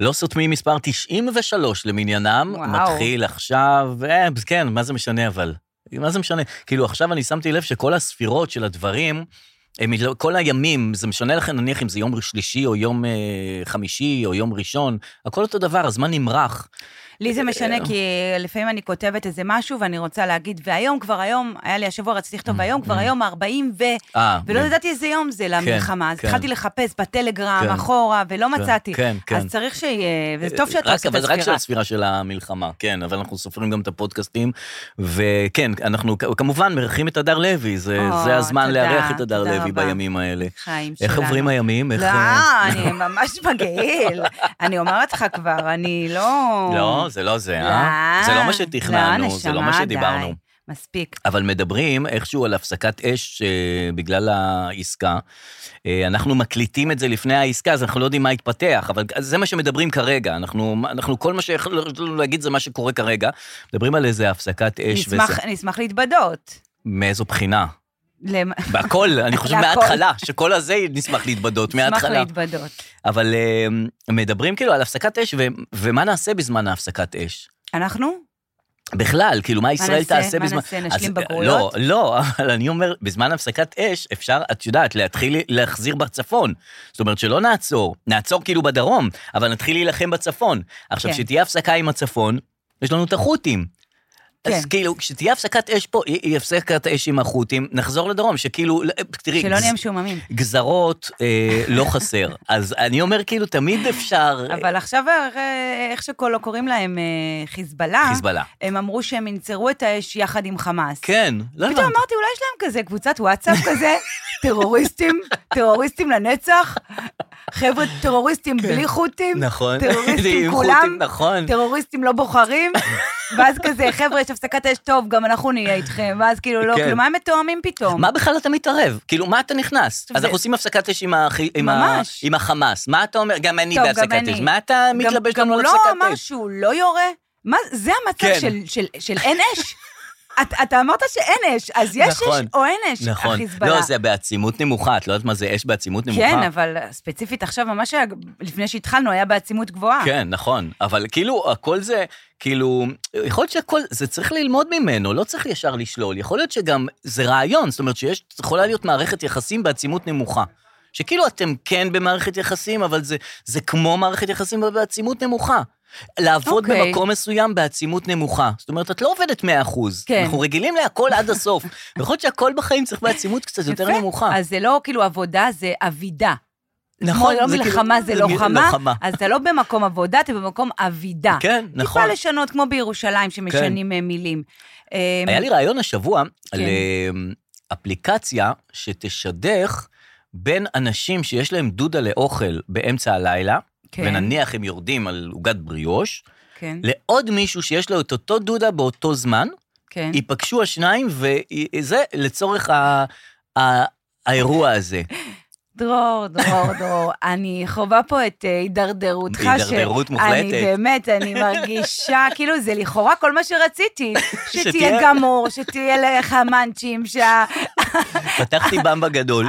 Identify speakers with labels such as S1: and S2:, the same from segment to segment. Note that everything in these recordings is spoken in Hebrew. S1: לא סותמים מספר 93 למניינם,
S2: וואו.
S1: מתחיל עכשיו, אה, כן, מה זה משנה אבל? מה זה משנה? כאילו, עכשיו אני שמתי לב שכל הספירות של הדברים, הם, מתל- כל הימים, זה משנה לכם נניח אם זה יום שלישי או יום אה, חמישי או יום ראשון, הכל אותו דבר, הזמן נמרח.
S2: לי זה
S1: אה,
S2: משנה, כי לפעמים אני כותבת איזה משהו ואני רוצה להגיד, והיום כבר היום, היה לי השבוע, רציתי לכתוב היום, כבר היום ה-40 ו...
S1: אה,
S2: ולא
S1: כן.
S2: ידעתי איזה יום זה למלחמה, אז
S1: כן.
S2: התחלתי לחפש בטלגרם,
S1: כן.
S2: אחורה, ולא מצאתי.
S1: כן, כן. אה,
S2: אז צריך שיהיה, וזה טוב שאתה
S1: רק-
S2: עושה את
S1: אבל זה רק של
S2: הספירה.
S1: הספירה של המלחמה, כן, אבל אנחנו סופרים גם את הפודקאסטים, וכן, אנחנו כ- כמובן מארחים את הדר לוי, זה,
S2: או,
S1: זה הזמן
S2: תודה,
S1: לארח את הדר
S2: תודה
S1: לוי
S2: רבה.
S1: בימים האלה.
S2: חיים
S1: איך
S2: שלנו.
S1: עוברים הימים? איך...
S2: לא,
S1: אה,
S2: אני ממש מגעיל. אני אומרת לך כבר, אני לא...
S1: לא, זה לא זה, אה? זה לא מה שתכננו, זה לא מה
S2: נשמה,
S1: שדיברנו.
S2: די. מספיק.
S1: אבל מדברים איכשהו על הפסקת אש אה, בגלל העסקה. אה, אנחנו מקליטים את זה לפני העסקה, אז אנחנו לא יודעים מה התפתח, אבל זה מה שמדברים כרגע. אנחנו, אנחנו כל מה שיכולנו להגיד זה מה שקורה כרגע. מדברים על איזה הפסקת אש. וזה-
S2: נשמח- נשמח להתבדות.
S1: מאיזו בחינה?
S2: למ-
S1: בהכל, אני חושב
S2: בהכל.
S1: מההתחלה, שכל הזה נשמח להתבדות,
S2: נשמח
S1: מההתחלה.
S2: להתבדות.
S1: אבל אה, מדברים כאילו על הפסקת אש, ו- ומה נעשה בזמן ההפסקת אש?
S2: אנחנו?
S1: בכלל, כאילו, מה ישראל
S2: נעשה?
S1: תעשה
S2: מה
S1: בזמן...
S2: נעשה? נשלים
S1: אז,
S2: בגרויות?
S1: לא, לא, אבל אני אומר, בזמן הפסקת אש, אפשר, את יודעת, להתחיל להחזיר בצפון. זאת אומרת, שלא נעצור, נעצור כאילו בדרום, אבל נתחיל להילחם בצפון. עכשיו,
S2: כן.
S1: כשתהיה הפסקה עם הצפון, יש לנו את החות'ים. אז
S2: כן.
S1: כאילו, כשתהיה הפסקת אש פה, היא- היא הפסקת אש עם החות'ים, נחזור לדרום, שכאילו, לא, אה, תראי,
S2: שלא
S1: גז-
S2: נהיה משועממים.
S1: גזרות אה, לא חסר. אז אני אומר, כאילו, תמיד אפשר...
S2: אבל עכשיו, אה, איך שקורא- קוראים להם, אה, חיזבאללה,
S1: חיזבאללה.
S2: הם אמרו שהם ינצרו את האש יחד עם חמאס.
S1: כן, לא
S2: פתאום
S1: הבנתי.
S2: אמרתי, אולי יש להם כזה קבוצת וואטסאפ כזה, טרוריסטים, טרוריסטים לנצח, חבר'ה טרוריסטים בלי חות'ים,
S1: כן. נכון.
S2: טרוריסטים
S1: עם
S2: כולם,
S1: חות'ים, נכון.
S2: טרוריסטים לא בוחרים, ואז כזה, חבר'ה, יש הפסקת אש, טוב, גם אנחנו נהיה איתכם, ואז כאילו, לא,
S1: כן.
S2: כאילו, מה הם מתואמים פתאום?
S1: מה בכלל אתה מתערב? כאילו, מה אתה נכנס? אז
S2: זה-
S1: אנחנו עושים הפסקת אש עם החי- עם ה-
S2: ממש.
S1: עם החמאס. מה אתה אומר? גם אני
S2: טוב, גם
S1: בהפסקת
S2: אני.
S1: אש. מה אתה
S2: גם-
S1: מתלבש לנו על
S2: גם הוא לא
S1: הפסקת
S2: אמר
S1: אש?
S2: שהוא לא יורה? מה, זה המצב
S1: כן.
S2: של- של- של אין אש? אתה- אתה אמרת שאין אש, אז יש אש
S1: נכון.
S2: או אין אש,
S1: נכון.
S2: החיזבאללה.
S1: לא, זה בעצימות נמוכה. את לא יודעת מה זה אש בעצימות נמוכה?
S2: כן, אבל ספציפית עכשיו, ממש היה- לפני שהתחלנו, היה בעצימות גבוהה.
S1: כן, נכון. אבל כאילו, הכל זה, כאילו, יכול להיות שהכל, זה צריך ללמוד ממנו, לא צריך ישר לשלול. יכול להיות שגם זה רעיון, זאת אומרת שיש, יכולה להיות מערכת יחסים בעצימות נמוכה. שכאילו אתם כן במערכת יחסים, אבל זה, זה כמו מערכת יחסים אבל בעצימות נמוכה. לעבוד okay.
S2: אוקיי.
S1: במקום מסוים בעצימות נמוכה. זאת אומרת, את לא עובדת 100%.
S2: כן.
S1: אנחנו רגילים להכל עד הסוף. ויכול להיות שהכל בחיים צריך בעצימות קצת יותר
S2: יפה.
S1: נמוכה.
S2: אז זה לא כאילו עבודה, זה אבידה.
S1: נכון,
S2: כמו
S1: זה
S2: לא
S1: כאילו-
S2: מלחמה זה
S1: זה
S2: לוחמה,
S1: לוחמה.
S2: אז אתה לא במקום עבודה, אתה במקום אבידה.
S1: כן, נכון. כן.
S2: טיפה לשנות, כמו בירושלים, שמשנים אה, מילים. אה,
S1: היה לי רעיון השבוע על
S2: כן.
S1: אמ, אפליקציה שתשדך בין אנשים שיש להם דודה לאוכל באמצע הלילה,
S2: כן,
S1: ונניח הם יורדים על עוגת בריאוש,
S2: כן,
S1: לעוד מישהו שיש לו את אותו דודה באותו זמן,
S2: כן.
S1: ייפגשו השניים, וזה לצורך ה... ה- האירוע הזה,
S2: דרור, דרור, דרור, אני חווה פה את אה, הידרדרותך. ש-
S1: הידרדרות
S2: אני
S1: מוחלטת.
S2: באמת, אני מרגישה, כאילו, זה לכאורה כל מה שרציתי. שתהיה
S1: שתהיה-
S2: גמור, שתהיה לך מאנצ'ים, שהרעיונות
S1: פתחתי במבה גדול.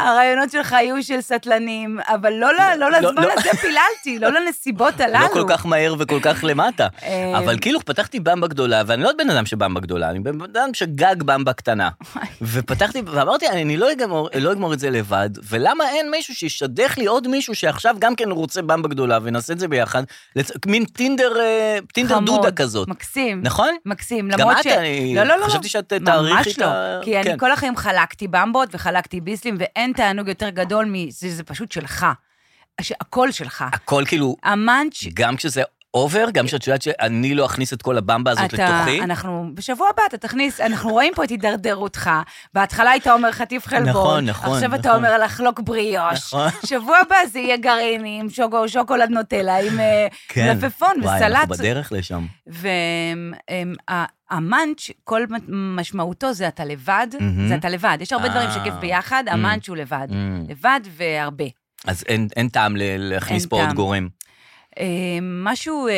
S2: שלך יהיו של סטלנים, אבל לא ל- לא
S1: לא,
S2: לזמן
S1: לא.
S2: הזה פיללתי, לא לנסיבות הללו.
S1: לא כל כך מהר וכל כך למטה.
S2: אה,
S1: אבל כאילו פתחתי במבה גדולה, ואני לא בן אדם שבמבה גדולה, אני בן אדם שגג במבה קטנה. ופתחתי, ואמרתי, אני לא אגמור, לא אגמור את זה לבד, ולמה אין מישהו שישדך לי עוד מישהו שעכשיו גם כן רוצה במבה גדולה, ונעשה את זה ביחד, לצ... מין טינדר, אה, טינדר
S2: חמוד,
S1: דודה כזאת,
S2: מקסים.
S1: נכון?
S2: מקסים,
S1: גם
S2: למרות
S1: את,
S2: ש...
S1: אני
S2: לא, לא, לא, לא.
S1: חשבתי שאת תעריכי
S2: ממש
S1: את
S2: לא,
S1: ה-
S2: כי אני
S1: כן.
S2: כל החיים חלקתי במבות וחלקתי ביסלים, ואין תענוג יותר גדול מזה, זה פשוט שלך. ש- הכל שלך.
S1: הכל כאילו,
S2: המאנץ',
S1: גם כשזה אובר, גם כשאת יודעת שאני לא אכניס את כל הבמבה הזאת
S2: אתה,
S1: לתוכי.
S2: אנחנו, בשבוע הבא אתה תכניס, אנחנו רואים פה את הידרדרותך. בהתחלה היית אומר חטיף חלבון.
S1: נכון, נכון,
S2: עכשיו אתה
S1: נכון.
S2: אומר לחלוק בריאוש.
S1: נכון.
S2: שבוע הבא זה יהיה גרעינים, שוקו, שוקולד נוטלה, עם אה, מלפפון
S1: כן. וואי, אנחנו
S2: וסלט.
S1: בדרך לשם.
S2: והמאנץ', כל מ- משמעותו זה אתה לבד,
S1: מהמם.
S2: זה אתה לבד. יש הרבה
S1: אה.
S2: דברים שכיף ביחד,
S1: Mm.
S2: המאנץ' הוא לבד.
S1: Mm.
S2: לבד והרבה.
S1: אז אין, אין טעם ל- להכניס
S2: אין
S1: פה עוד
S2: טעם.
S1: גורם.
S2: אה, משהו אה,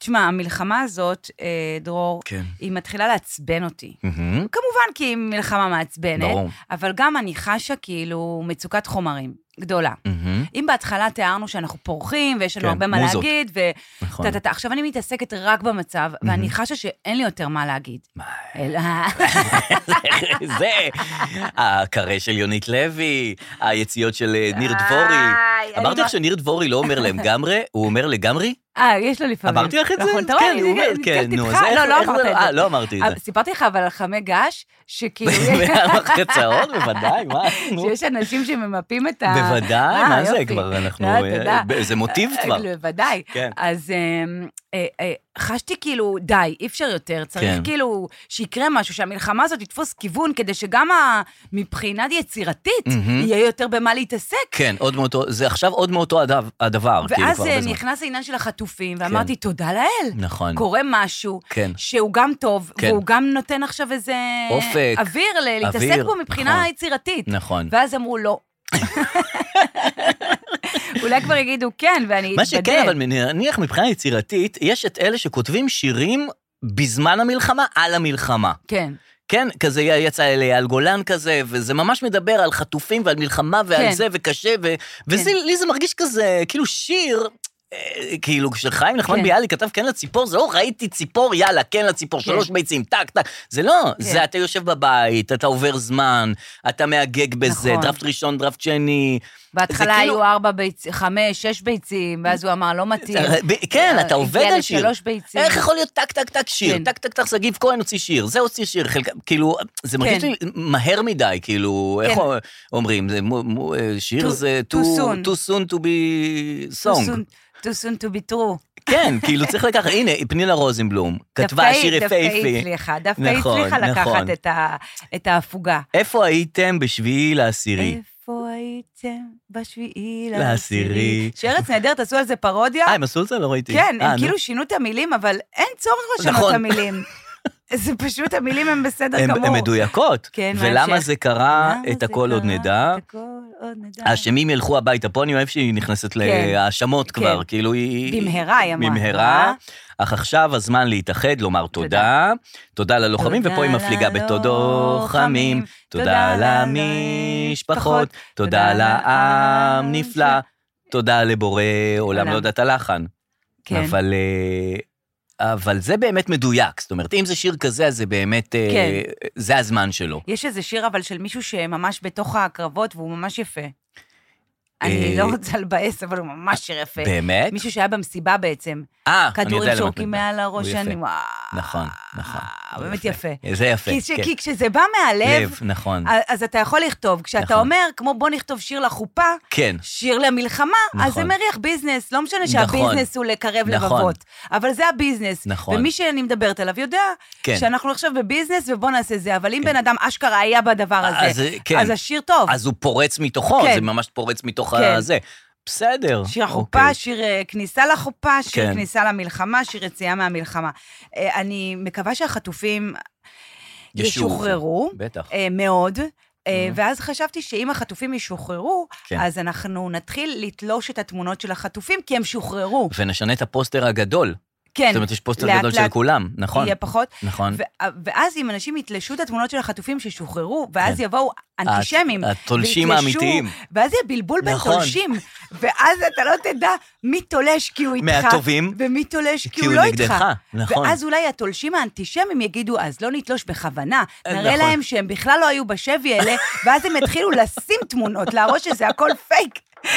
S2: תשמע, המלחמה הזאת, אה, דרור,
S1: כן.
S2: היא מתחילה לעצבן אותי.
S1: מהמם.
S2: כמובן כי היא מלחמה מעצבנת,
S1: ברור.
S2: אבל גם אני חשה כאילו מצוקת חומרים גדולה.
S1: מהמם.
S2: אם בהתחלה תיארנו שאנחנו פורחים, ויש לנו
S1: כן,
S2: הרבה מה
S1: מוזות.
S2: להגיד, ו...
S1: נכון.
S2: טה, טה, טה. עכשיו אני מתעסקת רק במצב, ואני חשה שאין לי יותר מה להגיד.
S1: מה?
S2: אלא...
S1: זה, הקרא של יונית לוי, היציאות של אה, ניר דבורי.
S2: איי, אני
S1: אמרתי
S2: מה-
S1: לך שניר דבורי לא אומר להם גמרי, הוא אומר לגמרי?
S2: אה, יש לו לפעמים.
S1: אמרתי לך את זה?
S2: נכון, אתה רואה,
S1: כן, הוא אומר,
S2: אני
S1: כן,
S2: נתקלתי
S1: נו,
S2: איתך.
S1: אז איך-
S2: לא, לא
S1: איך זה-
S2: אמרת את
S1: אה,
S2: זה.
S1: לא אמרתי את
S2: אבל
S1: זה.
S2: סיפרתי לך אבל על חמי געש, שכאילו...
S1: מהמחצאות, בוודאי, מה, נו.
S2: אה, שיש אנשים שממפים את ה...
S1: בוודאי,
S2: אה,
S1: מה זה
S2: יופי.
S1: כבר, אנחנו...
S2: לא,
S1: אה,
S2: תודה.
S1: ב- זה מוטיב כבר.
S2: אה, בוודאי.
S1: כן.
S2: אז אמ, אה, אה, חשתי כאילו, די, אי אפשר יותר, צריך
S1: כן.
S2: כאילו שיקרה משהו, שהמלחמה הזאת תתפוס כיוון, כדי שגם ה- מבחינה יצירתית,
S1: מהמם.
S2: יהיה יותר במה להתעסק.
S1: כן, עוד מאותו, זה עכשיו עוד מאותו הדב- הדבר, כאילו,
S2: ואז
S1: כבר
S2: אה,
S1: בזמן.
S2: נכנס העניין של החטופים, ואמרתי, תודה לאל,
S1: נכון.
S2: קורה משהו.
S1: כן.
S2: שהוא גם טוב,
S1: כן.
S2: והוא גם נותן עכשיו איזה...
S1: אופק.
S2: אוויר, ל- להתעסק
S1: אוויר,
S2: בו מבחינה
S1: נכון.
S2: יצירתית.
S1: נכון.
S2: ואז אמרו לא. אולי כבר יגידו כן, ואני אתבדל.
S1: מה שכן, אבל נניח מבחינה יצירתית, יש את אלה שכותבים שירים בזמן המלחמה, על המלחמה.
S2: כן,
S1: כן, כזה יצא אייל גולן כזה, וזה ממש מדבר על חטופים ועל מלחמה ועל
S2: כן.
S1: זה, וקשה, ו... וזה, לי זה מרגיש כזה, כאילו שיר, אה, כאילו, של חיים נחמן
S2: כן.
S1: ביאליק כתב כן לציפור, זה לא ראיתי ציפור, יאללה, כן לציפור,
S2: כן.
S1: שלוש ביצים, טק, טק. זה לא, זה אתה יושב בבית, אתה עובר זמן, אתה מהגג בזה,
S2: נכון.
S1: דראפט ראשון, דראפט שני.
S2: בהתחלה
S1: זה כאילו-
S2: היו ארבע ביצים, חמש, שש ביצים, ואז הוא אמר, לא מתאים.
S1: ב- כן, אתה עובד
S2: אה, הגיע
S1: על שיר.
S2: לשלוש ביצים.
S1: איך יכול להיות טק, טק, טק שיר,
S2: כן.
S1: טק, טק, טק, שגיב כהן הוציא שיר, זה הוציא שיר, חלק, כאילו, זה מרגיש
S2: כן.
S1: לי מהר מדי, כאילו,
S2: כן.
S1: איך אומרים, זה מו- מו- אה, שיר
S2: Too-
S1: זה
S2: too soon.
S1: too soon to be
S2: Too
S1: song.
S2: soon- Too soon to be true.
S1: כן, כאילו, צריך לקחת, הנה, פנינה רוזנבלום, כתבה
S2: דווקא היא-
S1: שיר
S2: דווקא היא
S1: יפהפה.
S2: הצליחה, דווקא היא
S1: נכון,
S2: הצליחה לקחת
S1: נכון.
S2: את ה- את ההפוגה.
S1: איפה הייתם בשביעי
S2: אה,
S1: לעשירי?
S2: איפה הייתם בשביעי
S1: לעשירי?
S2: לעשירי? שארץ נהדרת עשו על זה פרודיה?
S1: אה, הם עשו את זה? לא ראיתי.
S2: כן,
S1: אה,
S2: הם
S1: נו.
S2: כאילו שינו את המילים, אבל אין צורך לשנות
S1: נכון.
S2: את המילים. זה פשוט, המילים הן בסדר
S1: הם-
S2: גמור.
S1: הם מדויקות.
S2: כן, מה
S1: ולמה
S2: ההמשך?
S1: זה קרה,
S2: למה
S1: את
S2: זה
S1: הכל עוד
S2: קרה?
S1: נדע.
S2: את הכל עוד נדע.
S1: האשמים ילכו הביתה. פה אני אוהב שהיא נכנסת להאשמות
S2: כן.
S1: כבר, כאילו היא...
S2: במהרה, היא אמרה.
S1: במהרה. אך עכשיו הזמן להתאחד, לומר תודה. תודה ללוחמים,
S2: תודה
S1: ופה היא מפליגה בתודו חמים.
S2: ללוחמים,
S1: תודה
S2: תודה
S1: למשפחות,
S2: למשפחות,
S1: תודה
S2: תודה
S1: לעם
S2: לעם
S1: נפלא, תודה לבורא עולם,
S2: עולם.
S1: לא יודעת הלחן.
S2: כן,
S1: אבל... אה, אבל זה באמת מדויק, זאת אומרת, אם זה שיר כזה, אז זה באמת, אה,
S2: כן.
S1: זה הזמן שלו.
S2: יש איזה שיר אבל של מישהו שממש בתוך הקרבות, והוא ממש יפה. אני
S1: אה,
S2: לא רוצה לבאס, אבל הוא ממש שיר יפה.
S1: באמת?
S2: מישהו שהיה במסיבה בעצם.
S1: אה, אני יודע
S2: כדורים
S1: למה את
S2: שורקים
S1: מתכוונת.
S2: מעל הראש,
S1: הוא יפה.
S2: אני וואו.
S1: נכון, נכון. הוא
S2: אה, באמת יפה.
S1: זה יפה, כן.
S2: כי ש- כי כשזה בא מהלב,
S1: לב, נכון.
S2: אז אתה יכול לכתוב. כשאתה
S1: נכון.
S2: אומר, כמו בוא נכתוב שיר לחופה,
S1: כן,
S2: שיר למלחמה,
S1: נכון.
S2: אז זה מריח ביזנס. לא משנה
S1: נכון.
S2: שהביזנס הוא לקרב
S1: נכון.
S2: לבבות, אבל זה הביזנס.
S1: נכון.
S2: ומי שאני מדברת עליו יודע
S1: כן.
S2: שאנחנו עכשיו בביזנס ובוא נעשה זה, אבל אם בן אדם אשכרה היה בדבר
S1: אז,
S2: הזה,
S1: כן.
S2: אז השיר טוב.
S1: אז הוא פורץ מתוכו,
S2: כן.
S1: זה ממש פורץ מתוך
S2: כן.
S1: הזה. בסדר. אוקיי.
S2: שיר החופה, שיר אה, כניסה לחופה, שיר
S1: כן.
S2: כניסה למלחמה, שיר יציאה מהמלחמה. אה, אני מקווה שהחטופים
S1: ישוב.
S2: ישוחררו.
S1: בטח.
S2: אה, מאוד. אה,
S1: Mhm.
S2: ואז חשבתי שאם החטופים ישוחררו,
S1: כן.
S2: אז אנחנו נתחיל לתלוש את התמונות של החטופים, כי הם שוחררו.
S1: ונשנה את הפוסטר הגדול.
S2: כן,
S1: זאת אומרת, יש פוסטר
S2: לאט
S1: גדול של
S2: לאט
S1: כולם, נכון?
S2: יהיה פחות.
S1: נכון.
S2: ו- ואז אם אנשים יתלשו את התמונות של החטופים ששוחררו, ואז
S1: כן.
S2: יבואו אנטישמים.
S1: התולשים
S2: ויתלשו,
S1: האמיתיים.
S2: ואז יהיה בלבול בין
S1: נכון.
S2: תולשים, ואז אתה לא תדע מי תולש כי הוא איתך.
S1: מהטובים.
S2: ומי תולש כי
S1: כי
S2: הוא
S1: הוא
S2: לא
S1: נגדך,
S2: איתך.
S1: נכון.
S2: ואז אולי התולשים האנטישמים יגידו, אז לא נתלוש בכוונה,
S1: אה,
S2: נראה
S1: נכון.
S2: להם שהם בכלל לא היו בשבי אלה, ואז הם יתחילו לשים תמונות, להראות שזה הכל פייק.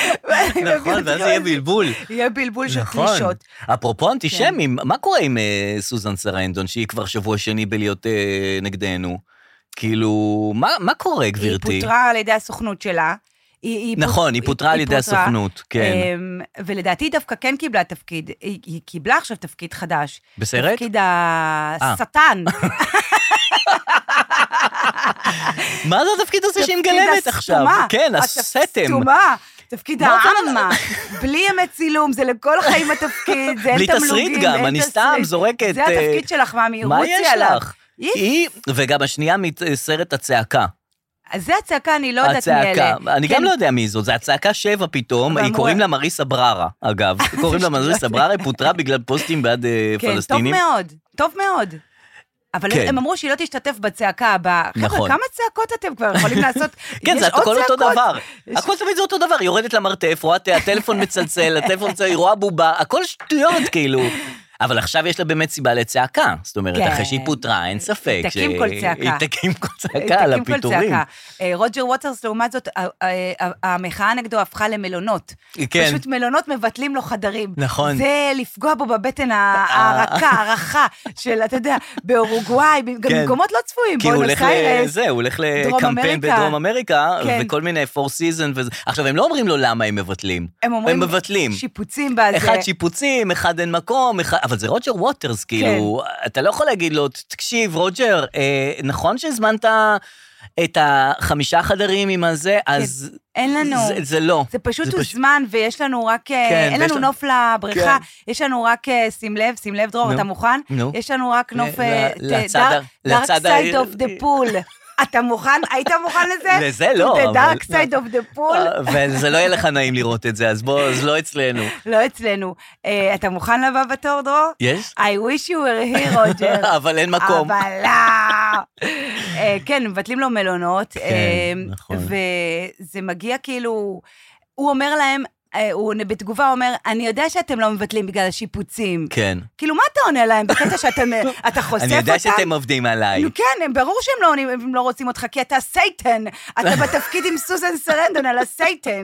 S1: נכון, ואז יהיה בלבול.
S2: יהיה בלבול של כן.
S1: נכון.
S2: תלישות.
S1: אפרופו אנטישמים, מה קורה עם אה, סוזן סרנדון, שהיא כבר שבוע שני בלהיות אה, נגדנו? כאילו, מה- מה קורה,
S2: היא
S1: גברתי?
S2: פוטרה על ידי הסוכנות שלה. היא- היא פוט-
S1: נכון, היא פוטרה על ידי
S2: פוטרה.
S1: הסוכנות, כן.
S2: אמ, ולדעתי היא דווקא כן קיבלה תפקיד, היא היא קיבלה עכשיו תפקיד חדש.
S1: בסרט?
S2: תפקיד
S1: אה.
S2: השטן.
S1: מה זה התפקיד הזה שהיא מגלמת עכשיו?
S2: הסתומה.
S1: כן,
S2: התפ-
S1: הסתם.
S2: סתומה. תפקיד
S1: מה זה-
S2: האמה, בלי ימי צילום, זה לכל חיים התפקיד, זה אין
S1: בלי
S2: תמלוגים,
S1: תסריט גם,
S2: אין
S1: אני
S2: תסריט.
S1: סתם זורקת,
S2: זה
S1: אה,
S2: התפקיד שלך, ממי,
S1: מה
S2: רוצי
S1: יש
S2: עליו.
S1: לך?
S2: היא-
S1: היא, וגם השנייה מסרט הצעקה.
S2: אז זה הצעקה, אני לא יודעת מי אלה.
S1: הצעקה, אני
S2: כן,
S1: גם לא יודע מי זאת, זה הצעקה שבע פתאום,
S2: ואמרו-
S1: היא קוראים לה מריסה בררה, אגב. קוראים לה מריסה בררה, היא פוטרה בגלל פוסטים בעד אה,
S2: כן, טוב
S1: פלסטינים.
S2: מאוד, טוב מאוד. אבל
S1: כן.
S2: הם אמרו שהיא לא תשתתף בצעקה הבאה.
S1: נכון.
S2: חבר'ה, כמה צעקות אתם כבר יכולים לעשות?
S1: כן,
S2: יש
S1: זה
S2: עוד
S1: הכל אותו
S2: צעקות?
S1: דבר.
S2: יש-
S1: הכל תמיד זה אותו דבר, היא יורדת למרתף, רואה תה- הטלפון מצלצל, הטלפון מצלצל, היא רואה בובה, הכל שטויות, כאילו. אבל עכשיו יש לה באמת סיבה לצעקה. זאת אומרת,
S2: כן.
S1: אחרי שהיא פוטרה, אין ספק.
S2: תקים
S1: ש-
S2: קול צעקה.
S1: היא תקים כל צעקה על
S2: אה, תקים קול
S1: הפיטורים.
S2: צעקה. אה, רוג'ר ווטרס, לעומת זאת, ה- ה- ה- המחאה נגדו הפכה למלונות.
S1: כן.
S2: פשוט מלונות מבטלים לו חדרים.
S1: נכון. אה.
S2: זה לפגוע בו בבטן ה- הרכה, הרכה של, אתה יודע, באורוגוואי, ב- גם
S1: כן.
S2: במקומות לא צפויים,
S1: כי הוא הולך
S2: בואנוס
S1: ל...
S2: איירס.
S1: זה, הוא הולך
S2: אה, דרום
S1: לקמפיין
S2: אמריקה.
S1: בדרום אמריקה,
S2: כן.
S1: וכל מיני four season וזה. עכשיו, הם לא אומרים לו למה הם מבטלים.
S2: הם אומרים,
S1: הם מבטלים.
S2: שיפוצים בזה.
S1: אחד שיפוצים, אחד אין מקום, אחד... אבל זה רוג'ר ווטרס, כאילו,
S2: כן.
S1: אתה לא יכול להגיד לו, תקשיב, רוג'ר, אה, נכון שהזמנת את החמישה חדרים עם הזה, אז...
S2: אין לנו.
S1: זה, זה לא.
S2: כן. זה פשוט
S1: זה פשוט-
S2: הוזמן, ויש לנו רק, אה,
S1: כן,
S2: אין
S1: ויש
S2: לנו
S1: לנו-
S2: נוף לבריכה,
S1: כן.
S2: יש לנו רק, אה, שים לב, שים לב, דרור,
S1: נו.
S2: אתה מוכן?
S1: נו.
S2: יש לנו רק נוף... אה,
S1: ל- לצד ה-
S2: דארק
S1: לצד
S2: סייד
S1: ה-
S2: אוף דה פול. אתה מוכן? היית מוכן לזה?
S1: לזה לא,
S2: The
S1: אבל-
S2: dark side of the pool,
S1: וזה לא יהיה לך נעים לראות את זה, אז בוא, אז לא אצלנו.
S2: לא אצלנו. אה, אתה מוכן לבא בתור, דרור?
S1: יש?
S2: I wish you were here, רוג'ר.
S1: אבל אין מקום.
S2: כן. אבל לא. אה, כן, מבטלים לו מלונות. אה,
S1: כן, נכון.
S2: וזה מגיע כאילו, הוא אומר להם, אה, הוא בתגובה אומר, אני יודע שאתם לא מבטלים בגלל השיפוצים.
S1: כן.
S2: כאילו, מה אתה עונה להם? בקטע שאתה מ- אתה חושף אותם?
S1: אני יודע שאתם עובדים עליי.
S2: נו כן, הם- ברור שהם לא עונים, הם לא רוצים אותך, כי אתה סייטן. אתה בתפקיד עם סוזן סרנדון על הסייטן.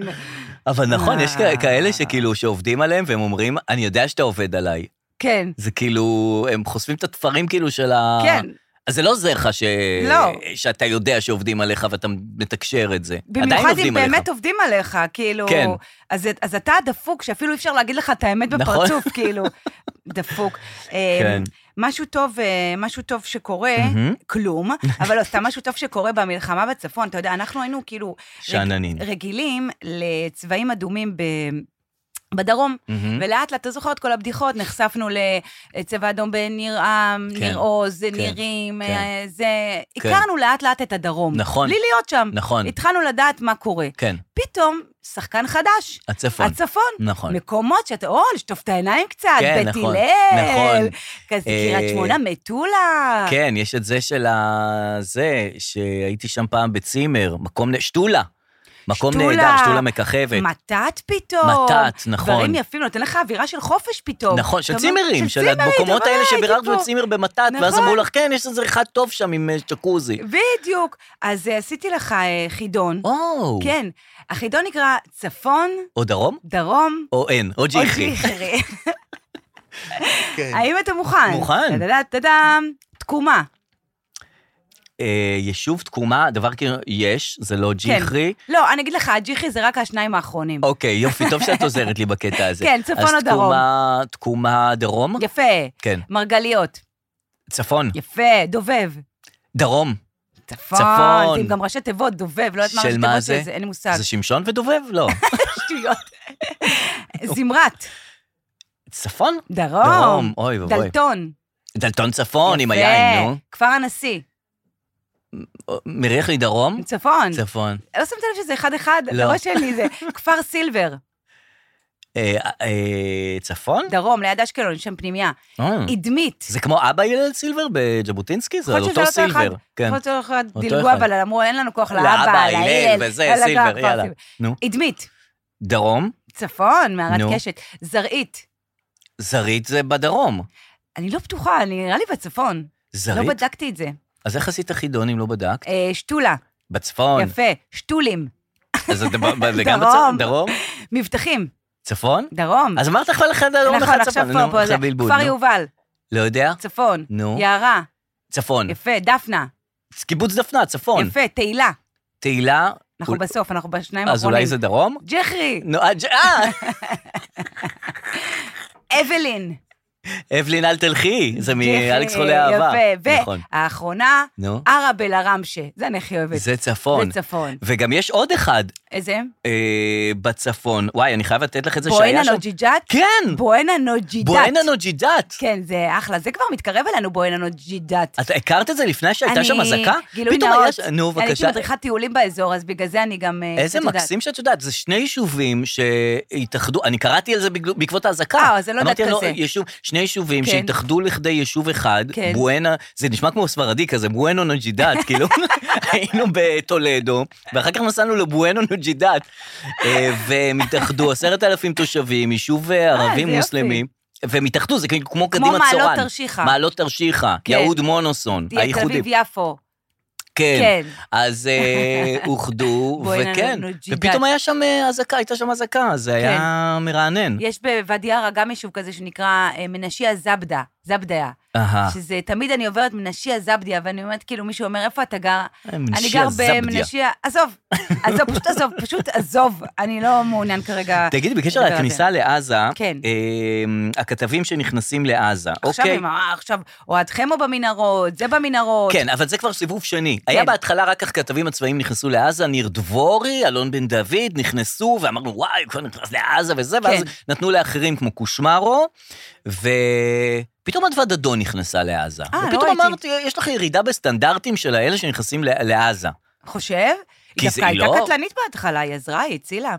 S1: אבל נכון, יש
S2: אה.
S1: כ- כאלה שכאילו, שעובדים עליהם, והם אומרים, אני יודע שאתה עובד עליי.
S2: כן,
S1: זה כאילו, הם חושפים את התפרים כאילו של ה...
S2: כן.
S1: אז זה לא עוזר לך ש...
S2: לא.
S1: שאתה יודע שעובדים עליך ואתה מתקשר את זה. עדיין
S2: במיוחד אם
S1: עובדים
S2: באמת
S1: עליך.
S2: עובדים עליך, כאילו...
S1: כן.
S2: אז, אז אתה דפוק, שאפילו אי אפשר להגיד לך את האמת
S1: נכון.
S2: בפרצוף, כאילו. דפוק. אמ,
S1: כן.
S2: משהו טוב, אה, משהו טוב שקורה,
S1: מהמם.
S2: כלום, אבל לא, סתם משהו טוב שקורה במלחמה בצפון, אתה יודע, אנחנו היינו כאילו... רג-
S1: שאננים.
S2: רגילים לצבעים אדומים ב... בדרום,
S1: מהמם.
S2: ולאט לאט, אתה זוכר את כל הבדיחות, נחשפנו לצבע אדום בניר עם,
S1: כן,
S2: ניר עוז,
S1: כן,
S2: נירים,
S1: כן.
S2: אה, זה... הכרנו לאט לאט את הדרום.
S1: נכון.
S2: בלי להיות שם.
S1: נכון,
S2: התחלנו לדעת מה קורה.
S1: כן,
S2: פתאום, שחקן חדש,
S1: הצפון.
S2: הצפון.
S1: נכון.
S2: מקומות שאתה, או, לשטוף את העיניים קצת,
S1: כן,
S2: בית
S1: נכון,
S2: הלל,
S1: נכון.
S2: כזה
S1: אה,
S2: קריית שמונה, מטולה.
S1: כן, יש את זה של ה... זה, שהייתי שם פעם בצימר, מקום... נ- שתולה. מקום
S2: שתולה.
S1: נהדר, שתולה מככבת.
S2: מתת פתאום.
S1: מתת, נכון.
S2: דברים יפים, נותן לך אווירה של חופש פתאום.
S1: נכון, של
S2: אתה אומר,
S1: צימרים, של
S2: צימרים,
S1: המקומות
S2: אתה אומר,
S1: האלה
S2: "אה, הייתי
S1: שביררת
S2: פה."
S1: בצימר במתת, ואז
S2: נכון. כן.
S1: אמרו לך, כן, יש איזה אחד טוב שם עם אה, צ'קוזי.
S2: בדיוק. אז אה, עשיתי לך אה, חידון.
S1: או,
S2: כן, החידון נקרא צפון,
S1: או דרום?
S2: דרום,
S1: או אין, או
S2: או
S1: ג'יחי.
S2: ג'יחרי. האם אתה מוכן?
S1: מוכן.
S2: טדדה, טדדה, תקומה.
S1: אה, יישוב תקומה, דבר כאילו, יש, זה לא ג'יחרי.
S2: לא, אני אגיד לך, הג'יחי זה רק השניים האחרונים.
S1: אוקיי, יופי, טוב שאת עוזרת לי בקטע הזה.
S2: כן, צפון או
S1: אז
S2: דרום.
S1: תקומה, תקומה דרום?
S2: יפה.
S1: כן.
S2: מרגליות.
S1: צפון,
S2: יפה, דובב.
S1: דרום.
S2: צפון.
S1: צפון.
S2: זה עם גם ראשי תיבות, דובב, לא יודעת מה
S1: של
S2: ראשי
S1: מה
S2: תיבות
S1: זה?
S2: של זה, אין לי מושג.
S1: זה שמשון ודובב? לא.
S2: שטויות. זמרת,
S1: צפון?
S2: דרום.
S1: אוי ואבוי.
S2: דלתון.
S1: דלתון צפון, עם
S2: יפה.
S1: היין, נו.
S2: כפר הנשיא,
S1: מריח לי דרום?
S2: צפון.
S1: צפון.
S2: לא שמת לב שזה אחד-אחד,
S1: לא.
S2: הראש שלי זה כפר סילבר,
S1: אה, אה, צפון?
S2: דרום, ליד אשקלון, יש שם פנימייה.
S1: אה,
S2: אדמית.
S1: זה כמו אבא הלל סילבר בז'בוטינסקי? זה על
S2: יכול להיות
S1: אותו
S2: שזה לא אותו
S1: סילבר.
S2: אחד.
S1: כן.
S2: יכול להיות שזה אחד
S1: אותו
S2: דילגו,
S1: אחד.
S2: אבל אמרו, אין לנו כוח לאבא,
S1: לאבא,
S2: להלל,
S1: הלל, וזה,
S2: אלא גם
S1: סילבר,
S2: כוח
S1: יאללה.
S2: סילבר.
S1: נו.
S2: אדמית,
S1: דרום?
S2: צפון, מערת
S1: נו.
S2: קשת, זרעית.
S1: זרעית זה בדרום.
S2: אני לא בטוחה, אני- נראה לי בצפון. לא
S1: זרעית?
S2: בדקתי את זה.
S1: אז איך עשית חידון אם לא בדקת?
S2: אה, שתולה,
S1: בצפון.
S2: יפה, שתולים,
S1: אז זה ב- ב- זה גם
S2: דרום.
S1: בצפון? דרום?
S2: מבטחים,
S1: צפון?
S2: דרום.
S1: אז אמרת לך אחד דרום,
S2: נכון,
S1: אחד
S2: עכשיו
S1: צפון.
S2: פה,
S1: נו,
S2: פה,
S1: אחלה
S2: זה.
S1: בלבול,
S2: כפר
S1: נו.
S2: יובל,
S1: לא יודע?
S2: צפון,
S1: נו.
S2: יערה,
S1: צפון.
S2: יפה, דפנה,
S1: קיבוץ דפנה, צפון.
S2: יפה, תהילה.
S1: תהילה,
S2: אנחנו
S1: אול-
S2: בסוף, אנחנו בשניים
S1: אז
S2: האחרונים.
S1: אולי זה דרום?
S2: ג'חרי,
S1: נו, אה, ג'- אה,
S2: אבלין.
S1: אבלין אל תלכי, זה
S2: ג'חרי,
S1: מאלכס חולה אהבה.
S2: יפה, אה,
S1: נכון.
S2: והאחרונה,
S1: נו,
S2: ערבל ארמשה, זה אני הכי אוהבת.
S1: זה צפון.
S2: זה צפון.
S1: וגם יש עוד אחד,
S2: איזה?
S1: אה, בצפון. וואי, אני חייב לתת לך את זה
S2: בואנה
S1: שהיה שם.
S2: נוג'ידאט?
S1: כן!
S2: בואנה נוג'ידאט.
S1: בואנה נוג'ידאט.
S2: כן, זה אחלה. זה כבר מתקרב אלינו, בואנה נוג'ידאט.
S1: את הכרת את זה לפני שהייתה שם אזעקה?
S2: גילוי
S1: פתאום היה
S2: נאות.
S1: ש- נו,
S2: אני הייתי
S1: בבקשה.
S2: מדריכת טיולים באזור, אז בגלל זה אני גם... אה,
S1: איזה
S2: קצת יודעת.
S1: מקסים שאת יודעת, זה שני יישובים שהתאחדו, אני קראתי על זה בגל- בעקבות האזעקה.
S2: אה, אז אני לא יודעת
S1: אמרתי,
S2: כזה.
S1: יישוב, שני יישובים
S2: כן.
S1: שהתאחדו לכדי יישוב אחד,
S2: כן.
S1: בואנה, זה נשמע כמו ספרדי כזה, בואנו נוג'ידאת, כאילו, היינו בטולדו, ואחר כך נסענו לבואנו נוג'ידאת, אה, והם התאחדו, עשרת אלפים תושבים, יישוב אה, ערבים
S2: זה יופי.
S1: מוסלמים. והם התאחדו, זה כאילו כמו
S2: כמו
S1: קדימה צורן.
S2: מעלות תרשיחא.
S1: מעלות תרשיחא,
S2: כן.
S1: יהוד מונוסון,
S2: תהיה תל
S1: האיחודים.
S2: אביב יפו.
S1: כן.
S2: כן.
S1: אז אה, אוחדו,
S2: בואי נענו-
S1: וכן,
S2: נוג'ידאת.
S1: ופתאום היה שם אה, אזעקה, הייתה שם אזעקה, זה
S2: כן.
S1: היה מרענן.
S2: יש בוואדי ערה גם יישוב כזה שנקרא אה, מנשיה זבדה, זבדיה.
S1: אהה,
S2: שזה, תמיד אני עוברת מנשיה זבדיה, ואני אומרת, כאילו, מישהו אומר, איפה אתה גר?
S1: אה,
S2: אני
S1: מנשיה
S2: גר
S1: זבדיה.
S2: במנשיה, עזוב, עזוב, פשוט עזוב, פשוט עזוב, אני לא מעוניין כרגע.
S1: תגידי, בקשר
S2: לדבר על
S1: לכניסה לעזה,
S2: כן.
S1: אה, הכתבים שנכנסים לעזה,
S2: עכשיו,
S1: אוקיי?
S2: הם, אה, עכשיו, אוהד חמו במנהרות, זה במנהרות.
S1: כן, אבל זה כבר סיבוב שני.
S2: כן.
S1: היה בהתחלה רק הכתבים הצבאיים נכנסו לעזה, ניר דבורי, אלון בן דוד, נכנסו, ואמרנו, וואי, כבר נכנס לעזה וזה, ואז
S2: כן.
S1: נתנו לאחרים כמו קושמרו, ופתאום אדוה דדון נכנסה לעזה.
S2: לא
S1: ופתאום
S2: ראיתי.
S1: אמרתי, יש לך ירידה בסטנדרטים של האלה שנכנסים ל- לעזה.
S2: חושב?
S1: כי
S2: היא
S1: זה-
S2: דווקא
S1: היא
S2: הייתה
S1: לא-
S2: קטלנית בהתחלה, היא עזרה, היא הצילה.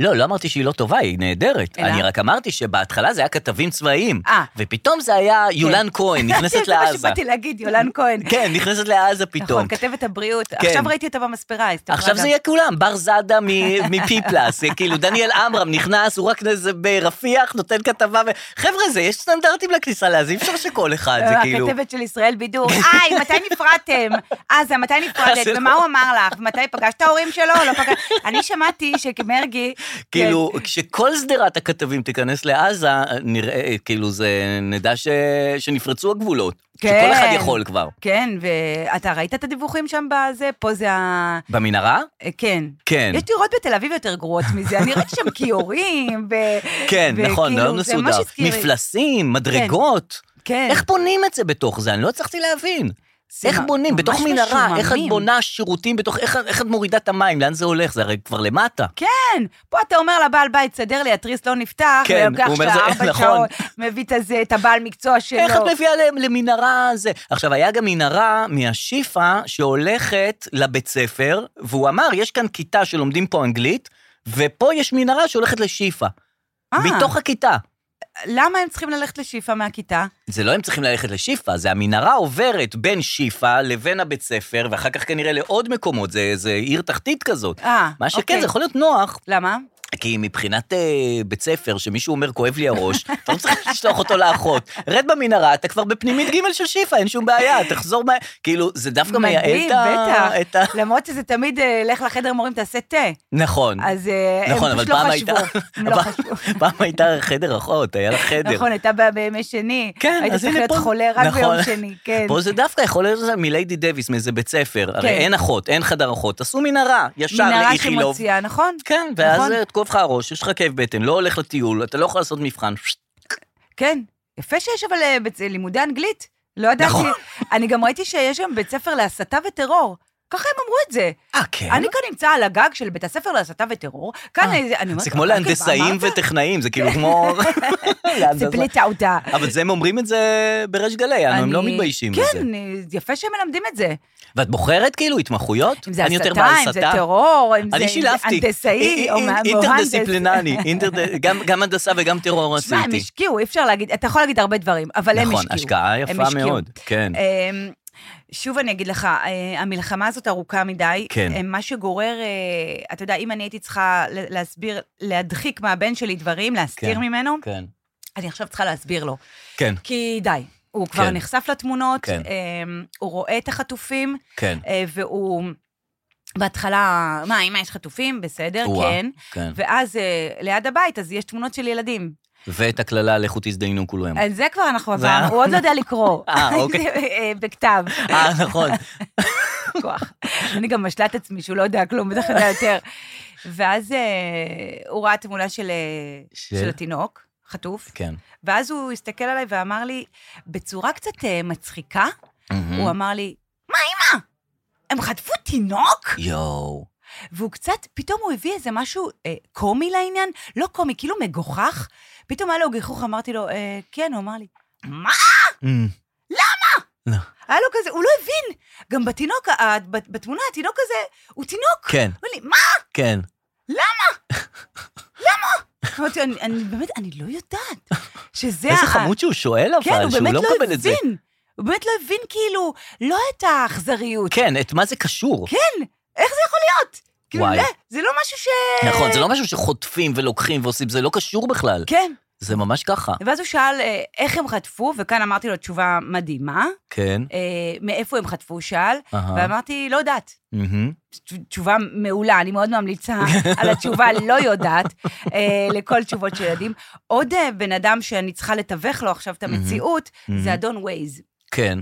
S1: לא, לא אמרתי שהיא לא טובה, היא נהדרת.
S2: אלא?
S1: אני רק אמרתי שבהתחלה זה היה כתבים צבאיים.
S2: אה.
S1: ופתאום זה היה
S2: כן.
S1: יולן כהן, נכנסת
S2: זה מה
S1: לעזה.
S2: שבאתי להגיד, יולן כהן.
S1: כן, נכנסת לעזה פתאום.
S2: נכון, כתבת הבריאות.
S1: כן.
S2: עכשיו ראיתי אותה במספרה, אז אתה
S1: עכשיו
S2: רואה
S1: זה
S2: גם-
S1: יהיה כולם, בר זאדה מ- מפי פלאס, יהיה כאילו דניאל עמרם נכנס, הוא רק איזה ברפיח, נותן כתבה, ו... חבר'ה, זה, יש סטנדרטים לכניסה לעזה, אי אפשר שכל אחד,
S2: אה,
S1: זה כאילו...
S2: הכתבת של ישראל בידור, היי, מתי נפרדתם? עזה, מתי
S1: אז זה
S2: נפרדת?
S1: לא-
S2: ומה הוא אמר לך? ומתי פגשת ההורים שלו? לא פגשת... אני שמעתי שמרגי...
S1: כאילו,
S2: כן.
S1: כשכל שדרת הכתבים תיכנס לעזה, נראה, כאילו זה, נדע ש... שנפרצו הגבולות.
S2: כן.
S1: שכל אחד יכול כבר.
S2: כן, ואתה ראית את הדיווחים שם בזה? פה זה ה...
S1: במנהרה?
S2: אה, כן.
S1: כן.
S2: יש דירות בתל אביב יותר גרועות מזה, אני ראיתי שם כיורים, ו...
S1: כן, נכון,
S2: וכאילו,
S1: לא
S2: זה ממש
S1: מסודר.
S2: הזכיר לי.
S1: מפלסים, מדרגות.
S2: כן.
S1: איך בונים את זה בתוך זה? אני לא הצלחתי להבין.
S2: זה
S1: איך
S2: מ-
S1: בונים,
S2: ממש
S1: בתוך מנהרה, איך את
S2: משועממים.
S1: בונה שירותים בתוך, איך- איך את מורידה את המים, לאן זה הולך? זה הרי כבר למטה.
S2: כן, פה אתה אומר לבעל בית, סדר לי, התריס לא נפתח,
S1: כן,
S2: ולוקח
S1: הוא אומר
S2: שעה,
S1: זה,
S2: ארבע
S1: נכון.
S2: שעות, מביא את הזה, את הבעל מקצוע שלו.
S1: איך את מביאה להם למנהרה זה? עכשיו, היה גם מנהרה מהשיפא שהולכת לבית ספר, והוא אמר, יש כאן כיתה שלומדים פה אנגלית, ופה יש מנהרה שהולכת לשיפא,
S2: אה,
S1: מתוך הכיתה.
S2: למה הם צריכים ללכת לשאיפה מהכיתה?
S1: זה לא הם צריכים ללכת לשיפא, זה המנהרה עוברת בין שיפא לבין הבית ספר, ואחר כך כנראה לעוד מקומות, זה, זה עיר תחתית כזאת.
S2: אה,
S1: מה שכן,
S2: אוקיי.
S1: זה יכול להיות נוח,
S2: למה?
S1: כי מבחינת אה, בית ספר, שמישהו אומר, כואב לי הראש, אתה לא צריך לשלוח אותו לאחות. רד במנהרה, אתה כבר בפנימית ג' של שיפא, אין שום בעיה, תחזור מה... כאילו, זה דווקא מייעל
S2: מדהים,
S1: את ה-
S2: בטח.
S1: את ה...
S2: למרות שזה תמיד, אה, לך לחדר מורים, תעשה תה.
S1: נכון.
S2: אז אה, הם
S1: נכון, אבל
S2: פשוט לא
S1: פעם
S2: חשבו.
S1: הייתה...
S2: הם לא
S1: פעם-
S2: חשבו.
S1: פעם הייתה חדר אחות, היה לה חדר.
S2: נכון, הייתה ב- בימי שני.
S1: כן,
S2: היית
S1: אז
S2: צריך
S1: הנה
S2: להיות
S1: פה-
S2: חולה רק
S1: נכון.
S2: ביום שני, כן.
S1: פה זה דווקא יכול להיות זה מליידי דוויס, מאיזה בית ספר. הרי
S2: כן.
S1: אין אחות, אין חדר אחות, תעשו מנהרה, ישר
S2: מנהרה
S1: לאיכילוב.
S2: שמוציאה, נכון?
S1: כן, ואז
S2: נכון.
S1: אה, תקוף לך הראש, יש לך כאב בטן, לא הולך לטיול, אתה לא יכול לעשות מבחן.
S2: כן. יפה שיש אבל אה, בית- לימודי אנגלית. לא ידעתי.
S1: נכון.
S2: אני גם ראיתי שיש גם בית ספר להסתה וטרור. ככה הם אמרו את זה.
S1: אה, כן?
S2: אני כאן נמצא על הגג של בית הספר להסתה וטרור, כאן
S1: אה,
S2: איזה- אני אומרת...
S1: זה כמו
S2: "אוקיי,
S1: להנדסאים
S2: אמרת?
S1: וטכנאים, זה כאילו כמו...
S2: זה
S1: להנדסה.
S2: בלי תעודה.
S1: אבל זה הם אומרים את זה בריש גלי, אנו, הם לא
S2: אני-
S1: מתביישים בזה.
S2: כן, אה, יפה שהם מלמדים את זה.
S1: ואת בוחרת כאילו התמחויות?
S2: אם זה
S1: אני יותר
S2: הסתה, אם זה
S1: בהסתה.
S2: טרור, אם זה
S1: אני
S2: אם זה
S1: שילבתי. אה,
S2: הנדסאי,
S1: אי-
S2: או
S1: אי-
S2: מה- מהנדס.
S1: אינטרדיסציפלינני, אינטרד- גם- גם הנדסה וגם טרור עשיתי.
S2: תשמע, הם השקיעו, אי אפשר להגיד, אתה יכול להגיד הרבה דברים, אבל הם השקיעו.
S1: נכון, השקעה
S2: הם
S1: יפה
S2: השקיעו.
S1: מאוד, כן.
S2: אמ, שוב אני אגיד לך, אה, המלחמה הזאת ארוכה מדי.
S1: כן.
S2: אה, מה שגורר, אה, אתה יודע, אם אני הייתי צריכה ל- להסביר, להדחיק מהבן שלי דברים, להסתיר
S1: כן,
S2: ממנו,
S1: כן.
S2: אני עכשיו צריכה להסביר לו.
S1: כן,
S2: כי די, הוא כבר
S1: כן.
S2: נחשף לתמונות,
S1: כן.
S2: אמ, הוא רואה את החטופים,
S1: כן,
S2: אה, והוא... בהתחלה, מה, אמא, יש חטופים? בסדר,
S1: וואו.
S2: כן.
S1: כן.
S2: ואז אה, ליד הבית, אז יש תמונות של ילדים.
S1: ואת הקללה, לכו תזדיינו כולם.
S2: על זה כבר אנחנו
S1: כן. זה היה-
S2: עברנו, הוא עוד לא יודע לקרוא.
S1: אה, אוקיי.
S2: זה, אה, בכתב,
S1: אה, נכון.
S2: כוח. אני גם משלה את עצמי שהוא לא יודע כלום, בטח יודע יותר. ואז אה, הוא ראה תמונה של אה,
S1: של?
S2: של התינוק, חטוף,
S1: כן.
S2: ואז הוא הסתכל עליי ואמר לי, בצורה קצת אה, מצחיקה,
S1: מהמם.
S2: הוא אמר לי, מה, אמא? הם חטפו תינוק?
S1: יואו.
S2: והוא קצת, פתאום הוא הביא איזה משהו אה, קומי לעניין, לא קומי, כאילו מגוחך. פתאום היה לו גיחוך, אמרתי לו, אה, כן, הוא אמר לי, מה?
S1: אה, לא.
S2: היה לו כזה, הוא לא הבין. גם בתינוק, ה- ה- בת- בתמונה, התינוק הזה, הוא תינוק.
S1: כן,
S2: הוא אומר לי, מה?
S1: כן.
S2: אמרתי, אני, אני באמת, אני לא יודעת שזה...
S1: איזה
S2: ה-
S1: חמוד שהוא שואל
S2: כן,
S1: אבל,
S2: הוא
S1: שהוא
S2: באמת
S1: לא
S2: לא
S1: מקבל את זה.
S2: הבין. הוא באמת לא הבין, כאילו, לא את האכזריות.
S1: כן, את מה זה קשור.
S2: כן, איך זה יכול להיות? כאילו,
S1: וואי.
S2: לא, זה לא משהו ש...
S1: נכון, זה לא משהו שחוטפים ולוקחים ועושים, זה לא קשור בכלל.
S2: כן.
S1: זה ממש ככה.
S2: ואז הוא שאל אה, איך הם חטפו, וכאן אמרתי לו תשובה מדהימה.
S1: כן.
S2: אה, מאיפה הם חטפו, הוא שאל,
S1: אהה.
S2: ואמרתי, לא יודעת.
S1: מהמם.
S2: תש- תשובה מעולה, אני מאוד ממליצה על התשובה לא יודעת אה, לכל תשובות של ילדים. עוד אה, בן אדם שאני צריכה לתווך לו עכשיו את המציאות,
S1: מהמם.
S2: זה אדון וייז.
S1: כן.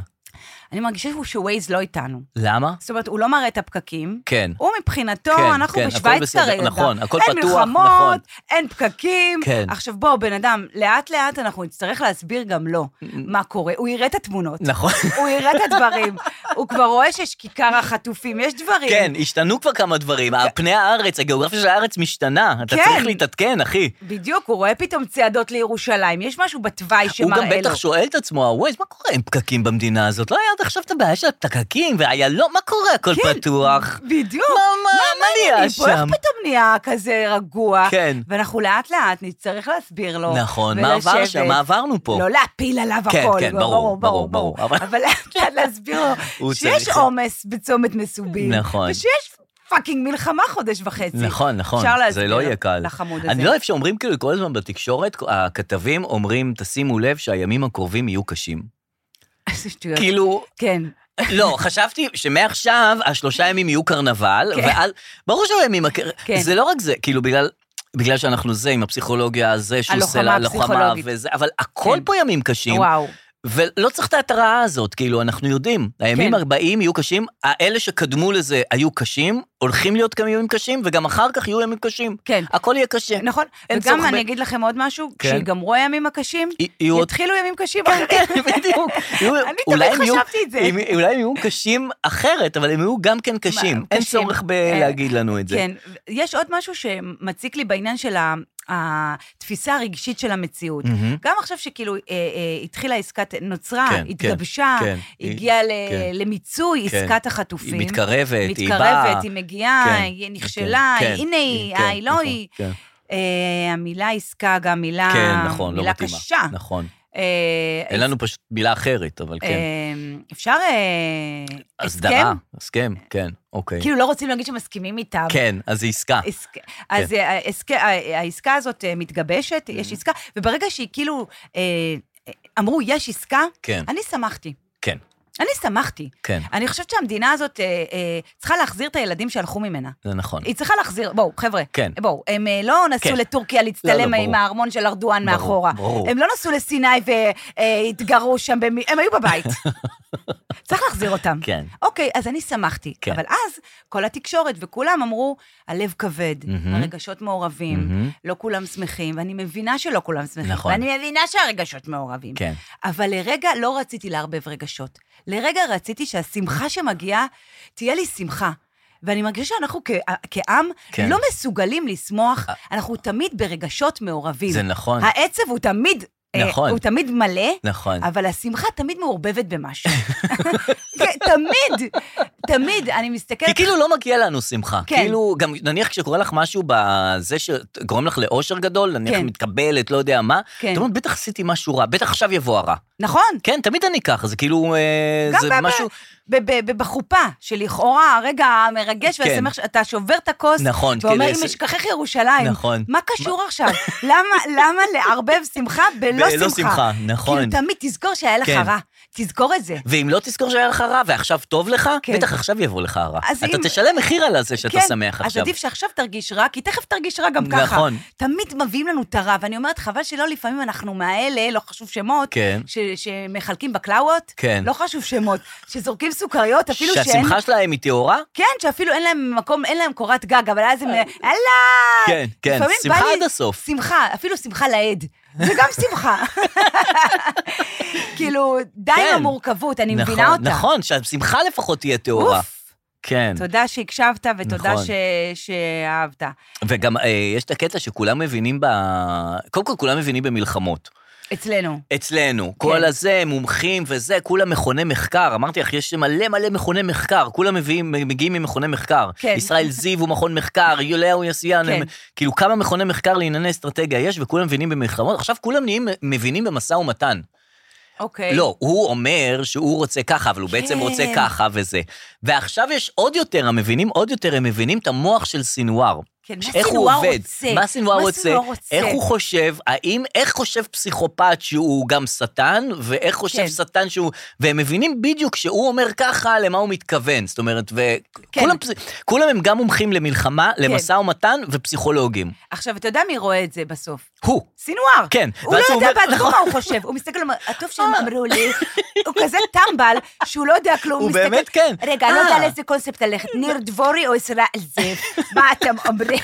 S2: אני מרגישה שהוא- שווייז לא איתנו.
S1: למה?
S2: זאת אומרת, הוא לא מראה את הפקקים.
S1: כן.
S2: הוא מבחינתו,
S1: כן,
S2: אנחנו
S1: כן, הכל
S2: בשוויץ
S1: בסדר,
S2: כרגע.
S1: נכון, הכל
S2: אין
S1: פתוח,
S2: מלחמות,
S1: נכון.
S2: אין פקקים.
S1: כן.
S2: עכשיו בואו, בן אדם, לאט-לאט אנחנו נצטרך להסביר גם לו מה קורה. הוא יראה את התמונות,
S1: נכון.
S2: הוא יראה את הדברים, הוא כבר רואה שיש כיכר החטופים, יש דברים.
S1: כן, השתנו כבר כמה דברים. פני הארץ, הגיאוגרפיה של הארץ משתנה. אתה
S2: כן.
S1: צריך להתעדכן, אחי.
S2: בדיוק, הוא רואה פתאום צעדות לירושלים, יש משהו בתוואי
S1: הוא
S2: שמראה לו.
S1: גם בטח שואל את עצמו, הווייז, מה קורה עם פקקים במדינה הזאת? לא היה עד עכשיו את הבעיה של הפקקים והאיילון, מה קורה? הכל
S2: כן,
S1: פתוח.
S2: בדיוק.
S1: מה, מה, מה נהיה
S2: אני פה, איך
S1: שם?
S2: פתאום נהיה כזה רגוע?
S1: כן.
S2: ואנחנו לאט-לאט נצטרך להסביר לו.
S1: נכון, מה עבר
S2: לא. ולשבת.
S1: שם? מה עברנו פה?
S2: לא להפיל עליו
S1: כן,
S2: הכל. לא,
S1: כן, ברור, ברור, ברור. אבל-
S2: אבל לאט לאט להסביר
S1: הוא
S2: לו שיש
S1: צריך-
S2: עומס בצומת מסובים.
S1: נכון.
S2: ושיש פאקינג מלחמה חודש וחצי.
S1: נכון, נכון,
S2: אפשר
S1: זה
S2: להסביר
S1: לא יהיה קל.
S2: לחמוד הזה.
S1: אני לא אוהב שאומרים כאילו כל הזמן בתקשורת, הכתבים אומרים, תשימו לב שהימים הקרובים יהיו קשים.
S2: איזה שטויות.
S1: כאילו,
S2: כן.
S1: לא, חשבתי שמעכשיו השלושה ימים יהיו קרנבל,
S2: כן.
S1: ועל... ברור שהיו ימים... הק-
S2: כן.
S1: זה לא רק זה, כאילו בגלל... בגלל שאנחנו זה, עם הפסיכולוגיה, זה שהוא
S2: הלוחמה
S1: סלע, הלוחמה
S2: הפסיכולוגית.
S1: וזה, אבל הכל
S2: כן.
S1: פה ימים קשים,
S2: וואו.
S1: ולא צריך את ההתראה הזאת, כאילו, אנחנו יודעים. הימים
S2: כן.
S1: הבאים יהיו קשים, האלה שקדמו לזה היו קשים, הולכים להיות גם ימים קשים, וגם אחר כך יהיו ימים קשים.
S2: כן.
S1: הכל יהיה קשה.
S2: נכון.
S1: אין
S2: וגם
S1: צורך ב-
S2: אני אגיד לכם עוד משהו,
S1: כן.
S2: כשיגמרו הימים הקשים,
S1: י- יהיו עוד...
S2: יתחילו ימים קשים אחרים.
S1: כן, בדיוק. יהיו-
S2: אני
S1: אולי
S2: תמיד
S1: הם יהיו-
S2: חשבתי את זה.
S1: אם- אולי הם יהיו קשים אחרת, אבל הם יהיו גם כן קשים. אין
S2: קשים.
S1: צורך
S2: אה,
S1: בלהגיד לנו את זה.
S2: כן, יש עוד משהו שמציק לי בעניין של ה- התפיסה הרגשית של המציאות.
S1: מהמם.
S2: גם עכשיו שכאילו אה, אה, התחילה עסקת, נוצרה,
S1: כן,
S2: התגבשה,
S1: כן, כן.
S2: הגיעה ל-
S1: כן.
S2: למיצוי
S1: כן.
S2: עסקת
S1: היא
S2: החטופים.
S1: מתקרבת, היא באה.
S2: מתקרבת, היא מגיעה,
S1: כן,
S2: היא נכשלה,
S1: כן,
S2: היא- הנה היא,
S1: כן,
S2: אה, היא לא
S1: נכון,
S2: היא.
S1: כן.
S2: אה, המילה עסקה גם מילה
S1: כן, נכון, לא
S2: מילה
S1: מתאימה.
S2: קשה.
S1: נכון.
S2: אה,
S1: אין לנו פשוט מילה אחרת, אבל כן.
S2: אה, אפשר אה, הסכם?
S1: הסדרה, הסכם, כן, אוקיי.
S2: כאילו לא רוצים להגיד שמסכימים איתם.
S1: כן, אז זה עסקה.
S2: עסק- אז אה, העסק- ה- העסקה הזאת אה, מתגבשת,
S1: Mm-hmm.
S2: יש עסקה, וברגע שהיא כאילו, אה, אה, אמרו, יש עסקה,
S1: כן,
S2: אני שמחתי.
S1: כן,
S2: אני שמחתי.
S1: כן,
S2: אני חושבת שהמדינה הזאת אה, אה, צריכה להחזיר את הילדים שהלכו ממנה.
S1: זה נכון.
S2: היא צריכה להחזיר, בואו, חבר'ה,
S1: כן.
S2: בואו, הם אה, לא נסעו
S1: כן.
S2: לטורקיה
S1: לא,
S2: להצטלם
S1: לא,
S2: עם
S1: ברור.
S2: הארמון של ארדואן
S1: ברור,
S2: מאחורה.
S1: ברור.
S2: הם לא נסעו לסיני והתגרו שם, במי- הם היו בבית. צריך להחזיר אותם.
S1: כן.
S2: אוקיי, אז אני שמחתי.
S1: כן.
S2: אבל אז כל התקשורת וכולם אמרו, הלב כבד,
S1: מהמם.
S2: הרגשות מעורבים,
S1: מהמם.
S2: לא כולם שמחים, ואני מבינה שלא כולם שמחים.
S1: נכון.
S2: ואני מבינה שהרגשות מעורבים.
S1: כן.
S2: אבל לרגע לא רציתי לערבב רגשות. לרגע רציתי שהשמחה שמגיעה, תהיה לי שמחה. ואני מרגישה שאנחנו כ- כעם
S1: כן.
S2: לא מסוגלים לשמוח, אנחנו תמיד ברגשות מעורבים.
S1: אה. זה נכון,
S2: העצב הוא תמיד, אה,
S1: נכון.
S2: הוא תמיד מלא,
S1: נכון.
S2: אבל השמחה תמיד מעורבבת במשהו. כן, תמיד, תמיד, אני
S1: כי
S2: מסתכלת...
S1: כאילו לא מגיע לנו שמחה.
S2: כן.
S1: כאילו, גם נניח כשקורה לך משהו בזה שגורם לך לאושר גדול, נניח
S2: כן.
S1: מתקבלת, לא יודע מה,
S2: כן.
S1: את אומרת, בטח עשיתי משהו רע, בטח עכשיו יבוא הרע.
S2: נכון,
S1: כן, תמיד אני ככה, זה כאילו, אה,
S2: גם
S1: זה
S2: ב- ב-
S1: משהו...
S2: ב- ב- ב- בחופה, שלכאורה הרגע המרגש
S1: כן.
S2: והשמח, אתה שובר את הכוס,
S1: נכון,
S2: ואומר,
S1: כאילו,
S2: אם
S1: זה-
S2: אשכחך ירושלים,
S1: נכון.
S2: מה קשור עכשיו? למה למה לערבב שמחה בלא
S1: בלא
S2: שמחה?
S1: שמחה, נכון.
S2: כאילו, תמיד תזכור שהיה לך
S1: כן.
S2: רע, תזכור את זה.
S1: ואם לא תזכור שהיה לך רע ועכשיו טוב לך,
S2: כן.
S1: בטח עכשיו יבוא לך הרע.
S2: אז
S1: אתה
S2: אם-
S1: תשלם מחיר על זה שאתה שמח
S2: כן, אז
S1: עכשיו.
S2: עדיף שעכשיו תרגיש רע, כי תכף תרגיש רע גם ככה.
S1: נכון.
S2: תמיד מביאים לנו את הרע, ואני אומרת, חבל שלא לפעמים אנחנו מהאלה, לא חשוב שמות,
S1: כן.
S2: ש- שמחלקים בקלאוות,
S1: כן.
S2: לא חשוב שמות, שזורקים סוכריות, אפילו שאין...
S1: שהשמחה שלהם היא טהורה?
S2: כן, שאפילו אין להם מקום, אין להם קורת גג, אבל אז הם... אללה!
S1: כן, כן,
S2: לפעמים בא
S1: שמחה
S2: לי
S1: עד הסוף.
S2: שמחה, אפילו שמחה לאיד. זה גם שמחה. כאילו, די
S1: כן.
S2: עם המורכבות, אני מבינה
S1: נכון,
S2: אותה.
S1: נכון, שהשמחה לפחות תהיה טהורה.
S2: אוף.
S1: כן.
S2: תודה שהקשבת ותודה
S1: נכון.
S2: ש- שאהבת.
S1: וגם אה, יש את הקטע שכולם מבינים ב... קודם כל, כולם מבינים במלחמות.
S2: אצלנו.
S1: אצלנו,
S2: כן.
S1: כל הזה, מומחים וזה, כולם מכוני מחקר. אמרתי לך, יש מלא מלא מכוני מחקר, כולם מביאים, מגיעים ממכוני מחקר.
S2: כן.
S1: ישראל זיו הוא מכון מחקר, יוליהו יאסיאן,
S2: כן.
S1: הם- כאילו כמה מכוני מחקר לענייני אסטרטגיה יש, וכולם מבינים במלחמות. עכשיו כולם נהיים מבינים במשא ומתן.
S2: אוקיי.
S1: לא, הוא אומר שהוא רוצה ככה, אבל הוא בעצם
S2: כן.
S1: רוצה ככה וזה. ועכשיו יש עוד יותר, המבינים עוד יותר, הם מבינים את המוח של סינואר.
S2: כן, מה
S1: איך הוא
S2: סינואר
S1: עובד,
S2: רוצה?
S1: מה סינואר רוצה,
S2: סינואר רוצה?
S1: איך הוא חושב, האם, איך חושב פסיכופת שהוא גם שטן, ואיך חושב
S2: כן.
S1: שטן שהוא, והם מבינים בדיוק כשהוא אומר ככה, למה הוא מתכוון, זאת אומרת,
S2: כן.
S1: וכולם כולם הם גם מומחים למלחמה, למשא ומתן ופסיכולוגים.
S2: עכשיו, אתה יודע מי רואה את זה בסוף?
S1: הוא.
S2: סינואר.
S1: כן,
S2: הוא
S1: ואז
S2: לא
S1: הוא
S2: יודע
S1: אומר- אה.
S2: בעצמו מה הוא חושב. הוא מסתכל, הוא אומר, הטוב שהם אמרו לי, הוא כזה טמבל, שהוא לא יודע כלום.
S1: הוא
S2: מסתכל,
S1: באמת כן.
S2: רגע, אני לא
S1: אה.
S2: יודע לאיזה קונספט ללכת, ניר דבורי או ישראל זיו, מה אתם אומרים?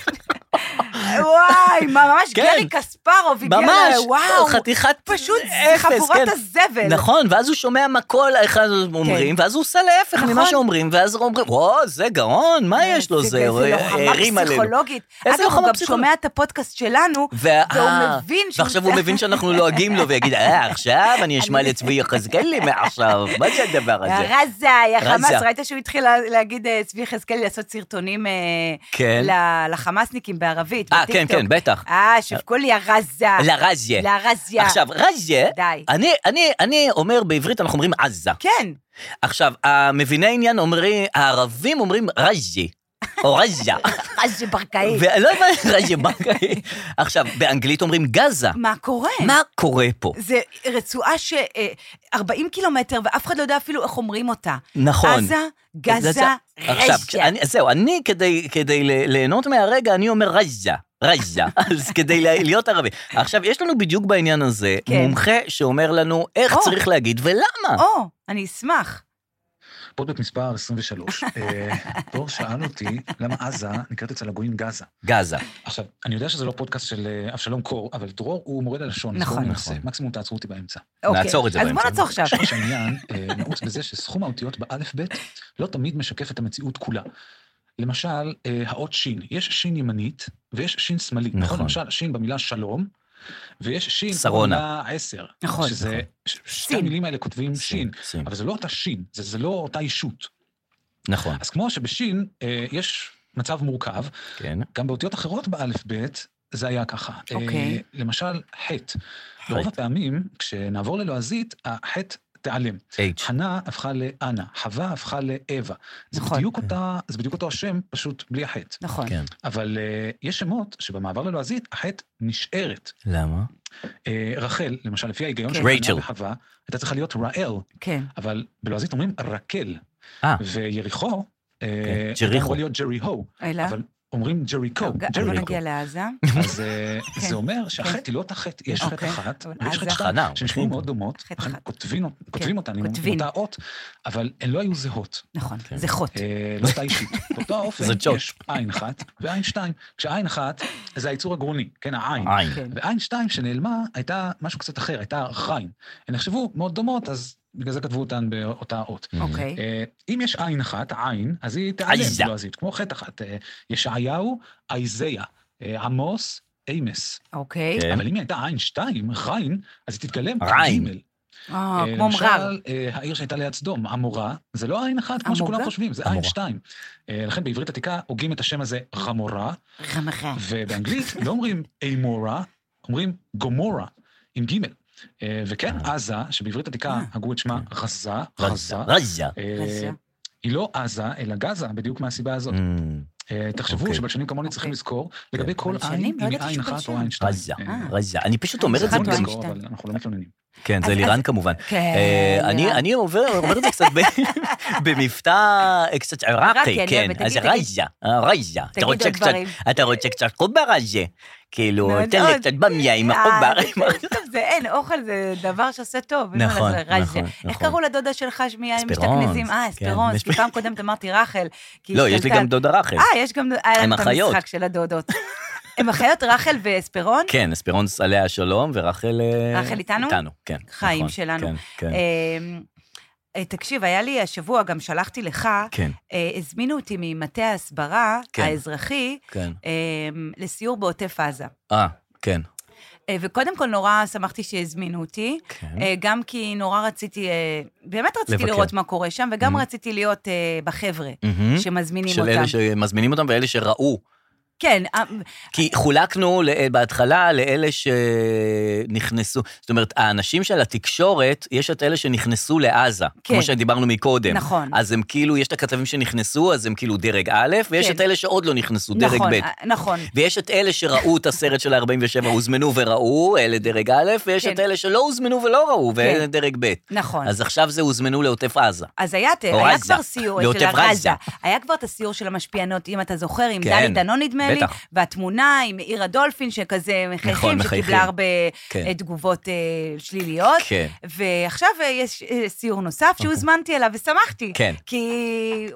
S2: וואי, מה, ממש
S1: כן.
S2: גרי קספרוב, הגיע
S1: ממש,
S2: ל- וואו.
S1: חתיכת
S2: פשוט
S1: אפס,
S2: חבורת
S1: כן.
S2: הזבל. כן.
S1: נכון, ואז הוא שומע מה כל האחד אומרים, ואז הוא עושה להפך ממה
S2: נכון.
S1: שאומרים, ואז אומרים, וואו, זה גאון, מה יש לו זה, הוא
S2: איזה
S1: הרים
S2: לוחמה
S1: עלינו.
S2: פסיכולוגית.
S1: איזה
S2: אגב, הוא
S1: לוחמה
S2: גם
S1: פסיכולוגית?
S2: שומע את הפודקאסט שלנו,
S1: וה-
S2: והוא
S1: אה,
S2: מבין שהוא
S1: ועכשיו הוא
S2: צריך-
S1: מבין שאנחנו לועגים לו ויגיד, אה, עכשיו אני אשמע לצבי יחזקאלי מעכשיו, מה זה הדבר הזה?
S2: רזה, יא
S1: רזה.
S2: חמאס, ראית שהוא התחיל לה- להגיד, אה, צבי יחזקאלי לעשות סרטונים אה,
S1: כן.
S2: ל- לחמאסניקים בערבית,
S1: אה, כן,
S2: בטיקטוק.
S1: כן, בטח.
S2: אה, שבכל יא רזה.
S1: לרזיה.
S2: אה, לרזיה.
S1: עכשיו, אה? רזיה,
S2: די.
S1: אני- אני- אני אומר בעברית, אנחנו אומרים עזה.
S2: כן,
S1: עכשיו, המביני עניין אומרים, הערבים אומרים רז'י, או רז'ה.
S2: רז'ה ברקאי.
S1: ולא הבנתי, רז'ה בנקאי. עכשיו, באנגלית אומרים גזה.
S2: מה קורה?
S1: מה קורה פה?
S2: זה רצועה ש... אה, 40 קילומטר, ואף אחד לא יודע אפילו איך אומרים אותה.
S1: נכון.
S2: עזה, גזה,
S1: עכשיו,
S2: רז'ה.
S1: כשאני- זהו, אני כדי, כדי ל- ליהנות מהרגע, אני אומר רז'ה, רז'ה, אז כדי לה- להיות ערבי. עכשיו, יש לנו בדיוק בעניין הזה
S2: כן.
S1: מומחה שאומר לנו איך
S2: או.
S1: צריך להגיד ולמה.
S2: או, אני אשמח.
S3: פודקאסט מספר 23. אה, דור שאל אותי למה עזה נקראת אצל הגויים גזה.
S1: גזה.
S3: עכשיו, אני יודע שזה לא פודקאסט של אה, אבשלום קור, אבל דרור הוא מורד הלשון.
S2: נכון,
S1: נכון.
S3: נכון. מקסימום תעצרו אותי באמצע.
S2: אוקיי.
S1: נעצור את זה
S2: אז בוא
S1: באמצע.
S2: נעצור עכשיו.
S3: שורש העניין אה, נעוץ בזה שסכום האותיות באלף-בית לא תמיד משקף את המציאות כולה. למשל, אה, האות שין, יש שין ימנית ויש שין שמאלית. נכון.
S1: נכון.
S3: למשל, שין במילה שלום, ויש שין
S1: שרונה.
S3: במילה עשר.
S2: נכון,
S3: שזה,
S1: נכון.
S3: ש- שתי
S2: סין.
S3: המילים האלה כותבים שין,
S1: סין.
S3: אבל זה לא אותה שין, זה- זה לא אותה אישות.
S1: נכון,
S3: אז כמו שבשין אה, יש מצב מורכב,
S1: כן.
S3: גם באותיות אחרות באלף-בית זה היה ככה. אה,
S2: אוקיי.
S3: למשל, חטא. ברוב הפעמים, כשנעבור ללועזית, החטא תיעלם.
S1: H.
S3: חנה הפכה לאנה, חווה הפכה לאווה. זה
S2: נכון.
S3: בדיוק אותה, זה בדיוק אותו השם, פשוט בלי החטא.
S2: נכון.
S1: כן.
S3: אבל אה, יש שמות שבמעבר ללועזית החטא נשארת.
S1: למה?
S3: אה, רחל, למשל, לפי ההיגיון
S2: כן.
S3: של
S1: רייצ'ל.
S3: חנה וחווה, הייתה צריכה להיות ראל,
S2: כן.
S3: אבל בלועזית אומרים רקל.
S1: אה.
S3: ויריחו,
S1: כן,
S3: אה,
S1: ג'ריחו.
S3: אמור להיות ג'ריהו,
S2: אלא?
S3: אבל אומרים ג'ריקו.
S1: לא,
S2: טוב, ג- בוא
S3: ג'ריקו.
S2: נגיע לעזה.
S3: אז אה,
S2: כן.
S3: זה אומר שהחטא היא לא אותה חטא, יש חטא
S2: אוקיי.
S3: אחת,
S2: אבל
S3: ויש
S2: עזה-
S3: חטא
S1: שכנה,
S3: שתיים, שנשמעו
S1: אוקיי.
S3: מאוד דומות,
S2: כן. חטא
S3: לכן
S2: אחת. כן.
S3: כותבים אות- כותבים אותן עם
S2: כותבים.
S3: אותה אות, אבל הן לא היו זהות.
S2: נכון,
S1: כן.
S2: זה חוט.
S3: אה, לא אותה אישית. באותו האופן
S1: זה ג'וק.
S3: יש עין אחת ועין שתיים. כשעין אחת זה הייצור הגרוני, כן, העין.
S1: עין.
S2: כן.
S3: ועין שתיים שנעלמה הייתה משהו קצת אחר, הייתה ריין. הן נחשבו מאוד דומות, אז בגלל זה כתבו אותן באותה אות.
S1: Mm.
S2: אוקיי.
S3: אה, אם יש עין אחת, עין, אז היא תיעלם
S1: עיזה.
S3: בלועזית, כמו חטא אחת. אה, ישעיהו, עיזיה, אה, עמוס, אימס.
S2: אוקיי.
S1: כן.
S3: אבל אם היא הייתה עין שתיים, ריין, אז היא תתגלם
S1: ריין.
S3: כגימל.
S2: אה,
S3: אה,
S2: כמו מרר.
S3: למשל, אה, העיר שהייתה ליד סדום, עמורה, זה לא עין אחת כמו
S2: עמורה?
S3: שכולם חושבים, זה עין
S1: עמורה.
S3: שתיים. אה, לכן בעברית עתיקה הוגים את השם הזה חמורה,
S2: רמרה.
S3: ובאנגלית לא אומרים אימורה, אומרים גומורה, עם גימל. אה, וכן, עזה, שבעברית עתיקה
S2: אה.
S3: הגו את שמה רזה,
S1: כן. רזה.
S3: רזה,
S1: רזה.
S3: אה,
S2: רזה.
S3: היא לא עזה, אלא גזה, בדיוק מהסיבה הזאת.
S1: אמ,
S3: אה, תחשבו
S1: אוקיי. כן.
S3: שבלשנים כמוני צריכים
S2: אוקיי.
S3: לזכור, לגבי כל
S2: בלשנים?
S3: עין,
S2: לא
S3: אם היא
S2: ידעתי
S3: עין אחת או
S2: שבלשנים.
S3: עין שתיים.
S1: רזה.
S3: אה,
S1: רזה. אני פשוט אומר את זה
S2: אחת או
S3: צריך
S2: עין
S1: גם...
S3: לזכור,
S2: שתיים.
S3: אבל אנחנו לא מתלוננים.
S1: כן, זה
S2: אז-
S1: לירן
S2: אז-
S1: כמובן.
S2: כן,
S1: אה, אני-
S2: לירן.
S1: אני עובר- אומר את זה קצת ב- במבטא אה, קצת עיראקי,
S2: אני
S1: כן.
S2: אוהבת,
S1: אז
S2: לא, תגיד, תגיד.
S1: רזה, אה, רזה. אתה
S2: תגיד עוד
S1: רוצה קצת,
S2: דברים.
S1: אתה רוצה קצת חובר רזה. כאילו,
S2: מאוד,
S1: תן לי
S2: מאוד.
S1: קצת במיה עם
S2: אה,
S1: החובר.
S2: זה- טוב, זה אין, אוכל זה דבר שעושה טוב. אין מה
S1: נכון,
S2: לעשות, רז'ה.
S1: נכון,
S2: איך
S1: נכון.
S2: קראו לדודה שלך
S1: אספרנס,
S2: שמשתכנזים? אה,
S1: כן,
S2: אספרונס,
S1: יש-
S2: כי פעם קודמת אמרתי רחל. כי
S1: לא,
S2: היא
S1: יש לי
S2: השתנתה.
S1: גם דודה רחל.
S2: אה, יש גם... היה
S1: הם
S2: לנו את
S1: אחיות.
S2: המשחק של הדודות. הם אחיות רחל ואספרון?
S1: כן, אספירונס עליה השלום, ורחל... אה,
S2: רחל איתנו?
S1: איתנו, כן.
S2: חיים אה,
S1: נכון,
S2: שלנו.
S1: כן, כן.
S2: אמ, אה, תקשיב, היה לי השבוע, גם שלחתי לך,
S1: כן,
S2: אה, הזמינו אותי ממטה ההסברה
S1: כן.
S2: האזרחי
S1: כן.
S2: אה, לסיור בעוטף עזה.
S1: אה, כן.
S2: אה, וקודם כל נורא שמחתי שהזמינו אותי,
S1: כן.
S2: אה, גם כי נורא רציתי, אה, באמת רציתי
S1: לבקר.
S2: לראות מה קורה שם, וגם
S1: Mhm.
S2: רציתי להיות אה, בחבר'ה
S1: מהמם.
S2: שמזמינים
S1: Mm-hmm. של
S2: אותם.
S1: אלה שמזמינים אותם ואלה שראו.
S2: כן, אה,
S1: כי חולקנו ל- בהתחלה לאלה שנכנסו, זאת אומרת, האנשים של התקשורת, יש את אלה שנכנסו לעזה,
S2: כן.
S1: כמו שדיברנו מקודם.
S2: נכון.
S1: אז הם כאילו, יש את הכתבים שנכנסו, אז הם כאילו דרג א', ויש
S2: כן.
S1: את אלה שעוד לא נכנסו, דרג
S2: נכון,
S1: ב'.
S2: אה, נכון.
S1: ויש את אלה שראו את הסרט של ה-47, הוזמנו וראו, אלה דרג א', ויש
S2: כן.
S1: את אלה שלא הוזמנו ולא ראו, ואלה
S2: כן.
S1: דרג ב'.
S2: נכון. אה,
S1: אז עכשיו זה הוזמנו לעוטף עזה.
S2: אז היה, ת-
S1: או
S2: היה
S1: עזה.
S2: כבר סיור
S1: לעוטף
S2: אצל
S1: עזה.
S2: עזה. היה כבר את הסיור של המשפיענות, אם אתה זוכר, עם
S1: כן,
S2: דני דנון נדמה לי,
S1: בטח.
S2: והתמונה עם עיר הדולפין, שכזה מחייכים,
S1: נכון, מחייכים.
S2: שקיבלה הרבה
S1: כן.
S2: אה, תגובות אה, שליליות.
S1: כן. אוקיי.
S2: ועכשיו אה, יש אה, סיור נוסף שהוזמנתי אליו ושמחתי.
S1: כן.
S2: כי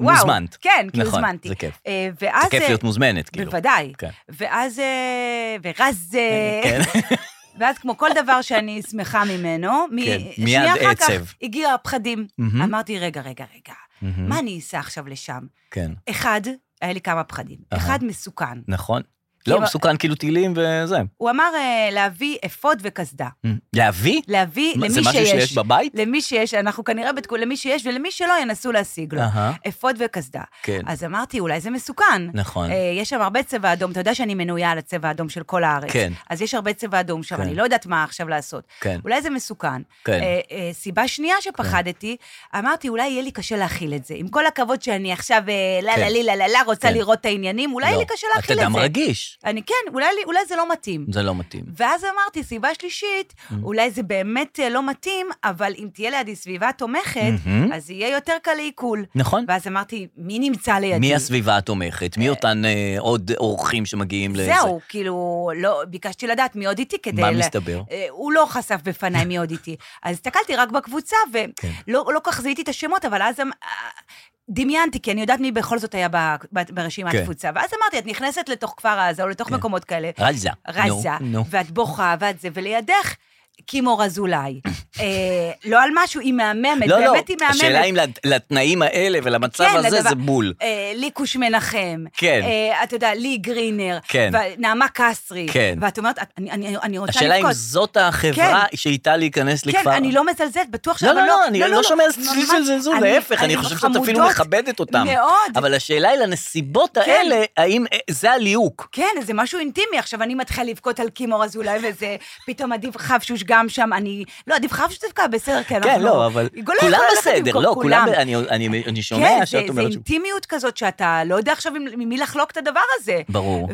S2: וואו.
S1: מוזמנת.
S2: כן, כי
S1: נכון,
S2: הוזמנתי.
S1: זה כיף.
S2: אה, ואז...
S1: זה כיף
S2: אה,
S1: להיות מוזמנת, כאילו.
S2: בוודאי.
S1: כן.
S2: ואז... אה, ורז... אה,
S1: כן.
S2: ואז כמו כל דבר שאני שמחה ממנו, מ-
S1: כן,
S2: שנייה
S1: מיד
S2: אחר
S1: עצב.
S2: כך הגיע הפחדים.
S1: מהמם.
S2: אמרתי, רגע, רגע, רגע,
S1: מהמם.
S2: מה אני אסע עכשיו לשם?
S1: כן.
S2: אחד, היה לי כמה פחדים.
S1: אהה.
S2: אחד, מסוכן.
S1: נכון.
S2: כי
S1: לא,
S2: ב-
S1: מסוכן כאילו טילים וזה.
S2: הוא אמר אה, להביא אפוד וקסדה.
S1: Mm. להביא?
S2: להביא
S1: מה,
S2: למי שיש.
S1: זה משהו שיש בבית?
S2: למי שיש, אנחנו כנראה בדקו למי שיש, ולמי שלא ינסו להשיג לו.
S1: אהה,
S2: אפוד וקסדה.
S1: כן,
S2: אז אמרתי, אולי זה מסוכן.
S1: נכון.
S2: אה, יש שם הרבה צבע אדום, אתה יודע שאני מנויה על הצבע האדום של כל הארץ.
S1: כן.
S2: אז יש הרבה צבע אדום שם,
S1: כן.
S2: אני לא יודעת מה עכשיו לעשות.
S1: כן.
S2: אולי זה מסוכן.
S1: כן.
S2: אה, אה, סיבה שנייה שפחדתי, אמרתי, אולי יהיה לי קשה להכיל את זה. עם כל הכבוד שאני עכשיו אה, לה
S1: כן.
S2: לה לי לה לה לה רוצה
S1: כן.
S2: לראות את העניינים, אולי יהיה
S1: לא,
S2: לי קשה להכיל את
S1: את אדם
S2: זה.
S1: רגיש,
S2: אני כן, אולי לי- אולי זה לא מתאים.
S1: זה Mm. לא מתאים.
S2: ואז אמרתי, סיבה שלישית, אולי זה באמת אה, לא מתאים, אבל אם תהיה לידי סביבה תומכת,
S1: מהמם.
S2: אז יהיה יותר קל לעיכול.
S1: נכון.
S2: ואז אמרתי, מי נמצא לידי?
S1: מי הסביבה התומכת? מי אותן אה, עוד אורחים שמגיעים לזה?
S2: זהו, כאילו, לא, ביקשתי לדעת מי עוד איתי כדי...
S1: מה
S2: ל-
S1: מסתבר?
S2: אה, הוא לא חשף בפניי מי עוד איתי. אז הסתכלתי רק בקבוצה, ולא
S1: כן.
S2: לא כל כך זיהיתי את השמות, אבל אז אמ- אה, דמיינתי, כי אני יודעת מי בכל זאת היה ב- ב- ברשימת
S1: כן.
S2: תפוצה. ואז אמרתי, את נכנסת לתוך כפר עזה או לתוך מקומות כאלה,
S1: רזה.
S2: רזה,
S1: אה, נו, נו.
S2: ואת בוכה, ואת זה, ולידך... קימור אזולאי. אה, לא על משהו, היא מהממת,
S1: לא, לא,
S2: באמת היא מהממת.
S1: השאלה אם לת- לתנאים האלה ולמצב
S2: כן,
S1: הזה
S2: לדבר-
S1: זה בול.
S2: אה, לי קוש מנחם.
S1: כן.
S2: אה, אתה יודע, לי גרינר.
S1: כן.
S2: ונעמה קסרי.
S1: כן.
S2: ואת אומרת, אני, אני, אני רוצה
S1: השאלה אם
S2: לבכות.
S1: זאת החברה שאיתה להיכנס לכפר.
S2: כן, אני לא מזלזלת, בטוח
S1: לא,
S2: שאני
S1: לא, לא, אני לא שומע צליל של
S2: ממש,
S1: זלזול,
S2: אני-
S1: להפך, אני חושב שאת אפילו
S2: חמודות
S1: מכבדת אותם.
S2: מאוד.
S1: אבל השאלה היא לנסיבות האלה, האם אה, זה הליהוק.
S2: כן, זה משהו אינטימי. עכשיו, אני מתחילה לבכות על קימור אזולאי, וזה פתאום עדיף חבשוש גם שם. אני... לא, עדיף חבשוש דווקא בסדר, כי אנחנו...
S1: כן, לא, אבל
S2: היא גולה
S1: כולם
S2: יכולה ללכת
S1: בסדר,
S2: במקום
S1: לא, כולם, אני- אני אני
S2: כן,
S1: שומע
S2: זה,
S1: שאת
S2: זה
S1: אומרת ש...
S2: אינטימיות כזאת שאתה לא יודע עכשיו עם- ממי לחלוק את הדבר הזה.
S1: ברור.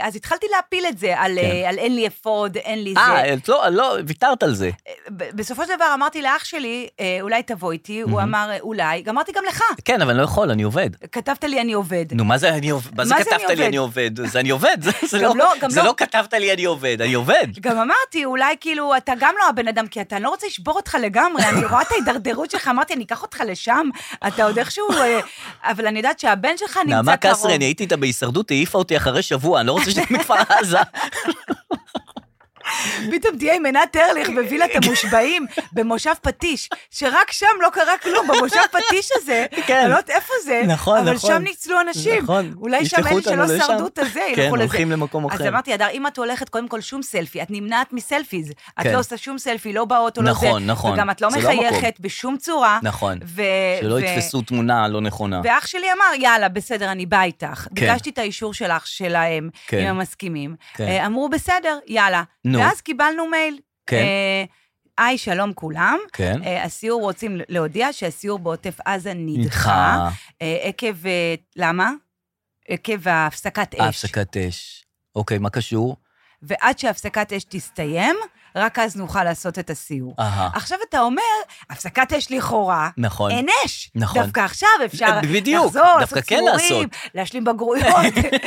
S2: ואז התחלתי להפיל את זה על,
S1: כן.
S2: אה, על אין לי אפוד, אין לי זה. אה,
S1: אה, את לא, לא, ויתרת על זה.
S2: ב- בסופו של דבר אמרתי לאח שלי, "אה, אולי תבוא איתי, הוא אמר, "אה, אולי, אמרתי גם לך,
S1: כן, אבל אני לא יכול, אני עובד.
S2: כתבת לי אני עובד.
S1: נו, מה זה אני עובד? מה זה
S2: מה זה אני
S1: כתבת לי
S2: עובד?
S1: אני עובד? זה אני עובד, זה- זה
S2: גם
S1: לא-
S2: לא, גם
S1: זה
S2: לא.
S1: לא כתבת לי אני עובד, אני עובד.
S2: גם אמרתי, אולי כאילו, אתה גם לא הבן אדם, כי אתה אני לא רוצה לשבור אותך לגמרי, אני רואה את ההידרדרות שלך, אמרתי, אני אקח אותך לשם, אתה עוד איכשהו... אה, אבל אני יודעת שהבן שלך נמצא קרוב.
S1: נעמה קסרי, אני הייתי איתה בהישרדות, היא העיפה אותי אחרי שבוע, אני לא רוצה שתהיה מכפר עזה.
S2: פתאום תהיה עם עינת ארליך בווילת המושבעים, במושב פטיש, שרק שם לא קרה כלום, במושב פטיש הזה,
S1: כן.
S2: אני לא יודעת איפה זה,
S1: נכון,
S2: אבל
S1: נכון.
S2: שם ניצלו אנשים.
S1: נכון.
S2: אולי שם
S1: ישלחו
S2: אלה
S1: אותנו
S2: שלא
S1: לשם.
S2: שרדו את הזה,
S1: כן,
S2: ילכו לזה.
S1: הולכים למקום
S2: אז
S1: אחר.
S2: אמרתי, הדר, אם את הולכת, קודם כל שום סלפי, את נמנעת מסלפיז. את
S1: כן.
S2: לא עושה שום סלפי, לא באוטו, לא זה.
S1: נכון, נכון.
S2: וגם את לא
S1: זה לא המקום.
S2: מחייכת בשום צורה.
S1: נכון.
S2: ו-
S1: שלא
S2: ו-
S1: יתפסו תמונה לא נכונה.
S2: ואח שלי אמר, יאללה, בסדר, אני בא איתך. ביקשתי את האישור שלך, שלהם,
S1: כן.
S2: אם הם מסכימים.
S1: כן.
S2: אה, אמרו, בסדר, יאללה.
S1: נו.
S2: ואז קיבלנו מייל.
S1: כן.
S2: אה, היי, שלום כולם.
S1: כן.
S2: אה, הסיור, רוצים להודיע שהסיור בעוטף עזה נדחה.
S1: נדחה.
S2: אה, עקב, אה, למה? עקב הפסקת אש.
S1: אה, הפסקת אש. אוקיי, מה קשור?
S2: ועד שהפסקת אש תסתיים, רק אז נוכל לעשות את הסיור.
S1: אהה.
S2: עכשיו אתה אומר, הפסקת אש לכאורה,
S1: נכון.
S2: אין אש.
S1: נכון.
S2: דווקא עכשיו אפשר
S1: בדיוק,
S2: לחזור,
S1: דווקא
S2: לעשות
S1: כן
S2: סיורים, להשלים בגרויות,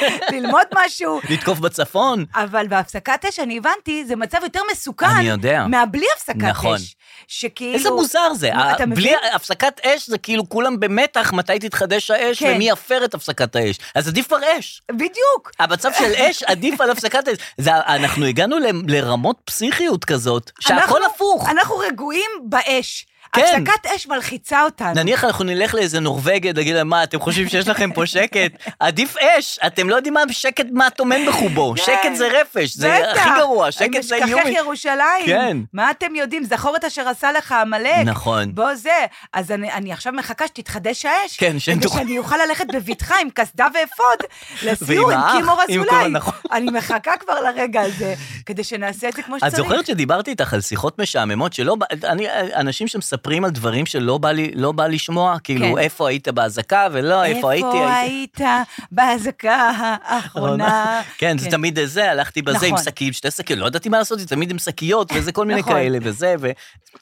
S2: ללמוד משהו.
S1: לתקוף בצפון?
S2: אבל בהפסקת אש, אני הבנתי, זה מצב יותר מסוכן.
S1: אני יודע.
S2: מהבלי הפסקת
S1: אה. נכון.
S2: אש. שכאילו...
S1: איזה מוזר זה.
S2: כאילו, מה,
S1: ה-
S2: אתה
S1: בלי
S2: מבין?
S1: הפסקת אש זה כאילו כולם במתח מתי תתחדש האש
S2: כן.
S1: ומי יפר את הפסקת האש. אז עדיף כבר אש.
S2: בדיוק.
S1: המצב של אש עדיף על הפסקת אש. זה- אנחנו הגענו ל- לרמות פסיכיות כזאת, שהכל
S2: אנחנו-
S1: הפוך.
S2: אנחנו רגועים באש.
S1: כן.
S2: הפסקת אש מלחיצה אותנו.
S1: נניח אנחנו נלך לאיזה נורבגיה, נגיד להם, מה, אתם חושבים שיש לכם פה שקט? עדיף אש, אתם לא יודעים מה שקט, מה טומן בחובו.
S2: כן.
S1: שקט זה רפש, זה
S2: בטח.
S1: הכי גרוע, שקט זה
S2: משכחך
S1: איומי.
S2: ירושלים.
S1: כן.
S2: מה אתם יודעים? זכור את אשר עשה לך עמלק.
S1: נכון.
S2: בוא זה. אז אני, אני עכשיו מחכה שתתחדש האש.
S1: כן, שהם
S2: כדי
S1: תוכל-
S2: שאני אוכל ללכת בבטחה עם קסדה ואפוד לסיור
S1: ועם
S2: עם
S1: האח,
S2: קימור
S1: עם כל-
S2: אזולאי.
S1: נכון.
S2: אני מחכה כבר לרגע הזה, כדי שנעשה את זה כמו
S1: את
S2: שצריך.
S1: זוכרת שדיברתי איתך על שיחות משעממות שלא בא... אני, אנשים שמספרים על דברים שלא בא לי, לא בא לשמוע, כאילו,
S2: כן.
S1: איפה היית באזעקה, ולא, איפה הייתי,
S2: איפה
S1: הייתי...
S2: היית באזעקה האחרונה?
S1: כן, זה תמיד זה, הלכתי בזה עם
S2: נכון.
S1: שקית, שתי שקיות, לא ידעתי מה לעשות, זה תמיד עם שקיות, וזה כל מיני
S2: נכון.
S1: כאלה, וזה, ו...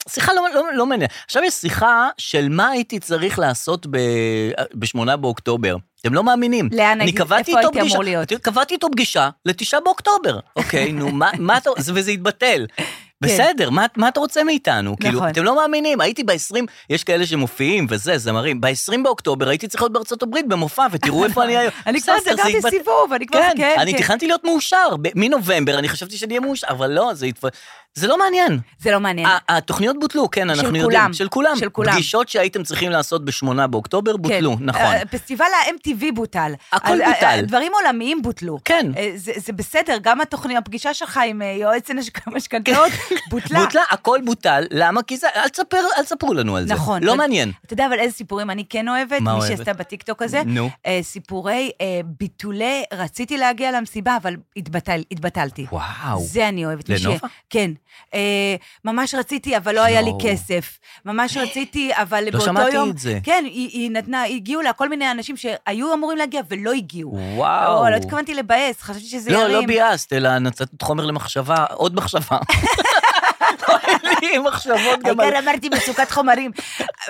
S1: שיחה לא, לא, לא מעניינת. עכשיו יש שיחה של מה הייתי צריך לעשות ב-8 באוקטובר. אתם לא מאמינים.
S2: לאן
S1: אני
S2: הייתי-
S1: קבעתי איתו
S2: איפה הייתי אמור
S1: פגישה-
S2: להיות?
S1: את- קבעתי איתו פגישה לתשעה באוקטובר. אוקיי, נו, מה- מה אתה... זה- וזה התבטל. בסדר, מה, מה אתה רוצה מאיתנו? כאילו,
S2: כן. נכון.
S1: אתם לא מאמינים, הייתי ב-20, יש כאלה שמופיעים וזה, זמרים, ב-20 באוקטובר הייתי צריך להיות בארצות הברית במופע, ותראו איפה אני היום.
S2: אני כבר
S1: בסדר, זה
S2: סגרתי
S1: התבטל.
S2: סיבוב, אני כבר...
S1: כן,
S2: כן,
S1: אני
S2: כן.
S1: תכננתי להיות מאושר. ב- מנובמבר אני חשבתי שאני אהיה מאושר, אבל לא, זה התפ... זה לא מעניין.
S2: זה לא מעניין.
S1: ה- התוכניות בוטלו, כן, אנחנו יודעים.
S2: כולם,
S1: של כולם.
S2: של כולם.
S1: פגישות שהייתם צריכים לעשות ב-8 באוקטובר בוטלו,
S2: כן.
S1: נכון.
S2: אה, פסטיבל ה-MTV בוטל.
S1: הכל
S2: אה, אה,
S1: בוטל.
S2: אה, דברים עולמיים בוטלו.
S1: כן.
S2: אה, זה זה בסדר, גם התוכנית, הפגישה שלך עם אה, יועץ לנשק- המשכנתאות בוטלה.
S1: בוטלה, הכל בוטל, למה? כי זה, אל תספר, אל תספרו לנו על זה.
S2: נכון.
S1: לא
S2: אתה-
S1: מעניין.
S2: אתה יודע אבל איזה סיפורים אני כן אוהבת,
S1: מה
S2: מי
S1: אוהבת?
S2: שעשתה בטיקטוק הזה,
S1: נו.
S2: אה, סיפורי אה, ביטולי, רציתי להגיע למסיבה, אבל התבטל- התבטלתי.
S1: וואו.
S2: זה אני אוהבת. מי ש-
S1: לנובה?
S2: כן. אה, ממש רציתי, אבל לא היה לי
S1: יואו. לא
S2: כסף. ממש רציתי, אבל באותו יום...
S1: שמעתי את זה.
S2: כן, היא היא נתנה, הגיעו לה כל מיני אנשים שהיו אמורים להגיע ולא הגיעו.
S1: וואו.
S2: או, לא התכוונתי לבאס, חשבתי שזה ירים.
S1: לא, לא ביאסת, אלא נתת חומר למחשבה, עוד מחשבה. אין לי מחשבות גם על...
S2: העיקר אמרתי מצוקת חומרים.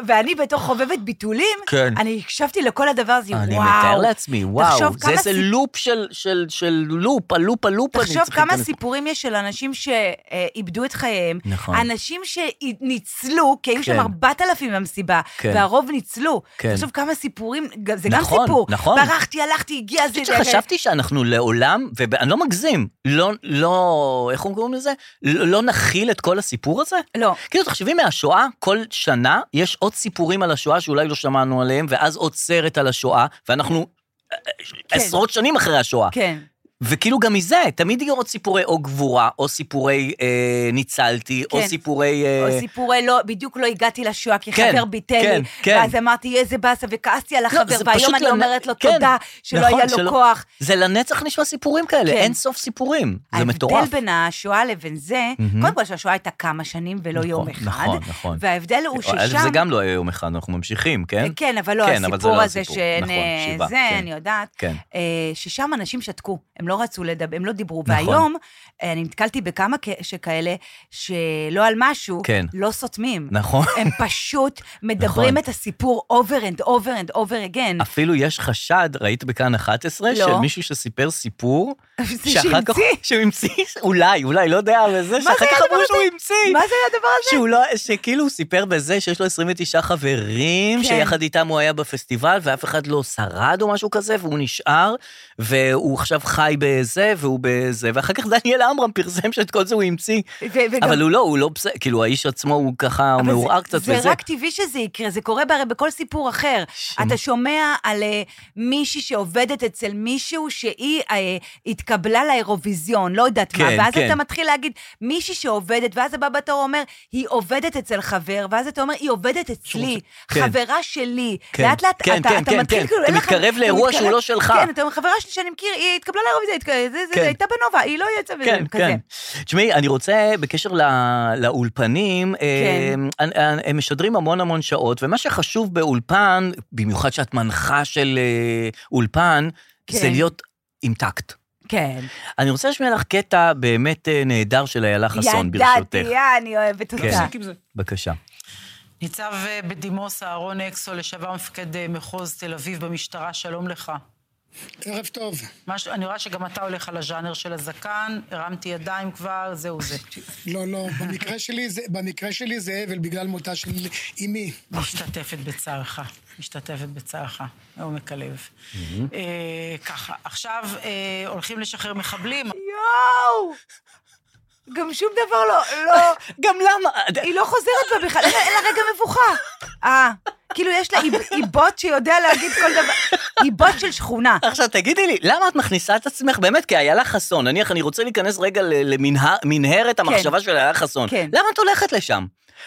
S2: ואני בתור חובבת ביטולים,
S1: כן.
S2: אני הקשבתי לכל הדבר הזה, וואו.
S1: אני מתאר לעצמי, וואו,
S2: תחשוב
S1: זה
S2: כמה
S1: איזה
S2: סיפ-
S1: לופ של, של, של לופ, הלופ, הלופ, אני
S2: תחשוב
S1: צריך
S2: כמה
S1: להיכנס.
S2: סיפורים יש של אנשים שאיבדו את חייהם,
S1: נכון.
S2: אנשים שניצלו, כי היו
S1: כן.
S2: שם 4,000 במסיבה,
S1: כן.
S2: והרוב ניצלו.
S1: כן.
S2: תחשוב כמה סיפורים, גם- זה גם
S1: נכון,
S2: סיפור.
S1: נכון.
S2: ברחתי, הלכתי, הגיע זה...
S1: אני חושבת שחשבתי שאנחנו לעולם, ואני לא מגזים, לא, לא, איך אומרים לזה? לא לא נכיל את כל הסיפור הזה?
S2: לא.
S1: כאילו, תחשבי מהשואה, כל שנה יש עוד סיפורים על השואה שאולי לא שמענו עליהם, ואז עוד סרט על השואה, ואנחנו אה,
S2: כן.
S1: עשרות שנים אחרי השואה.
S2: כן.
S1: וכאילו גם מזה, תמיד יהיו עוד סיפורי או גבורה, או סיפורי אה, ניצלתי, או
S2: כן.
S1: סיפורי... אה,
S2: או סיפורי לא, בדיוק לא הגעתי לשואה, כי
S1: כן,
S2: חבר ביטל
S1: כן,
S2: לי,
S1: כן.
S2: ואז אמרתי, איזה באסה, וכעסתי על החבר,
S1: זה פשוט
S2: והיום אני
S1: לנ-
S2: אומרת לו
S1: כן,
S2: תודה, שלא
S1: נכון,
S2: היה
S1: שלא-
S2: לו כוח.
S1: זה לנצח נשמע סיפורים כאלה,
S2: כן.
S1: אין סוף סיפורים. זה מטורף.
S2: ההבדל בין השואה לבין זה,
S1: מהמם.
S2: קודם כל שהשואה הייתה כמה שנים ולא
S1: נכון,
S2: לא יום אחד.
S1: נכון, נכון.
S2: וההבדל הוא
S1: א',
S2: ששם...
S1: זה גם לא היה יום אחד, אנחנו ממשיכים, כן?
S2: כן, אבל לא,
S1: כן, אבל זה
S2: הסיפור
S1: לא
S2: הזה
S1: הסיפור.
S2: שאין...
S1: נכון,
S2: אה,
S1: שיבה,
S2: זה,
S1: כן.
S2: אני יודעת.
S1: כן.
S2: אה, ששם אנשים שתקו, הם לא רצו לדבר, הם לא דיברו.
S1: נכון.
S2: והיום, אה, אני נתקלתי בכמה כ- שכאלה, שלא על משהו,
S1: כן.
S2: לא סותמים.
S1: נכון.
S2: הם פשוט מדברים
S1: נכון.
S2: את הסיפור over and over and over again.
S1: אפילו יש חשד, ראית בכאן 11,
S2: לא.
S1: של מישהו שסיפר סיפור,
S2: זה
S1: אה, שאחר כך...
S2: שהמציא.
S1: שהוא המציא, אולי, אולי, לא יודע, וזה,
S2: מה זה
S1: שאחר
S2: היה
S1: כך
S2: הדבר
S1: אמרו שהוא
S2: הזה?
S1: המציא.
S2: מה זה הדבר הזה?
S1: שהוא לא, שכאילו הוא סיפר בזה שיש לו 29 חברים,
S2: כן.
S1: שיחד איתם הוא היה בפסטיבל, ואף אחד לא שרד או משהו כזה, והוא נשאר, והוא עכשיו חי בזה, והוא בזה, ואחר כך דניאל עמרם פרסם שאת כל זה הוא המציא.
S2: ו- וגם-
S1: אבל הוא לא, הוא לא בסדר, כאילו האיש עצמו הוא ככה, הוא
S2: אבל
S1: מעורער
S2: זה-
S1: קצת
S2: זה
S1: וזה.
S2: רק טבעי שזה יקרה, זה קורה הרי בכל סיפור אחר.
S1: שמע.
S2: אתה שומע על אה, מישהי שעובדת אצל מישהו שהיא אה, התקבלה לאירוויזיון, לא יודעת מה,
S1: כן,
S2: ואז
S1: כן.
S2: אתה מתחיל להגיד, מישהי שעובדת, ואז הבא בתור אומר, היא עובדת אצל חבר, ואז אתה אומר, היא עובדת אצלי,
S1: כן.
S2: חברה שלי.
S1: כן,
S2: לאט לאט
S1: כן,
S2: אתה
S1: כן,
S2: אתה
S1: כן, כן.
S2: מתחיל כאילו,
S1: אתה
S2: אין לך-
S1: מתקרב לאירוע
S2: מתקרב-
S1: שהוא לא שלך.
S2: כן, אתה אומר, חברה שלי שאני מכיר, היא התקבלה לאירוויזיון, התק- זה- זה-
S1: כן.
S2: זה הייתה בנובה, היא לא יצאה, וזה
S1: כן,
S2: כזה.
S1: כן. תשמעי, אני רוצה, בקשר לא, לאולפנים,
S2: כן.
S1: הם, הם משדרים המון המון שעות, ומה שחשוב באולפן, במיוחד שאת מנחה של אה, אולפן,
S2: כן.
S1: זה להיות עם טקט.
S2: כן.
S1: אני רוצה להשמיע לך קטע באמת אה, נהדר של איילה חסון, ברשותך. כן.
S2: ידעתי, אה, אני אוהבת אותה.
S3: תפסיק עם זה.
S1: בבקשה.
S4: ניצב אה, בדימוס אהרון אקסו, לשעבר מפקד אה, מחוז תל אביב במשטרה, שלום לך.
S5: ערב טוב.
S4: מה ש... אני רואה שגם אתה הולך על הז'אנר של הזקן, הרמתי ידיים כבר, זהו זה.
S5: לא, לא, במקרה שלי זה, במקרה שלי זה אבל בגלל מותה של אמי.
S4: משתתפת בצערך, משתתפת בצערך, מעומק הלב. אה, ככה, עכשיו אה, הולכים לשחרר מחבלים,
S2: יואו! גם שום דבר לא, לא,
S1: גם למה?
S2: היא לא חוזרת בה בכלל, אין לה- אין לה רגע בטוחה. אה, כאילו יש לה איב- איבot שיודע להגיד כל דבר, איבot של שכונה.
S1: עכשיו, תגידי לי, למה את מכניסה את עצמך באמת כאיילה חסון? נניח, אני רוצה להיכנס רגע ל- למנהר- מנהרת המחשבה של איילה חסון.
S2: כן.
S1: למה את הולכת לשם?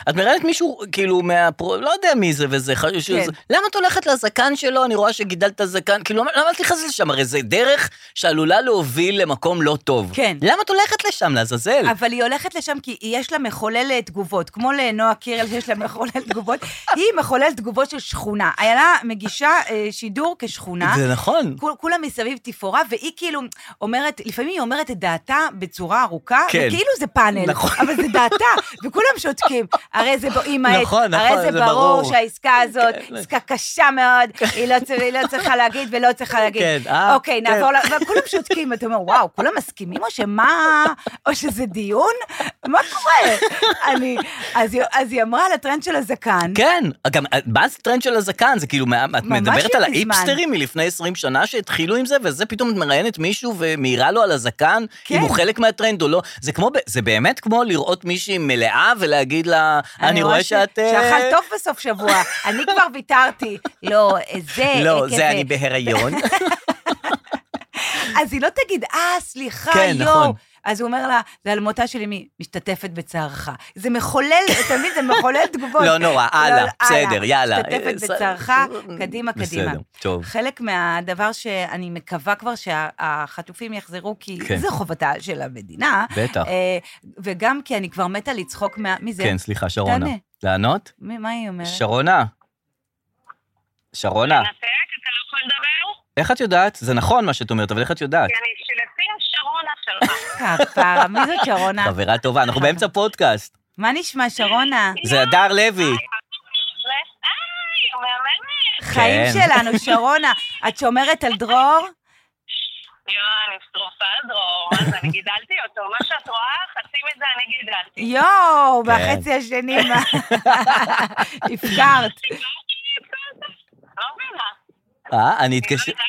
S1: את מראיינת מישהו, כאילו, מהפרו... לא יודע מי זה וזה. ח-
S2: כן.
S1: שזה- למה את הולכת לזקן שלו? אני רואה שגידלת זקן. כאילו, למה- למה את נכנסת לשם? הרי זה דרך שעלולה להוביל למקום לא טוב.
S2: כן.
S1: למה את הולכת לשם, לעזאזל?
S2: אבל היא הולכת לשם כי יש לה מחולל אה, תגובות, כמו לנועה קירל שיש לה מחולל תגובות, היא מחולל תגובות של שכונה. איילה מגישה אה, שידור כשכונה.
S1: זה נכון.
S2: כול- כולם מסביב תפאורה, והיא כאילו אומרת, לפעמים היא אומרת את דעתה בצורה ארוכה,
S1: כן.
S2: וכאילו זה פאנל,
S1: נכון.
S2: אבל זה דעתה, וכולם שותקים. הרי זה בו, עם העט,
S1: נכון,
S2: הרי
S1: נכון,
S2: זה
S1: זה
S2: ברור
S1: ברור.
S2: שהעסקה הזאת,
S1: כן.
S2: עסקה קשה מאוד, היא לא צר- היא לא צריכה להגיד ולא צריכה להגיד.
S1: כן, אה,
S2: אוקיי,
S1: כן.
S2: נעבור, ל- וכולם שותקים, אתה אומר, וואו, כולם מסכימים, או שמה, או שזה דיון? מה קורה? אני, אז היא- אז היא אמרה על הטרנד של הזקן.
S1: כן, גם, מה זה טרנד של הזקן? זה כאילו, מה- את
S2: ממש
S1: מדברת על
S2: לא מזמן.
S1: האיפסטרים מלפני 20 שנה שהתחילו עם זה, וזה פתאום את מראיינת מישהו ומעירה לו על הזקן,
S2: כן.
S1: אם הוא חלק מהטרנד או לא. זה כמו, ב- זה באמת כמו לראות מישהי מלאה ולהגיד לה, אני רואה
S2: ש-
S1: שאת... אה,
S2: שאכל טוב בסוף שבוע, אני כבר ויתרתי. לא, זה...
S1: לא,
S2: עקב-
S1: זה אני בהיריון.
S2: אז היא לא תגיד, אה, סליחה,
S1: כן,
S2: יואו.
S1: נכון.
S2: אז הוא אומר לה, זה על מותה של אמי, משתתפת בצערך. זה מחולל, אתה מבין, זה מחולל תגובות.
S1: לא נורא, הלאה, בסדר, יאללה.
S2: משתתפת
S1: אה, ס-
S2: בצערך, קדימה, קדימה.
S1: בסדר, טוב.
S2: חלק מהדבר שאני מקווה כבר שהחטופים יחזרו, כי
S1: כן.
S2: זו חובתה של המדינה.
S1: בטח.
S2: אה, וגם כי אני כבר מתה לצחוק מה- מזה.
S1: כן, סליחה, שרונה.
S2: תענה.
S1: לענות?
S2: מ- מה היא אומרת?
S1: שרונה. שרונה,
S6: נתק, אתה לא יכול לדבר?
S1: איך את יודעת? זה נכון מה שאת אומרת, אבל איך את יודעת?
S6: כי אני שלפי השרונה שלך.
S2: כפרה, מי זאת שרונה?
S1: חברה טובה,
S2: נכון.
S1: אנחנו באמצע פודקאסט.
S2: מה נשמע, שרונה?
S1: זה הדר
S6: היי,
S1: לוי.
S6: הוא מהממת.
S2: חיים
S1: כן.
S2: שלנו, שרונה. את שומרת על
S6: יואו,
S2: דרור?
S6: אני שרופה על דרור, אז אני גידלתי אותו. מה שאת רואה, חצי מזה אני גידלתי.
S2: יואו,
S1: כן.
S2: בחצי השני, מה? הפקרת.
S6: לא מבינה.
S1: אה, אני
S6: אני לא
S1: אתקשר-
S6: יודעת.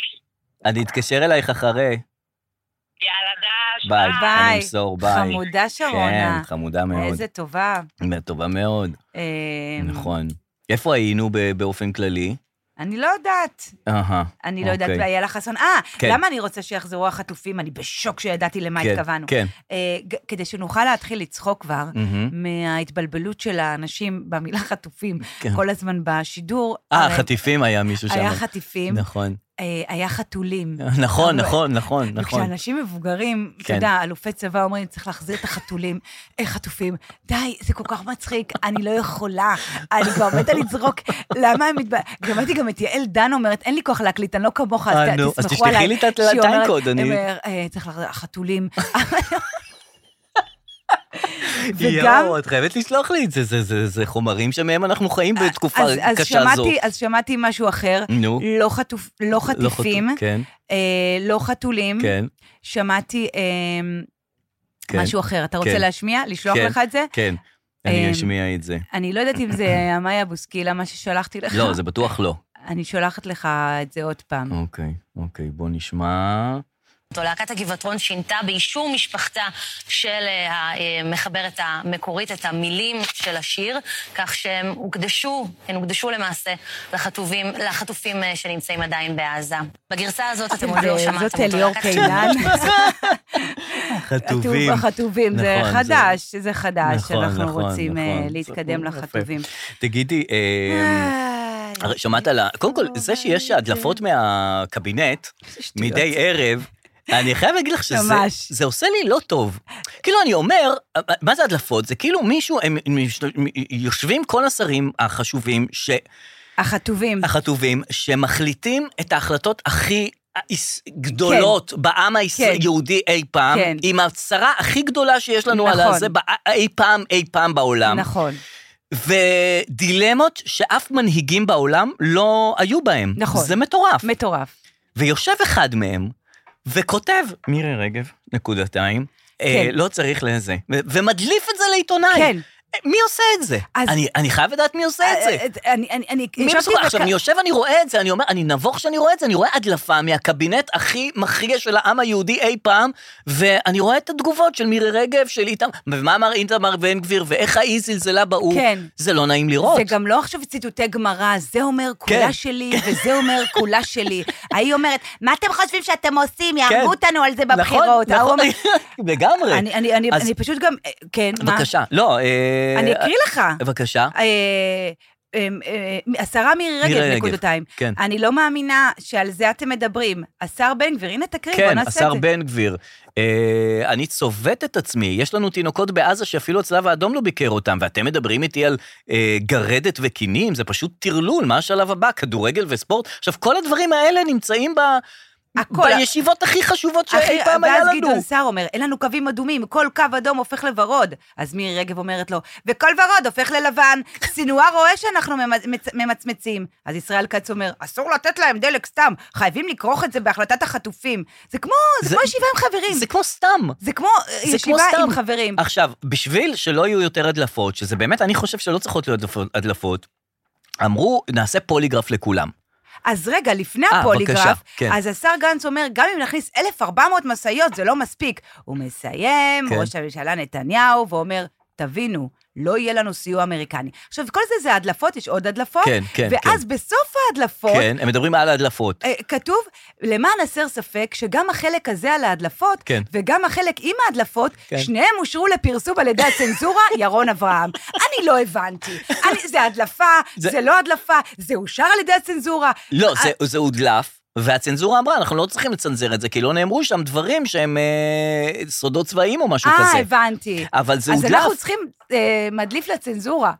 S1: אני אתקשר אלייך אחרי.
S6: יאללה, דש.
S1: ביי.
S6: ביי.
S2: ביי.
S1: אני אמסור, ביי.
S2: חמודה שרונה.
S1: כן, חמודה מאוד.
S2: איזה טובה.
S1: טובה מאוד,
S2: אה,
S1: נכון. איפה היינו ב- באופן כללי?
S2: אני לא יודעת.
S1: אהה.
S2: אני לא יודעת,
S1: אוקיי.
S2: ואיילה חסון. אה,
S1: כן.
S2: למה אני רוצה שיחזרו החטופים? אני בשוק שידעתי למה
S1: כן,
S2: התכוונו.
S1: כן.
S2: אה, ג- כדי שנוכל להתחיל לצחוק כבר.
S1: מהמם.
S2: מההתבלבלות של האנשים במילה חטופים,
S1: כן.
S2: כל הזמן בשידור. הרי
S1: אה, חטיפים היה מישהו שם.
S2: היה חטיפים,
S1: נכון.
S2: אה, היה חתולים.
S1: נכון,
S2: אבל-
S1: נכון, נכון, נכון.
S2: וכשאנשים מבוגרים, אתה
S1: כן.
S2: יודע, אלופי צבא אומרים, צריך להחזיר את החתולים, אה, חטופים, די, זה כל כך מצחיק, אני לא יכולה, אני כבר מתה לזרוק, למה הם מתבלבלים? שמעתי גם את יעל דן אומרת, אין לי כוח להקליט, אני לא כמוך, אז
S1: אה,
S2: ת-
S1: נו, אז
S2: תסמכו
S1: תשלחי
S2: עליי.
S1: לי את
S2: שהיא אומרת,
S1: הטיים-קוד, אני-
S2: אה, אה, צריך להחזיר, החתולים. וגם,
S1: יואו, את חייבת לשלוח לי את זה, זה- זה- זה חומרים שמהם אנחנו חיים בתקופה
S2: אה, אז, אז,
S1: קשה זו.
S2: שמעתי, אז שמעתי משהו אחר.
S1: נו.
S2: לא, חטופ, לא
S1: לא חטוף-
S2: חטיפים, לא,
S1: כן,
S2: אה, לא חתולים.
S1: כן,
S2: שמעתי אה,
S1: כן.
S2: משהו אחר. אתה רוצה
S1: כן.
S2: להשמיע? לשלוח
S1: כן.
S2: לך את זה?
S1: כן.
S2: אמ,
S1: אני אשמיע את זה.
S2: אני לא יודעת אם זה מאיה בוסקילה, מה ששלחתי לך.
S1: לא, זה בטוח לא.
S2: אני שולחת לך את זה עוד פעם.
S1: אוקיי, אוקיי, בוא נשמע.
S7: אותו. להקת הגבעתרון שינתה באישור משפחתה של אה, המחברת המקורית את המילים של השיר, כך שהם הוקדשו, הן הוקדשו למעשה לחטופים, לחטופים אה, שנמצאים עדיין בעזה. בגרסה הזאת אתם עוד לא
S2: זה-
S7: שמעתם אותו.
S2: זאת אליאור
S7: להקת-
S2: קינן.
S1: חטובים.
S2: החטובים, זה
S1: נכון,
S2: חדש, זה חדש,
S1: נכון,
S2: אנחנו
S1: נכון,
S2: רוצים אה,
S1: נכון.
S2: להתקדם
S1: יפה.
S2: לחטובים.
S1: תגידי, אה,
S2: איי,
S1: הרי שמעת על ה... קודם כל, זה שיש הדלפות מהקבינט
S2: איזה אה. שטויות.
S1: מדי ערב, אני חייב להגיד לך שזה
S2: ממש.
S1: זה עושה לי לא טוב. כאילו, אני אומר, מה זה הדלפות? זה כאילו מישהו, הם יושבים כל השרים החשובים, ש...
S2: החטובים.
S1: החטובים, שמחליטים את ההחלטות הכי... היס- גדולות כן, בעם היהודי כן, אי פעם,
S2: כן.
S1: כן. עם הצרה הכי גדולה שיש לנו נכון.
S2: נכון.
S1: על הזה בא- אי פעם, אי פעם בעולם.
S2: נכון,
S1: ודילמות שאף מנהיגים בעולם לא היו בהם.
S2: נכון.
S1: זה מטורף.
S2: מטורף.
S1: ויושב אחד מהם וכותב, מירי רגב, נקודתיים, כן. אה, לא צריך לזה, ו- ומדליף את זה לעיתונאי.
S2: כן.
S1: מי עושה את זה?
S2: אז-
S1: אני- אני חייב לדעת מי עושה את זה.
S2: אה, אני, אני, אני,
S1: מי
S2: ישבתי
S1: מסוגל? עכשיו,
S2: וכ-
S1: אני יושב, אני רואה את זה, אני אומר, אני נבוך שאני רואה את זה, אני רואה הדלפה מהקבינט הכי מכריע של העם היהודי אי פעם, ואני רואה את התגובות של מירי רגב, של איתמר, ומה אמר איתמר בן גביר, ואיך ההיא זלזלה באו"ם.
S2: כן.
S1: זה לא נעים לראות.
S2: זה גם לא עכשיו ציטוטי גמרא, זה אומר כולה
S1: כן.
S2: שלי, וזה אומר כולה שלי. ההיא אומרת, מה אתם חושבים שאתם עושים? יהרגו אותנו על זה
S1: נכון,
S2: בבחירות. ההוא
S1: נכון,
S2: אומר-
S1: לגמרי.
S2: אני- אני- אני
S1: אז-
S2: אני פשוט גם, אה, כן, מה?
S1: בבקשה. לא, אה,
S2: אני אקריא לך.
S1: בבקשה.
S2: אה, אה, אה, השרה מירי
S1: מירי
S2: רגב,
S1: רגב,
S2: נקודתיים.
S1: כן.
S2: אני לא מאמינה שעל זה אתם מדברים. השר בן גביר, הנה תקריא, בוא
S1: כן,
S2: נעשה את זה.
S1: השר בן גביר, אה, אני צובט את עצמי, יש לנו תינוקות בעזה שאפילו הצלב האדום לא ביקר אותם, ואתם מדברים איתי על אה, גרדת וקינים, זה פשוט טרלול, מה השלב הבא? כדורגל וספורט? עכשיו, כל הדברים האלה נמצאים ב...
S2: הכל.
S1: בישיבות הכי חשובות שאי
S2: אחי-
S1: פעם היה
S2: ואז
S1: לנו.
S2: גדעון סער אומר, אין לנו קווים אדומים, כל קו אדום הופך לוורוד. אז מירי רגב אומרת לו, וכל ורוד הופך ללבן, סינואר רואה שאנחנו ממצ- ממצמצים. אז ישראל כץ אומר, אסור לתת להם דלק סתם, חייבים לכרוך את זה בהחלטת החטופים. זה כמו זה
S1: זה-
S2: כמו ישיבה עם חברים.
S1: זה כמו סתם.
S2: זה כמו אה,
S1: זה כמו
S2: ישיבה
S1: סתם.
S2: עם חברים.
S1: עכשיו, בשביל שלא יהיו יותר הדלפות, שזה באמת, אני חושב שלא צריכות להיות הדלפות- הדלפות, אמרו, נעשה פוליגרף לכולם.
S2: אז רגע, לפני
S1: אה, בבקשה,
S2: הפוליגרף,
S1: כן.
S2: אז השר גנץ אומר, גם אם נכניס 1,400 משאיות, זה לא מספיק. הוא מסיים,
S1: כן.
S2: ראש הממשלה נתניהו, ואומר, תבינו, לא יהיה לנו סיוע אמריקני. עכשיו, כל זה זה הדלפות, יש עוד הדלפות,
S1: כן, כן,
S2: ואז בסוף ההדלפות,
S1: כן, הם מדברים על ההדלפות.
S2: אה, כתוב, למען הסר ספק, שגם החלק הזה על ההדלפות,
S1: כן.
S2: וגם החלק עם ההדלפות,
S1: כן.
S2: שניהם אושרו לפרסום על ידי הצנזורה, ירון אברהם. אני לא הבנתי. אני, זה הדלפה,
S1: זה-
S2: זה... לא הדלפה, זה אושר על ידי הצנזורה. אה,
S1: לא, זה, זה הודלף, והצנזורה אמרה, אנחנו לא צריכים לצנזר את זה, כי לא נאמרו שם דברים שהם אה, סודות צבאיים או משהו
S2: אה,
S1: כזה.
S2: הבנתי.
S1: אבל זה
S2: אז
S1: הודלף,
S2: אנחנו צריכים אה, מדליף לצנזורה.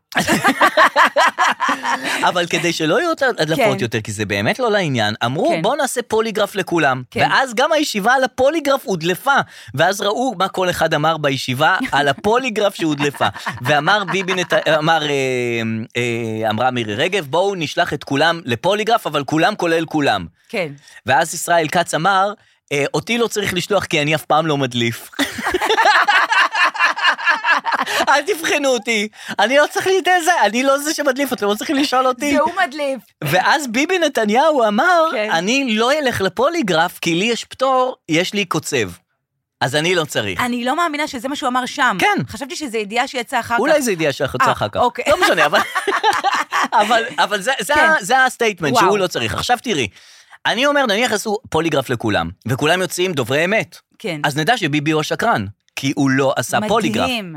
S1: אבל כדי שלא יהיו יותר הדלפות
S2: כן.
S1: יותר, כי זה באמת לא לעניין, אמרו,
S2: כן.
S1: בואו נעשה פוליגרף לכולם.
S2: כן.
S1: ואז גם הישיבה על הפוליגרף הודלפה, ואז ראו מה כל אחד אמר בישיבה על הפוליגרף שהודלפה. ואמר ביבי נת... אמר, אה, אה, אמרה מירי רגב, בואו נשלח את כולם לפוליגרף, אבל כולם כולל כולם.
S2: כן.
S1: ואז ישראל כץ אמר, "אה, אותי לא צריך לשלוח כי אני אף פעם לא מדליף. אל תבחנו אותי, אני לא צריך להתאזר, אני לא זה שמדליף, אתם לא צריכים לשאול אותי.
S2: זה הוא מדליף.
S1: ואז ביבי נתניהו אמר,
S2: כן.
S1: אני לא אלך לפוליגרף, כי לי יש פטור, יש לי קוצב. אז אני לא צריך.
S2: אני לא מאמינה שזה מה שהוא אמר שם.
S1: כן.
S2: חשבתי שזו ידיעה שיצאה אחר כך.
S1: אולי זה ידיעה
S2: אה,
S1: שהחוצה אחר כך.
S2: אוקיי.
S1: לא משנה, אבל... אבל, אבל זה, זה,
S2: כן.
S1: ה- זה הסטייטמנט
S2: וואו.
S1: שהוא לא צריך. עכשיו תראי, אני אומר, נניח עשו פוליגרף לכולם, וכולם יוצאים דוברי אמת.
S2: כן.
S1: אז נדע שביבי הוא השקרן, כי הוא לא עשה פוליגרף.
S2: מדהים.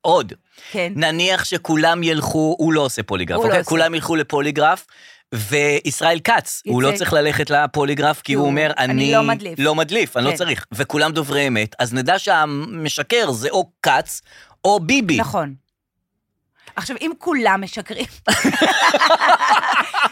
S1: עוד.
S2: כן.
S1: נניח שכולם ילכו, הוא לא עושה פוליגרף,
S2: הוא לא
S1: אוקיי?
S2: עושה.
S1: כולם ילכו לפוליגרף, וישראל כץ, הוא
S2: יצא.
S1: לא צריך ללכת לפוליגרף, כי הוא אומר, אני,
S2: לא מדליף."
S1: לא מדליף, אני לא
S2: כן.
S1: צריך. וכולם דוברי אמת, אז נדע שהמשקר זה או כץ, או ביבי.
S2: נכון. עכשיו, אם כולם משקרים,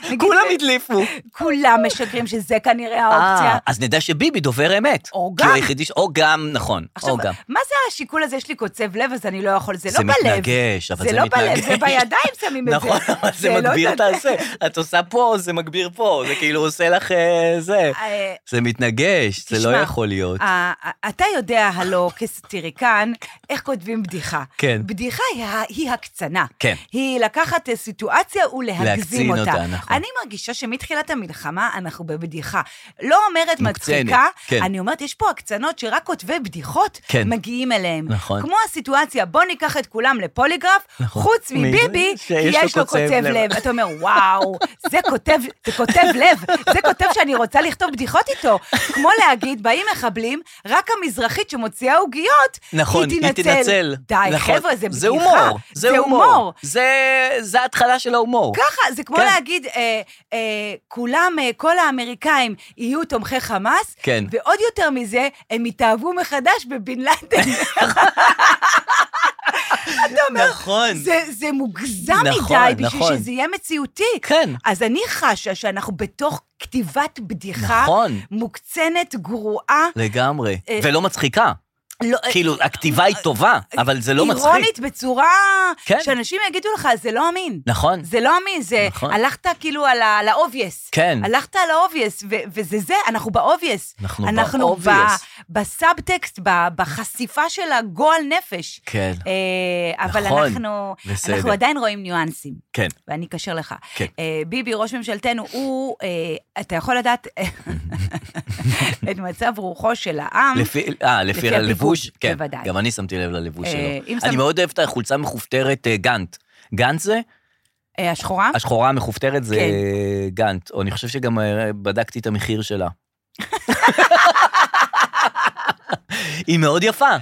S2: נגיד,
S1: כולם הדליפו.
S2: כולם משקרים שזה כנראה האופציה.
S1: אה, אז נדע שביבי דובר אמת.
S2: או
S1: כי הוא
S2: גם.
S1: היחידי ש... או גם, נכון.
S2: עכשיו,
S1: או גם.
S2: מה זה השיקול הזה, יש לי קוצב לב, אז אני לא יכול, זה לא
S1: זה
S2: בלב.
S1: מתנגש, אבל זה
S2: לא בלב,
S1: מתנגש.
S2: זה בידיים שמים את זה.
S1: נכון, אבל זה
S2: לא
S1: מגביר את
S2: יודע-
S1: הזה. את עושה פה, זה מגביר פה, זה כאילו עושה לך אה, זה.
S2: אה,
S1: זה מתנגש, זה לא
S2: תשמע, אה,
S1: יכול להיות.
S2: ה- ה- אתה יודע, הלו, כסטיריקן, איך כותבים בדיחה.
S1: כן.
S2: בדיחה היא ה- היא הקצנה.
S1: כן.
S2: היא לקחת אה, סיטואציה ולהגזים
S1: להקצין
S2: אותה.
S1: אותה, נכון.
S2: אני מרגישה שמתחילת המלחמה אנחנו בבדיחה. לא אומרת
S1: מוקצנת,
S2: מצחיקה,
S1: כן.
S2: אני אומרת, יש פה הקצנות שרק כותבי בדיחות
S1: כן.
S2: מגיעים אליהם.
S1: נכון.
S2: כמו הסיטואציה, בוא ניקח את כולם לפוליגרף,
S1: נכון.
S2: חוץ
S1: מי-
S2: מביבי, כי
S1: שיש לו
S2: יש לו
S1: קוצב
S2: קוצב
S1: לב.
S2: לב. אתה אומר, וואו, זה כותב, זה כותב לב, זה כותב שאני רוצה לכתוב בדיחות איתו. כמו להגיד, באים מחבלים, רק המזרחית שמוציאה עוגיות,
S1: נכון,
S2: היא
S1: היא תנצל.
S2: די,
S1: נכון.
S2: חבר'ה, זה בדיחה.
S1: זה הומור, זה הומור. זה- זה ההתחלה של ההומור.
S2: ככה, זה כמו
S1: כן.
S2: להגיד, אה, אה, כולם, אה, כל האמריקאים יהיו תומכי חמאס,
S1: כן.
S2: ועוד יותר מזה, הם יתאהבו מחדש בבן לאדן.
S1: נכון.
S2: זה, זה מוגזם
S1: נכון,
S2: מדי, בשביל
S1: נכון.
S2: שזה יהיה מציאותי.
S1: כן.
S2: אז אני חשה שאנחנו בתוך כתיבת בדיחה
S1: נכון.
S2: מוקצנת, גרועה,
S1: לגמרי.
S2: אה,
S1: ולא מצחיקה.
S2: לא,
S1: כאילו, הכתיבה היא טובה, אבל זה לא מצחיק.
S2: אה, אירונית בצורה...
S1: כן.
S2: שאנשים יגידו לך, זה לא אמין.
S1: נכון.
S2: זה לא אמין, זה...
S1: נכון.
S2: הלכת כאילו על ה- על ה-obvious.
S1: כן.
S2: הלכת על ה-obvious, ו- וזה זה, אנחנו ב-obvious.
S1: אנחנו
S2: אנחנו
S1: ב-obvious.
S2: ב- בסאבטקסט, ב- בחשיפה של הגועל נפש.
S1: כן.
S2: אה, אבל
S1: נכון.
S2: אנחנו,
S1: בסדר.
S2: אנחנו עדיין רואים ניואנסים.
S1: כן.
S2: ואני אקשר לך.
S1: כן.
S2: אה, ביבי, ראש ממשלתנו, הוא, אה, אתה יכול לדעת את מצב רוחו של העם.
S1: לפי, אה, לפי,
S2: לפי
S1: הלבוש?
S2: הביגוד,
S1: כן,
S2: בוודאי.
S1: גם אני שמתי לב ללבוש
S2: אה,
S1: שלו.
S2: אם
S1: אני
S2: שם-
S1: מאוד אוהב את החולצה המכופתרת אה, גאנט. גאנט זה?
S2: אה, השחורה?
S1: השחורה המכופתרת זה
S2: כן.
S1: גאנט. או אני חושב שגם אה, בדקתי את המחיר שלה. היא מאוד יפה.
S2: אה?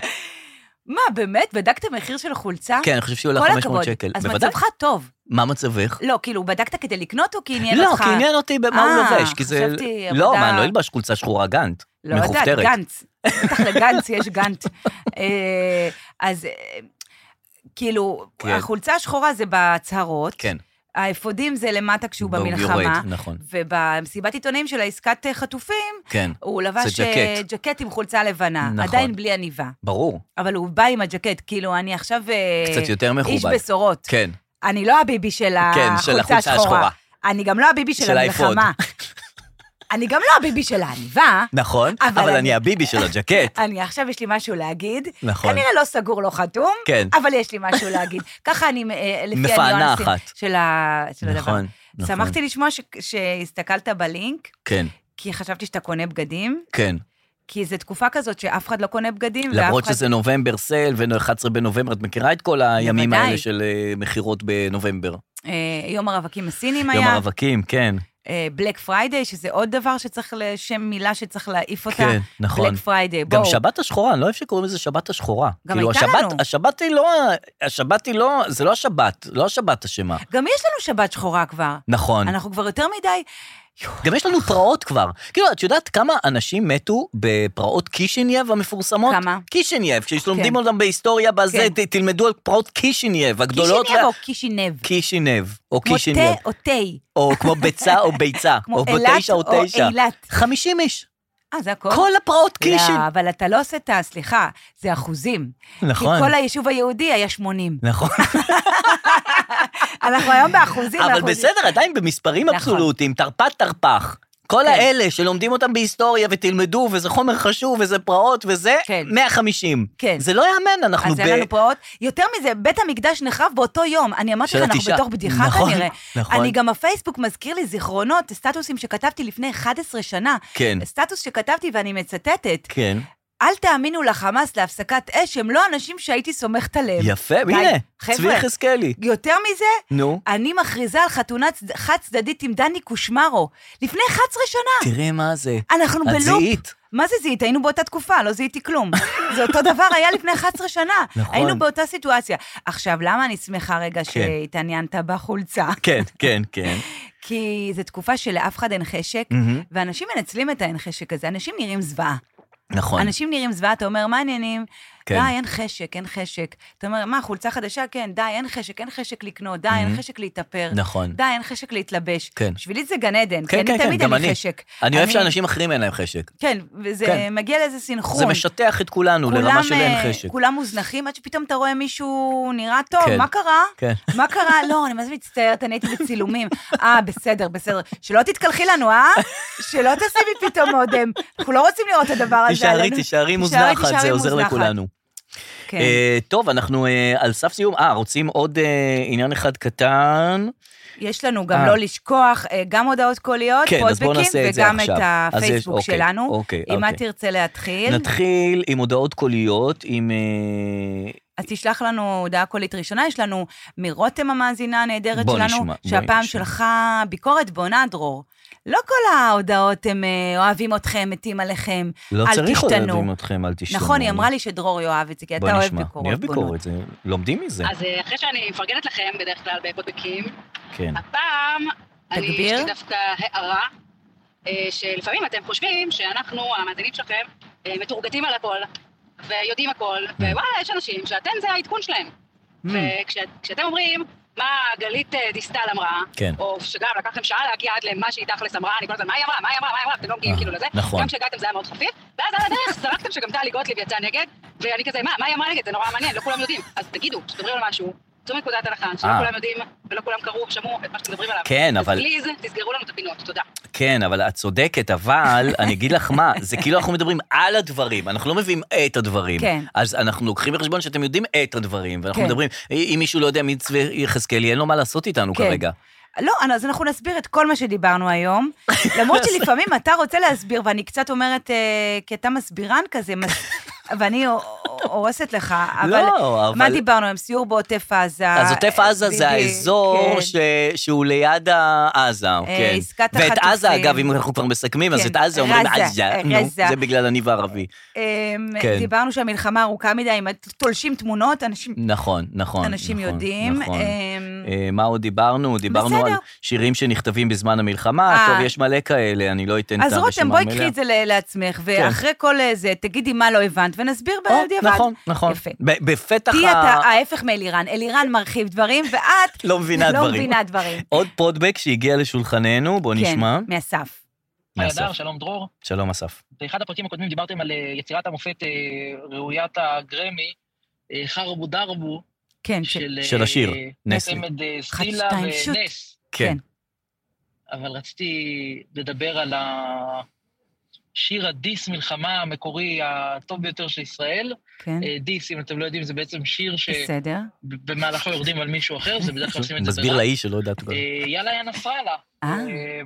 S2: מה, באמת? בדקת מחיר של חולצה?
S1: כן, אני חושב שהיא
S2: כל
S1: עולה
S2: הכבוד.
S1: 500 שקל.
S2: אז
S1: בוודאי.
S2: מצבך טוב.
S1: מה מצבך?
S2: לא, כאילו, בדקת כדי לקנות או כי עניין
S1: לא,
S2: אותך?
S1: כי עניין אותי במה הוא
S2: אה,
S1: לובש, כי זה...
S2: חשבתי
S1: לא,
S2: עבודה-
S1: מה, אני לא אלבש חולצה שחורה גאנט.
S2: לא יודעת,
S1: מכופתרת.
S2: גנץ. בטח לגנץ יש גנט. אה, אז אה, כאילו,
S1: כן.
S2: החולצה השחורה זה בהצהרות.
S1: כן.
S2: האפודים זה למטה כשהוא
S1: והוא
S2: במלחמה.
S1: יורד, נכון.
S2: ובמסיבת עיתונאים של העסקת אה, חטופים,
S1: כן,
S2: הוא
S1: זה
S2: לבש אה,
S1: ג'קט.
S2: ג'קט עם חולצה לבנה.
S1: נכון.
S2: עדיין בלי עניבה.
S1: ברור.
S2: אבל הוא בא עם הג'קט, כאילו, אני עכשיו... אה,
S1: קצת יותר
S2: איש
S1: מכובד.
S2: בשורות.
S1: כן.
S2: אני לא הביבי של
S1: כן, של החולצה
S2: החולצה
S1: השחורה.
S2: השחורה. אני גם לא הביבי של
S1: של האפוד.
S2: המלחמה. אני גם לא הביבי של העניבה.
S1: נכון,
S2: אבל
S1: אבל
S2: אני-
S1: אני הביבי של הג'קט.
S2: אני עכשיו יש לי משהו להגיד.
S1: נכון.
S2: כנראה לא סגור, לא חתום.
S1: כן.
S2: אבל יש לי משהו להגיד. ככה אני, אה, לפי
S1: מפענחת.
S2: הניואנסים של ה- של הדבר.
S1: נכון, נכון.
S2: לא שמחתי לשמוע ש- שהסתכלת בלינק,
S1: כן,
S2: כי חשבתי שאתה קונה בגדים,
S1: כן.
S2: כי זו תקופה כזאת שאף אחד לא קונה בגדים, ואף
S1: למרות
S2: אחד...
S1: שזה נובמבר סל, ו-11 בנובמבר, את מכירה את כל הימים
S2: בוודאי.
S1: האלה של אה, מכירות בנובמבר.
S2: אה, יום הרווקים הסינים
S1: יום
S2: היה,
S1: הרווקים, כן.
S2: בלק פריידיי, שזה עוד דבר שצריך, לשם מילה שצריך להעיף אותה.
S1: כן, נכון.
S2: בלק פריידיי,
S1: גם
S2: בואו.
S1: שבת השחורה, אני לא אוהב שקוראים לזה שבת השחורה.
S2: גם
S1: כאילו,
S2: הייתה
S1: השבת-
S2: לנו.
S1: השבת היא לא, השבת היא לא, זה לא השבת, לא השבת אשמה.
S2: גם יש לנו שבת שחורה כבר.
S1: נכון.
S2: אנחנו כבר יותר מדי... יו,
S1: גם יש לנו פרעות כבר. כאילו, את יודעת כמה אנשים מתו בפרעות קישינייב המפורסמות?
S2: כמה?
S1: קישינייב, כשלומדים
S2: כן.
S1: אותם בהיסטוריה בזה,
S2: כן.
S1: ת- תלמדו על פרעות קישינייב הגדולות.
S2: קישינב או
S1: וה-
S2: קישינב?
S1: קישינייב, או
S2: כמו
S1: קישינייב.
S2: תה או תה.
S1: או כמו ביצה או ביצה,
S2: כמו
S1: או
S2: אילת
S1: בתשע או
S2: או
S1: תשע.
S2: אילת.
S1: 50 איש,
S2: אה, זה הכל?
S1: כל הפרעות קישין.
S2: לא, אבל אתה לא עושה את ה... סליחה, זה אחוזים.
S1: נכון.
S2: כי כל היישוב היהודי היה 80.
S1: נכון,
S2: אנחנו היום באחוזים.
S1: אבל
S2: אנחנו-
S1: בסדר, עדיין במספרים
S2: נכון.
S1: אבסולוטיים, תרפ"ט תרפ"ח. כל
S2: כן.
S1: האלה שלומדים אותם בהיסטוריה ותלמדו, וזה חומר חשוב, וזה פרעות, וזה
S2: כן.
S1: 150.
S2: כן.
S1: זה לא יאמן, אנחנו
S2: אז
S1: ב...
S2: היה לנו פרעות. יותר מזה, בית המקדש נחרב באותו יום. אני אמרתי
S1: של
S2: לך, אנחנו
S1: התשעה.
S2: בתוך בדיחה
S1: נכון,
S2: כנראה.
S1: נכון.
S2: אני גם, הפייסבוק מזכיר לי זיכרונות, סטטוסים שכתבתי לפני 11 שנה.
S1: כן.
S2: סטטוס שכתבתי ואני מצטטת.
S1: כן.
S2: אל תאמינו לחמאס להפסקת אש, הם לא אנשים שהייתי סומכת עליהם.
S1: יפה,
S2: אה, די,
S1: הנה,
S2: חבר'ה. אה.
S1: צבי יחזקאלי.
S2: יותר מזה,
S1: נו,
S2: אני מכריזה על חתונה צד- חד-צדדית עם דני קושמרו. לפני 11 שנה.
S1: תראי מה זה.
S2: אנחנו
S1: את
S2: בלופ.
S1: זיהית.
S2: מה זה זיהית? היינו באותה תקופה, לא זיהיתי כלום. זה אותו דבר היה לפני 11 שנה.
S1: נכון.
S2: היינו באותה סיטואציה. עכשיו, למה אני שמחה רגע שהתעניינת בחולצה?
S1: כן, כן, כן.
S2: כי זו תקופה שלאף אחד אין חשק,
S1: מהמם.
S2: ואנשים מנצלים את האין חשק הזה. אנשים נראים זוועה.
S1: נכון.
S2: אנשים נראים זוועה, אתה אומר, מה העניינים?
S1: כן.
S2: די, אין חשק, אין חשק. אתה אומר, מה, חולצה חדשה? כן, די, אין חשק, אין חשק לקנות, די, אין חשק להתאפר.
S1: Mm-hmm. נכון.
S2: די, אין חשק להתלבש.
S1: כן.
S2: בשבילי זה גן עדן, כי
S1: כן,
S2: אני
S1: כן, כן,
S2: תמיד אין
S1: גם אני.
S2: לי חשק.
S1: אני אוהב שאנשים אחרים אין להם חשק.
S2: כן, וזה
S1: כן.
S2: מגיע לאיזה סינכרון.
S1: זה משטח את כולנו לרמה
S2: נכון. כולם,
S1: של אין
S2: אה,
S1: חשק.
S2: כולם מוזנחים עד שפתאום אתה רואה מישהו נראה טוב,
S1: כן.
S2: מה קרה?
S1: כן.
S2: מה קרה? לא, אני מה זה מצטערת, אני הייתי בצילומים. אה, בסדר, בסדר. שלא תתקלחי לנו, אה? שלא תשימי פתאום אודם. אנחנו לא רוצים לראות את הדבר הזה.
S1: תישארי,
S2: עלינו.
S1: תישארי מוזנחת,
S2: תישארי
S1: זה עוזר
S2: מוזנחת.
S1: לכולנו.
S2: כן.
S1: אה, טוב, אנחנו אה, על סף סיום. אה, רוצים עוד אה, עניין אחד קטן?
S2: יש לנו גם
S1: אה.
S2: לא לשכוח, אה, גם הודעות קוליות,
S1: כן, אז בואו
S2: פודבקים,
S1: נעשה את זה
S2: וגם את
S1: עכשיו. אז יש-
S2: הפייסבוק
S1: אוקיי,
S2: שלנו.
S1: אוקיי,
S2: אם את
S1: אוקיי.
S2: תרצה להתחיל,
S1: נתחיל עם הודעות קוליות, עם... אה,
S2: אז תשלח לנו הודעה קולית ראשונה. יש לנו מרותם המאזינה הנהדרת
S1: בוא
S2: שלנו,
S1: נשמע, בואי
S2: שהפעם
S1: נשמע.
S2: שלך ביקורת בונה, דרור. לא כל ההודעות הם אה, אוהבים אתכם, מתים עליכם,
S1: לא
S2: אל
S1: צריך
S2: תשתנו.
S1: אוהבים אתכם, אל תשתנו.
S2: נכון, היא אמרה לי שדרור יאהב את זה, כי אתה
S1: בואי
S2: אוהב
S1: נשמע.
S2: ביקורות
S1: אני אוהב
S2: בונות.
S1: ביקורת, זה- לומדים מזה.
S8: אז אה, אחרי שאני מפרגנת לכם בדרך כלל בפודבקים,
S1: כן.
S8: הפעם אני
S2: תגביר.
S8: יש לי דווקא הערה, אה, שלפעמים אתם חושבים שאנחנו, המאזינים שלכם, אה, מתורגתים על הכל, ויודעים הכל, ווואלה, יש אנשים שאתם זה העדכון שלהם. וכשאתם אומרים, מה גלית אה, דיסטל אמרה,
S1: כן.
S8: או שגם לקח לכם שעה להגיע עד למה שהיא תכלס אמרה, אני כל הזמן, מה היא אמרה, מה היא אמרה, מה היא אמרה, אתם לא מגיעים
S1: אה,
S8: כאילו לזה,
S1: נכון.
S8: גם כשהגעתם זה היה מאוד חפיף, ואז על הדרך זרקתם שגם טלי גוטליב יצאה נגד, ואני כזה, מה, מה היא אמרה נגד? זה נורא מעניין, לא כולם יודעים. אז תגידו, כשתדברים על משהו, צאו מנקודת הנחה, שלא
S1: אה.
S8: כולם יודעים ולא כולם קראו ושמעו את מה שאתם מדברים עליו.
S1: כן,
S8: אז
S1: אבל-
S8: פליז, תסגרו לנו את הפינות, תודה.
S1: כן, אבל את צודקת, אבל אני אגיד לך מה, זה כאילו אנחנו מדברים על הדברים, אנחנו לא מביאים את הדברים.
S2: כן.
S1: אז אנחנו לוקחים בחשבון שאתם יודעים את הדברים, ואנחנו
S2: כן.
S1: מדברים, אם מישהו לא יודע מי צבי יחזקאלי, אין לו מה לעשות איתנו
S2: כן.
S1: כרגע.
S2: לא, אז אנחנו נסביר את כל מה שדיברנו היום, למרות שלפעמים אתה רוצה להסביר, ואני קצת אומרת, אה, כי אתה מסבירן כזה, מס- ואני ה- הורסת לך, אבל...
S1: לא,
S2: מה
S1: אבל-
S2: דיברנו היום? סיור בעוטף עזה. אה,
S1: אז עוטף עזה זה
S2: בדיוק,
S1: האזור
S2: כן. אה,
S1: ש- שהוא ליד ה- עזה, כן.
S2: עסקת
S1: ואת
S2: החטופים.
S1: עזה, אגב, אם אנחנו כבר מסכמים, אז
S2: כן, אה,
S1: את עזה אומרים
S2: רזה,
S1: עזה. נו,
S2: רזה.
S1: זה בגלל אני והערבי.
S2: אמ,
S1: כן.
S2: דיברנו שהמלחמה ארוכה מדי, אם את- תולשים תמונות, אנשים...
S1: נכון, נכון.
S2: אנשים
S1: נכון,
S2: יודעים,
S1: נכון.
S2: אמ,
S1: אה, מה עוד דיברנו? דיברנו על
S2: בסדר.
S1: שירים שנכתבים בזמן המלחמה,
S2: אה.
S1: טוב, יש מלא כאלה, אני לא אתן את
S2: אז
S1: הרשימה המלאה.
S2: רותם, בואי קחי את זה ל- לעצמך, ואחרי כל אה, זה, תגידי מה לא הבנת, ונסביר
S1: כן. או,
S2: בדיעבד.
S1: נכון, נכון.
S2: יפה.
S1: ב- בפתח
S2: תהיי
S1: ה...
S2: אתה אה, ההפך מאלירן, אלירן מרחיב דברים, ואת
S1: לא מבינה
S2: לא
S1: דברים.
S2: מבינה דברים.
S1: עוד פודבק שהגיע לשולחננו, בואו נשמע.
S2: כן, מאסף.
S9: היי,
S1: מאסף.
S9: אדר, שלום דרור.
S1: שלום, אסף.
S9: באחד הפרקים הקודמים דיברתם על אה, יצירת המופת אה, ראוית הגרמי, אה, חרבו דרבו,
S2: כן, ש-
S9: של... אה,
S1: של השיר,
S9: אה,
S1: נסלי.
S9: צמד אה, סטילה
S2: שתיים, שוט.
S9: ונס.
S1: כן.
S9: אבל רציתי לדבר על השיר הדיס מלחמה המקורי הטוב ביותר של ישראל.
S2: כן,
S9: אה, דיס, אם אתם לא יודעים, זה בעצם שיר
S2: בסדר.
S9: שבמהלכו יורדים על מישהו אחר, זה בדרך כלל עושים את זה
S1: מסביר
S9: ברע.
S1: לאיש שלא יודעת כבר.
S9: אה, יאללה יא נסראללה.
S2: אה,
S9: אה,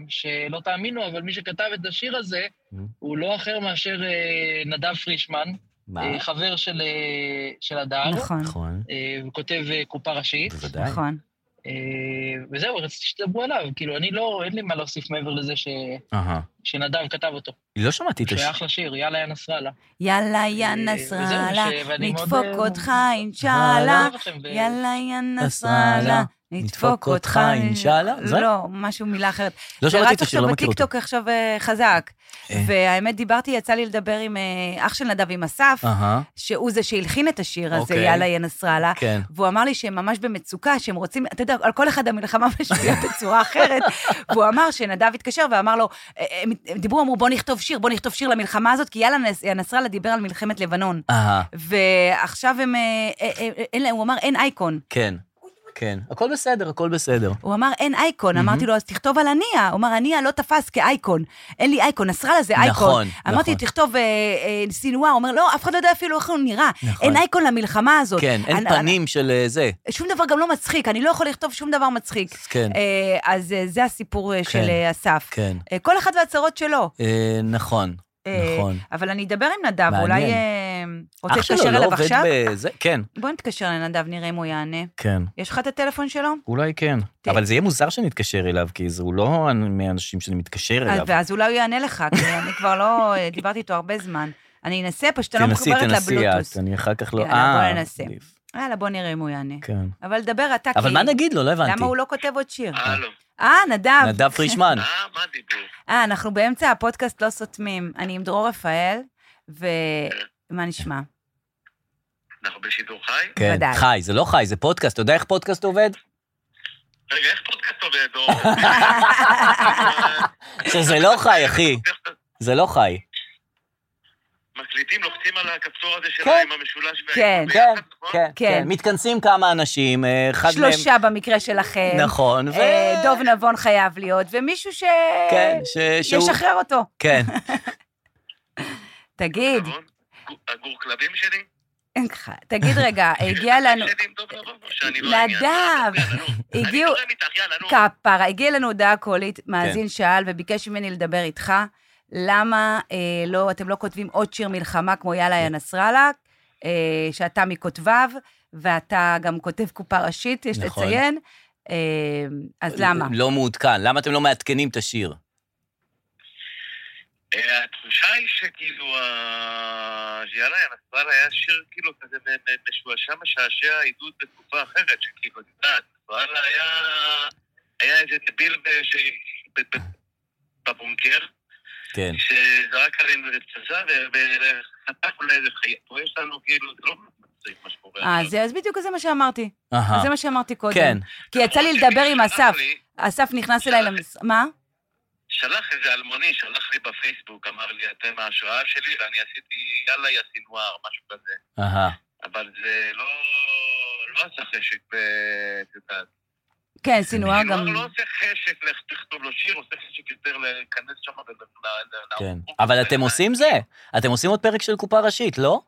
S9: שלא תאמינו, אבל מי שכתב את השיר הזה
S1: Mm.
S9: הוא לא אחר מאשר אה, נדב פרישמן,
S1: מה?
S9: אה, חבר של, אה, של הדר,
S2: נכון,
S1: נכון,
S9: אה, הוא כותב אה, קופה ראשית,
S1: בוודאי.
S2: נכון.
S9: אה, וזהו, רציתי שתדברו עליו, כאילו, אני לא, אין לי מה להוסיף מעבר לזה ש,
S1: אהה.
S9: שנדב כתב אותו,
S1: לא שמעתי את
S9: שהיה
S1: השיר.
S9: אחלה שיר, יאללה יא נסראללה.
S2: יאללה יא
S9: אה,
S2: נסראללה,
S9: וזהו, ש- ואני מאוד,
S2: נדפוק
S9: אה,
S2: אותך אינשאללה,
S9: אוהב אתכם, ו-
S2: יאללה יא
S1: נסראללה,
S2: נסראללה, נדפוק אותך
S1: אינשאללה. זה?
S2: לא, משהו, מילה אחרת.
S1: לא שמעתי את השיר, לא
S2: זה רץ
S1: מכיר
S2: עכשיו
S1: אותו.
S2: בטיקטוק עכשיו אה, חזק.
S1: אה.
S2: והאמת, דיברתי, יצא לי לדבר עם אה, אח של נדב, עם אסף,
S1: אהה,
S2: שהוא זה שהלחין את השיר הזה,
S1: אה. אוקיי.
S2: יאללה יא נסראללה.
S1: כן.
S2: והוא אמר לי שהם ממש במצוקה, שהם רוצים, אתה יודע, על כל אחד המלחמה משפיעה בצורה אחרת. והוא אמר שנדב התקשר ואמר לו, אה, אה, הם הם דיברו, אמרו, בוא נכתוב שיר, בוא נכתוב שיר למלחמה הזאת, כי יאללה, נס- נסראללה דיבר על מלחמת לבנון.
S1: אהה,
S2: ועכשיו הם, אה, אה, אה, אין להם- הוא אמר, אין אייקון.
S1: כן, כן. הכל בסדר, הכל בסדר.
S2: הוא אמר, אין אייקון. אמרתי לו, אז תכתוב על הנייה. הוא אמר, הנייה לא תפס כאייקון. אין לי אייקון, נסראללה זה אייקון.
S1: נכון,
S2: אמרתי,
S1: נכון.
S2: תכתוב אה, אה, סינואר. הוא אומר, לא, אף אחד לא יודע אפילו איך הוא נראה.
S1: נכון.
S2: אין אייקון למלחמה הזאת.
S1: כן, אין
S2: אני-
S1: פנים של אה, זה.
S2: שום דבר גם לא מצחיק, אני לא יכול לכתוב שום דבר מצחיק.
S1: אז כן,
S2: אה, אז אה, זה הסיפור אה, של אה, אסף.
S1: כן.
S2: אה, כל אחד והצרות שלו.
S1: אה, נכון,
S2: אה,
S1: נכון.
S2: אבל אני אדבר עם נדב,
S1: מעניין.
S2: אולי... אה, רוצה
S1: אח שלו
S2: להתקשר
S1: לא
S2: אליו
S1: עובד
S2: עכשיו?
S1: בזה? כן,
S2: בוא נתקשר לנדב, נראה אם הוא יענה.
S1: כן.
S2: יש לך את הטלפון שלו?
S1: אולי כן. אבל זה יהיה מוזר שנתקשר אליו, כי זה- הוא לא מהאנשים שאני מתקשר
S2: אז-
S1: אליו.
S2: ואז אולי הוא לא יענה לך, כי אני כבר לא אה, דיברתי איתו הרבה זמן. אני אנסה, פשוט אני לא
S1: תנסי,
S2: מחוברת
S1: תנסי
S2: לבלוטוס.
S1: את, אני אחר כך לא...
S2: יאללה, בוא
S1: אה,
S2: ננסה.
S1: עדיף.
S2: יאללה, בוא נראה אם הוא יענה.
S1: כן.
S2: אבל דבר אתה, כי...
S1: אבל מה נגיד לו? לא הבנתי.
S2: למה הוא לא כותב עוד שיר?
S10: הלו,
S2: אה, נדב.
S1: נדב פרישמן.
S10: מה, מה הדיבור?
S2: אה, אנחנו באמצע הפודקאסט לא סותמים. אני עם דרור רפאל, ומה נשמע?
S10: אנחנו בשידור חי?
S1: כן,
S2: ודאי.
S1: חי, זה לא חי, זה פודקאסט. אתה יודע איך פודקאסט עובד?
S10: רגע, איך פודקאסט עובד, דור?
S1: שזה לא חי, אחי. זה לא חי.
S10: מקליטים, לוחצים על הכפתור הזה
S1: כן.
S10: שלה עם המשולש
S2: כן.
S10: והעיגול
S1: כן,
S10: ביחד, נכון?
S1: כן, כן.
S2: כן.
S1: מתכנסים כמה אנשים, אה, אחד מהם...
S2: שלושה במקרה שלכם.
S1: נכון, ו...
S2: אה, דוב אה, נבון חייב להיות, ומישהו ש...
S1: כן, ש- שהוא...
S2: ישחרר אותו.
S1: כן.
S2: תגיד,
S10: נכון? הגור כלבים שלי?
S2: אין לך-
S10: נכון.
S2: תגיד רגע, הגיע לנו...
S10: שלי, טוב, טוב, טוב, שאני לא העניין.
S2: נדב,
S10: יאללה, נו. אני לא-
S2: הגיעו...
S10: תורם איתך, יאללה, נו.
S2: כפרה, הגיעה לנו הודעה קולית,
S1: כן.
S2: מאזין שאל וביקש ממני לדבר איתך, למה אה, לא, אתם לא כותבים עוד שיר מלחמה כמו יאללה
S1: כן.
S2: יא נסראללה, אה, שאתה מכותביו, ואתה גם כותב קופה ראשית, יש
S1: נכון.
S2: לציין, אה, אז למה?
S1: לא מעודכן. למה אתם לא מעדכנים את השיר?
S10: אה, התחושה היא שכאילו, ה- יאללה, יא נסראללה היה שיר כאילו כזה מ- מ- משועשע משעשע עידוד בתקופה אחרת, שכאילו, את יודעת, נסראללה היה... היה איזה דביל ב- ש- ב- ב- בבונקר.
S1: כן.
S10: שזרק עלינו איזה פצצה וחתך אולי איזה חיה. פה יש לנו כאילו, זה לא מצחיק מה שקורה.
S2: אה, זה, אז בדיוק זה מה שאמרתי,
S1: אהה.
S2: זה מה שאמרתי קודם.
S1: אה. כן.
S2: כי יצא לי לדבר עם אסף, אסף נכנס אליי למס... מה?
S10: שלח איזה אלמוני, שלח לי בפייסבוק, אמר לי, אתם ההשראה שלי, ואני עשיתי יאללה יא סינואר, משהו כזה.
S1: אהה.
S10: אבל זה לא... לא עשה חשק, ב- את יודעת.
S2: כן, סינואר גם...
S10: לא עושה חשק לך תכתוב לו שיר, עושה חשק יותר להיכנס שם ול... ל- ל-
S1: כן. אבל אתם עושים זה. אתם עושים עוד פרק של קופה ראשית, לא?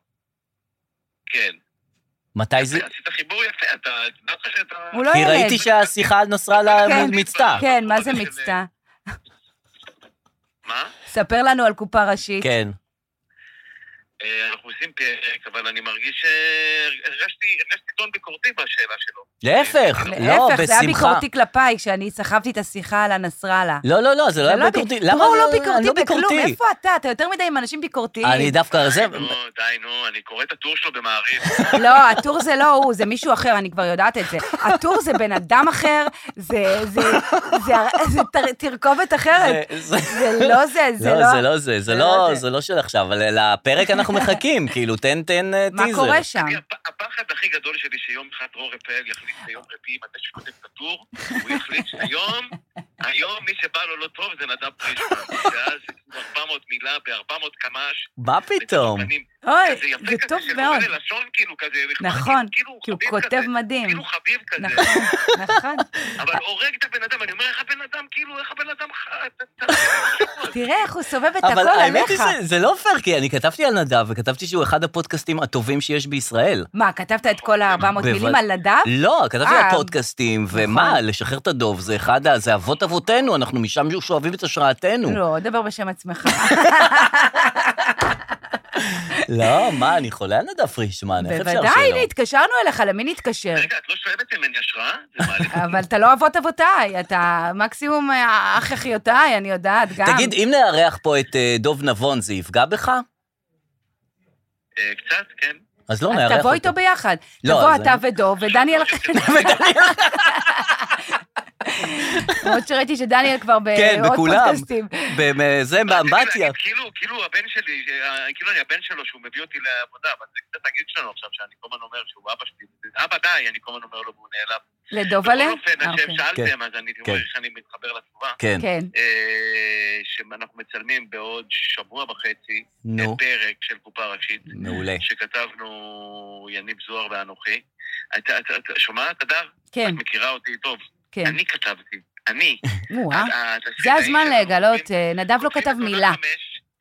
S10: כן.
S1: מתי זה...
S10: עשית חיבור יפה, אתה... את יודעת שאתה...
S2: הוא לא
S1: כי
S2: ילד.
S1: ראיתי שהשיחה על נסראללה
S2: כן,
S1: מיצתה.
S2: כן, מה זה מצטע?
S10: מה?
S2: ספר לנו על קופה ראשית.
S1: כן.
S10: אה, אנחנו עושים פרק, אבל אני מרגיש שהרגשתי הרגשתי טון ביקורתי בשאלה שלו.
S1: להפך, לא,
S2: להפך, זה היה
S1: בשמחה.
S2: ביקורתי כלפיי, כשאני סחבתי את השיחה על הנסראללה.
S1: לא, לא, לא, זה לא היה ביקורתי.
S2: למה הוא לא
S1: אני
S2: ביקורתי
S1: לא
S2: בכלום?
S1: ביקורתי.
S2: איפה אתה? אתה יותר מדי עם אנשים ביקורתיים.
S1: אני דווקא... זה...
S10: נו, די, נו, אני קורא את הטור שלו במעריב.
S2: לא, הטור זה לא הוא, זה מישהו אחר, אני כבר יודעת את זה. הטור זה בן אדם אחר, זה- זה זה- זה תר- תרכובת אחרת.
S1: זה-
S2: זה לא זה, זה
S1: אה. לא,
S2: לא...
S1: זה לא זה, זה לא, זה לא של עכשיו, אבל לפרק אנחנו מחכים, כאילו, תן, תן אה,
S2: מה
S1: טיזר.
S2: קורה שם?
S10: הפחד הכי גדול שלי שיום אחד דרור רפאל יחליט ביום רביעי מתי שכותב את הטור, הוא יחליט שהיום, היום מי שבא לו לא טוב זה נדב פרישמן. ואז זה כאילו 400 מילה ב-400 קמ"ש.
S1: מה פתאום?
S2: אוי, זה טוב מאוד.
S10: לשון כאילו כזה,
S2: נכון, כי הוא כותב מדהים.
S10: כאילו חביב כזה.
S2: נכון, נכון.
S10: אבל הורג את הבן אדם, אני אומר, איך הבן אדם, כאילו, איך הבן אדם חי?
S2: תראה איך הוא סובב את הכל
S1: אבל האמת היא,
S2: עליך.
S1: זה- זה לא פייר, כי אני כתבתי על נדב, וכתבתי שהוא אחד הפודקאסטים הטובים שיש בישראל.
S2: מה, כתבת את כל ה-400 מילים
S1: בוודאי.
S2: על נדב?
S1: לא, כתבתי
S2: אה, נכון.
S1: על פודקאסטים, ומה, לשחרר את הדוב, זה אחד, ה- זה אבות אבותינו, אנחנו משם שואבים את השראתנו.
S2: לא, דבר בשם עצמך.
S1: לא, מה, אני חולה על נדב פרישמן, איך אפשר שלא?
S2: בוודאי, הנה, התקשרנו אליך, למי נתקשר?
S10: רגע, את לא שואבת ממני השראה?
S2: אבל אתה לא אבות אבותיי, אתה מקסימום אה, אח אחיותיי, אני יודעת, גם.
S1: תגיד, אם נארח פה את אה, דוב נבון, זה יפגע בך?
S10: קצת, כן.
S1: אז לא,
S2: אז
S1: נארח
S2: תבוא
S1: אותו.
S2: איתו ביחד.
S1: לא,
S2: תבוא
S1: אז
S2: אתה
S1: אני-
S2: ודוב ודניאל... למרות שראיתי שדניאל כבר
S1: כן,
S2: בעוד
S1: בכולם.
S2: פודקאסטים.
S1: במ- אה, זה, באמבטיה.
S10: כאילו, כאילו הבן שלי, אה, כאילו אני הבן שלו שהוא מביא אותי לעבודה, אבל זה קצת הגיל שלנו עכשיו, שאני כל הזמן אומר שהוא אבא שלי, אבא די, אני כל הזמן אומר לו והוא נעלב.
S2: לדובלה?
S10: בכל אופן,
S2: אה,
S10: אתם
S2: אוקיי.
S10: שאלתם,
S1: כן.
S10: אז אני
S1: כן.
S10: תראו איך אני מתחבר לתשובה.
S1: כן.
S2: כן.
S10: אה, שאנחנו מצלמים בעוד שבוע וחצי,
S1: נו.
S10: פרק של קופה ראשית.
S1: מעולה.
S10: שכתבנו יניב זוהר ואנוכי. את, את, את שומעת, אדר?
S2: כן.
S10: את מכירה אותי טוב.
S2: כן.
S10: אני כתבתי, אני.
S2: וואה.
S10: את- את-
S2: זה הזמן לגלות, אה, נדב לא כתב מילה.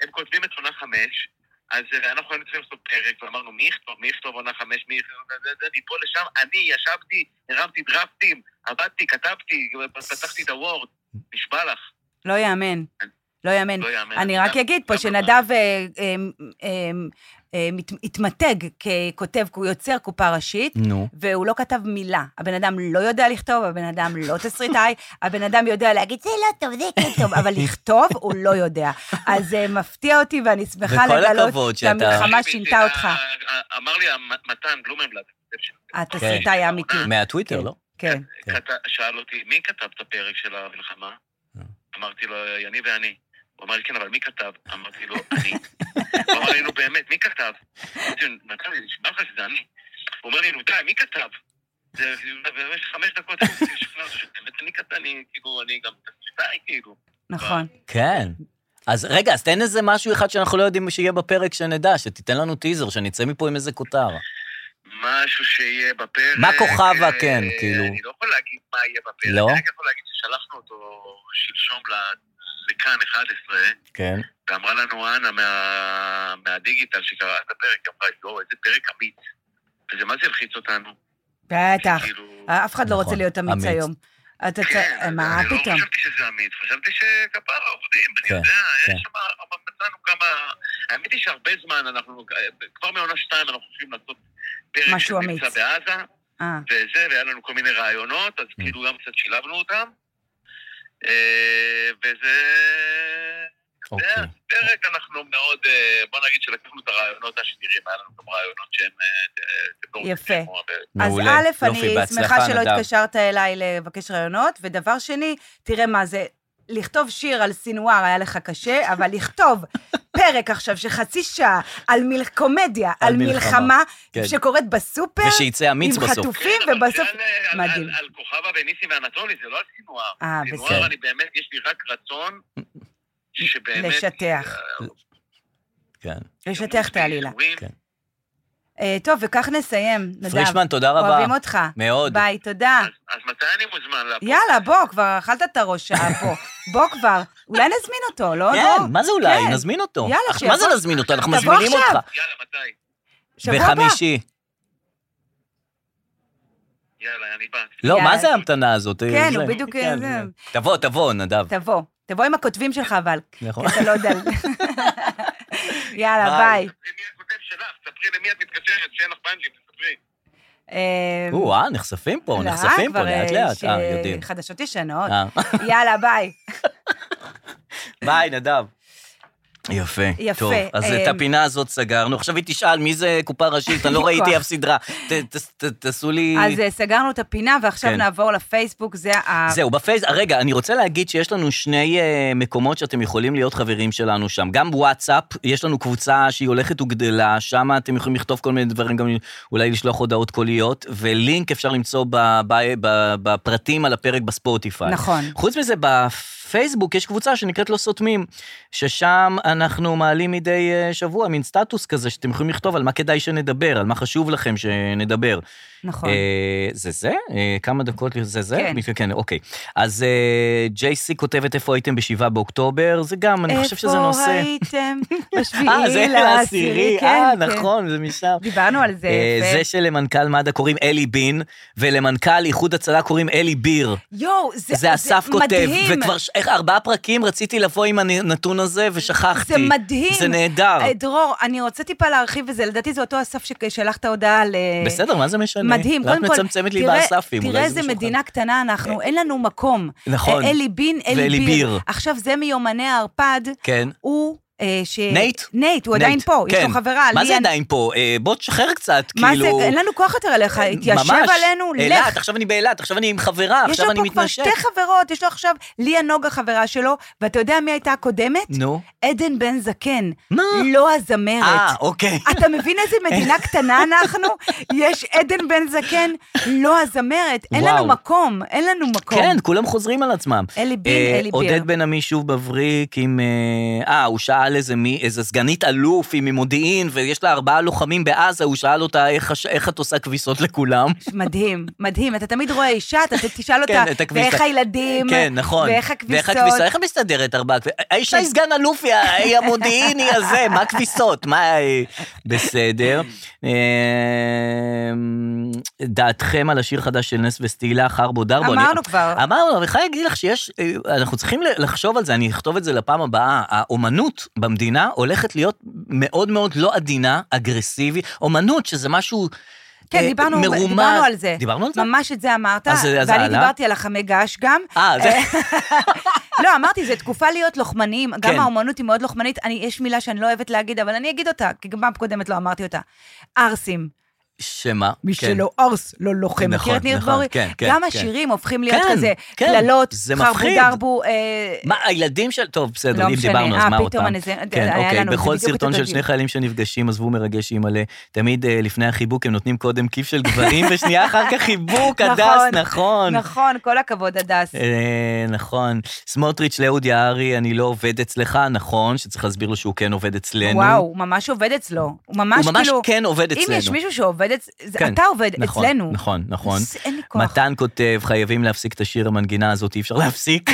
S10: הם כותבים את עונה חמש, אז אה, אנחנו היינו צריכים לעשות פרק, ואמרנו, מי יכתוב, מי יכתוב עונה חמש, מי יכתוב, זה, זה, זה, מפה לשם. אני ישבתי, הרמתי דרפטים, עבדתי, כתבתי, פתחתי את הוורד, נשבע לך.
S2: לא יאמן. לא יאמן.
S10: לא יאמן.
S2: אני רק אגיד פה שנדב אה, אה, אה, אה, מת- התמתג ככותב, כי הוא יוצר קופה ראשית.
S1: נו.
S2: והוא לא כתב מילה. הבן אדם לא יודע לכתוב, הבן אדם לא תסריטאי, הבן אדם יודע להגיד, זה לא טוב, זה כן טוב, אבל לכתוב הוא לא יודע. אז זה מפתיע אותי, ואני שמחה
S1: וכל
S2: לגלות
S1: הכבוד שאתה-
S2: שהמלחמה שינתה אותך. אה,
S10: אה, אמר לי מתן בלומנבלד,
S2: התסריטאי האמיתי.
S1: מהטוויטר, לא?
S2: כן.
S10: כת- שאל אותי, מי כתב את הפרק של המלחמה?
S1: אה.
S10: אמרתי לו, יני ואני. הוא אמר לי, כן, אבל מי כתב? אמרתי לו, אני. הוא אמר לי, נו באמת, מי כתב? אמרתי לו, נתן לי, נשמע לך שזה אני. הוא אומר לי, נו די, מי כתב? זה במשך חמש דקות, אני מנסה לשכנע אותו שבאמת אני כתב, אני כאילו, אני גם תסריטאי, כאילו.
S2: נכון.
S1: כן. אז רגע, אז תן איזה משהו אחד שאנחנו לא יודעים שיהיה בפרק, שנדע, שתיתן לנו טיזר, שנצא מפה עם איזה כותר.
S10: משהו שיהיה בפרק.
S1: מה כוכבה,
S10: אה,
S1: כן, כאילו.
S10: אני לא יכול להגיד מה יהיה בפרק.
S1: לא?
S10: אני רק יכול להגיד ששלחנו אותו שלשום ל- לכאן 11.
S1: כן.
S10: ואמרה לנו אנה מה, מהדיגיטל שקראה את הפרק, היא אמרה, יואו, איזה פרק אמיץ. וזה מה זה הלחיץ אותנו?
S2: בטח.
S10: כאילו-
S2: אף אחד לא
S1: נכון,
S2: רוצה להיות אמיץ
S10: אמיץ.
S2: היום. אתה צ... אה, מה
S10: אני
S2: פתאום?
S10: לא חשבתי שזה אמיץ, חשבתי שכפרה עובדים,
S1: כן,
S10: אני יודע,
S1: כן.
S10: יש שם, אבל מצאנו כמה... האמת היא שהרבה זמן אנחנו, כבר מעונה שתיים אנחנו חושבים לעשות פרק
S2: משהו
S10: שנמצא
S2: אמיץ. כן.
S10: בעזה,
S2: אה.
S10: וזה, והיה לנו כל מיני רעיונות, אז כאילו גם קצת שילבנו אותם. אה, וזה...
S1: אוקיי.
S10: זה
S2: אוקיי.
S10: הפרק, אנחנו מאוד, אה, בוא נגיד שלקחנו את הרעיונות השנירים, היה לנו גם רעיונות שהם... אה, אה, תדעו,
S2: יפה.
S10: כמו כן, הפרק.
S2: אז
S1: מעולה.
S2: א',
S1: יופי,
S2: אני
S1: בהצלחה,
S2: שמחה שלא
S1: נדב.
S2: התקשרת אליי לבקש רעיונות, ודבר שני, תראה מה זה, לכתוב שיר על סינואר היה לך קשה, אבל לכתוב פרק עכשיו של חצי שעה על מל... קומדיה,
S1: על
S2: על
S1: מלחמה,
S2: מלחמה,
S1: כן.
S2: שקורית בסופר,
S1: ושיצא אמיץ
S2: עם
S1: בסוף.
S2: חטופים,
S10: כן, אבל
S2: ובסוף...
S10: זה על- על-
S2: מדהים.
S10: על- על כוכבה וניסים ואנטולי, זה לא על סינואר.
S2: אה,
S10: סינואר,
S2: בסדר.
S10: אני באמת, יש לי רק רצון שבאמת...
S2: לשטח.
S1: כן.
S2: לשטח את העלילה. כן. אה, טוב, וכך נסיים, נדב.
S1: פרישמן, תודה רבה.
S2: אוהבים אותך.
S1: מאוד.
S2: ביי, תודה.
S10: אז מתי אני מוזמן לפה?
S2: יאללה, בוא, כבר אכלת את הראש שעה פה. בוא כבר. אולי נזמין אותו, לא?
S1: כן,
S2: בוא.
S1: מה זה אולי?
S2: כן.
S1: נזמין אותו.
S2: יאללה,
S1: אך,
S2: שיבוא.
S1: מה זה נזמין אותו? אנחנו
S2: תבוא
S1: מזמינים
S2: עכשיו.
S1: אותך.
S10: יאללה, מתי?
S2: שבוע הבא.
S1: בחמישי.
S10: יאללה, אני בא.
S1: לא,
S2: יאללה.
S1: מה זה ההמתנה הזאת?
S2: כן,
S1: זה-
S2: הוא בדיוק...
S1: כן,
S2: זה.
S1: תבוא, תבוא, נדב.
S2: תבוא. תבוא עם הכותבים שלך, אבל.
S1: נכון.
S2: כי אתה לא יודע. יאללה,
S1: ביי.
S2: ביי.
S10: ספרי למי את מתקשרת, שאין לך בנג'י, תספרי.
S2: אה,
S1: או-אה, נחשפים פה,
S2: לא,
S1: נחשפים פה
S2: כבר, אה,
S1: לאט-לאט.
S2: ש- נכון.
S1: אה, יודעים.
S2: חדשות ישנות.
S1: אה.
S2: יאללה, ביי.
S1: ביי, נדב. יפה.
S2: יפה,
S1: טוב, אז את
S2: אמ,
S1: הפינה הזאת סגרנו. עכשיו היא תשאל מי זה קופה ראשית, אני לא ראיתי אף סדרה. ת- ת- ת- תעשו לי...
S2: אז אה, סגרנו את הפינה, ועכשיו
S1: כן.
S2: נעבור לפייסבוק, זה ה...
S1: זהו, בפייס... רגע, אני רוצה להגיד שיש לנו שני uh, מקומות שאתם יכולים להיות חברים שלנו שם. גם וואטסאפ, יש לנו קבוצה שהיא הולכת וגדלה, שם אתם יכולים לכתוב כל מיני דברים, גם אולי לשלוח הודעות קוליות, ולינק אפשר למצוא ב- ב- ב- בפרטים על הפרק בספוטיפיי.
S2: נכון.
S1: חוץ מזה, בפייסבוק יש קבוצה שנקראת לא סותמים, ששם אנחנו מעלים מדי אה, שבוע מין סטטוס כזה, שאתם יכולים לכתוב על מה כדאי שנדבר, על מה חשוב לכם שנדבר.
S2: נכון.
S1: אה, זה זה? אה, כמה דקות זה זה?
S2: כן.
S1: מישהו- כן, אוקיי. אז אה, ג'יי סי כותבת איפה הייתם בשבעה באוקטובר, זה גם, אני חושב שזה נושא...
S2: איפה הייתם
S1: אה, זה
S2: בשביעי לעשירי? כן,
S1: אה,
S2: כן.
S1: נכון, זה משם.
S2: דיברנו על זה,
S1: אה,
S2: יפה.
S1: זה שלמנכ"ל מד"א קוראים אלי בין, ולמנכ"ל איחוד הצלה קוראים אלי ביר.
S2: יואו, זה,
S1: זה אסף כותב,
S2: מדהים.
S1: וכבר ש- איך, ארבעה פרקים רציתי לבוא עם הנתון הזה ושכחתי.
S2: זה מדהים.
S1: זה נהדר.
S2: אה, דרור, אני רוצה טיפה להרחיב את זה, לדעתי זה אותו אסף ששלח את ההודעה ל...
S1: בסדר, מה זה משנה?
S2: מדהים,
S1: ואת
S2: קודם כל,
S1: מצמצמת לי
S2: תראה-
S1: באספים, אולי
S2: תראה
S1: זה
S2: איזה
S1: משהו אחר. כן.
S2: מדינה קטנה אנחנו, אין לנו מקום.
S1: נכון.
S2: אה, אלי בין,
S1: ואלי
S2: אלי
S1: ביר.
S2: ביר. עכשיו, זה מיומני הערפד,
S1: כן.
S2: הוא... אה, ש...
S1: נייט?
S2: נייט, הוא עדיין
S1: נייט,
S2: פה, יש
S1: כן.
S2: לו חברה.
S1: מה
S2: לי
S1: זה
S2: אין-
S1: עדיין פה? אה, בוא תשחרר קצת,
S2: מה
S1: כאילו... אה,
S2: זה, אין לנו כוח יותר עליך, התיישב
S1: ממש.
S2: עלינו,
S1: אילת,
S2: לך.
S1: עכשיו אני באילת, עכשיו אני עם חברה,
S2: יש
S1: עכשיו
S2: לו
S1: אני
S2: פה כבר
S1: מתנשק.
S2: שתי חברות, יש לו עכשיו ליה נוגה חברה שלו, ואתה יודע מי הייתה הקודמת?
S1: נו.
S2: עדן בן זקן.
S1: מה?
S2: לא הזמרת.
S1: אה, אוקיי.
S2: אתה מבין איזה מדינה קטנה אנחנו? יש עדן בן זקן, לא הזמרת. אין
S1: וואו.
S2: לנו מקום, אין לנו מקום.
S1: כן, כולם חוזרים על עצמם.
S2: אלי בין,
S1: אה,
S2: אלי ביר.
S1: עודד בן עמי שוב מבריק עם... אה, אה, הוא שאל איזה מי- איזה סגנית אלוף, היא ממודיעין, ויש לה ארבעה לוחמים בעזה, הוא שאל אותה "איך הש- איך את עושה כביסות לכולם.
S2: מדהים, מדהים. אתה תמיד רואה אישה, אתה תשאל
S1: כן,
S2: אותה,
S1: את הכביסה.
S2: ואיך הילדים,
S1: כן, נכון.
S2: ואיך הכביסות.
S1: ואיך הכביסה, איך מסתדרת ארבעה? כב- האישה היא סגן אלוף, היא ה- היא המודיעין, היא הזה, מה הכביסות? מה... היא- בסדר. אה, דעתכם על השיר חדש של נס וסטילה, חרבו דרבו. אני-
S2: אמרנו כבר.
S1: אמרנו, אבל חייב להגיד לך שיש, אה, אנחנו צריכים ל- לחשוב על זה, אני אכתוב את זה לפעם הבאה. האומנות במדינה הולכת להיות מאוד מאוד לא עדינה, אגרסיבית. אומנות, שזה משהו...
S2: כן,
S1: אה,
S2: דיברנו,
S1: מרומז.
S2: דיברנו על זה.
S1: דיברנו על זה?
S2: ממש את זה אמרת,
S1: אז זה- אז זה
S2: ואני
S1: עלה?
S2: דיברתי על החמי געש גם.
S1: אה, זה...
S2: לא, אמרתי, זו תקופה להיות לוחמניים,
S1: כן.
S2: גם האומנות היא מאוד לוחמנית, אני, יש מילה שאני לא אוהבת להגיד, אבל אני אגיד אותה, כי גם פעם קודמת לא אמרתי אותה. ערסים.
S1: שמה?
S2: מי
S1: כן.
S2: שלא ערס, לא לוחם.
S1: נכון,
S2: מכיר את ניר
S1: נכון,
S2: דבורי?
S1: כן, כן,
S2: גם
S1: כן.
S2: השירים הופכים להיות
S1: כן,
S2: כזה,
S1: כן.
S2: קללות,
S1: זה
S2: חרבו
S1: מפחיד.
S2: דרבו, אה,
S1: מה, הילדים של... טוב, בסדר,
S2: לא
S1: אם
S2: משנה.
S1: דיברנו, אז
S2: אה,
S1: מה עוד
S2: פתאום
S1: פעם?
S2: אני זה-
S1: כן,
S2: היה
S1: אוקיי,
S2: לנו, זה
S1: בכל
S2: בדיוק
S1: סרטון
S2: אותו
S1: של
S2: דיוק.
S1: שני חיילים שנפגשים, עזבו מרגש עם מלא, תמיד אה, לפני החיבוק הם נותנים קודם כיף של גברים, ושנייה אחר כך חיבוק, הדס, נכון.
S2: נכון, כל הכבוד, הדס.
S1: אה, נכון. סמוטריץ' לאהוד יערי, אני לא עובד אצלך, נכון, שצריך להסביר לו שהוא כן עובד אצלנו.
S2: וואו, הוא ממש עובד אצלו. הוא ממש
S1: הוא ממש
S2: כאילו...
S1: כן עובד
S2: אם
S1: אצלנו.
S2: יש מישהו שעובד
S1: כן,
S2: אצלנו, אתה עובד
S1: נכון,
S2: אצלנו.
S1: נכון, נכון.
S2: אז אין לי כוח.
S1: מתן כותב, חייבים להפסיק את השיר המנגינה הזאת, אי אפשר להפסיק.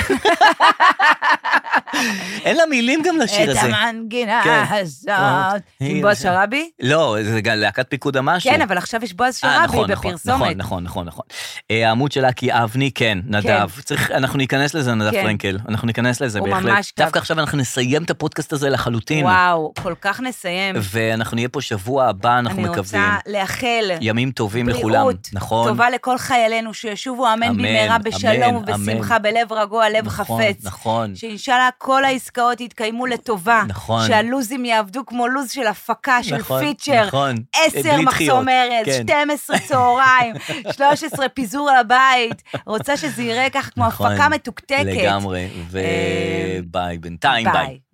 S1: אין לה מילים גם לשיר הזה.
S2: את המנגינה
S1: כן.
S2: הזאת. עם בועז שרעבי?
S1: לא, זה גם להקת פיקוד המשהו.
S2: כן, אבל עכשיו יש בועז
S1: אה,
S2: שרעבי
S1: נכון, נכון,
S2: בפרסומת.
S1: נכון, נכון, נכון, נכון. אה, העמוד של אקי אבני, כן, נדב. צריך, אנחנו ניכנס לזה, נדב
S2: כן.
S1: פרנקל. אנחנו ניכנס לזה,
S2: הוא
S1: בהחלט.
S2: ממש כתב.
S1: דווקא עכשיו אנחנו נסיים את הפודקאסט הזה לחלוטין.
S2: וואו, כל כך נסיים.
S1: ואנחנו נהיה פה שבוע הבא, אנחנו
S2: אני
S1: מקווים.
S2: רוצה לאחל
S1: ימים טובים לכולם.
S2: בריאות
S1: נכון.
S2: טובה לכל חיילינו, שישובו אמן
S1: אמן,
S2: במהרה בשלום
S1: אמן,
S2: ובשמחה,
S1: אמן.
S2: בלב רגוע, לב
S1: נכון,
S2: חפץ.
S1: נכון.
S2: שאינשאללה כל העסקאות יתקיימו לטובה.
S1: נכון.
S2: שהלוזים יעבדו כמו לוז של הפקה, של
S1: נכון,
S2: פיצ'ר.
S1: נכון.
S2: עשר
S1: בלי דחיות,
S2: מחסום ארז,
S1: כן.
S2: 12 צהריים, 13 פיזור על הבית. רוצה שזה ייראה ככה כמו
S1: נכון,
S2: הפקה מתוקתקת.
S1: לגמרי,
S2: אה,
S1: וביי, בינתיים ביי.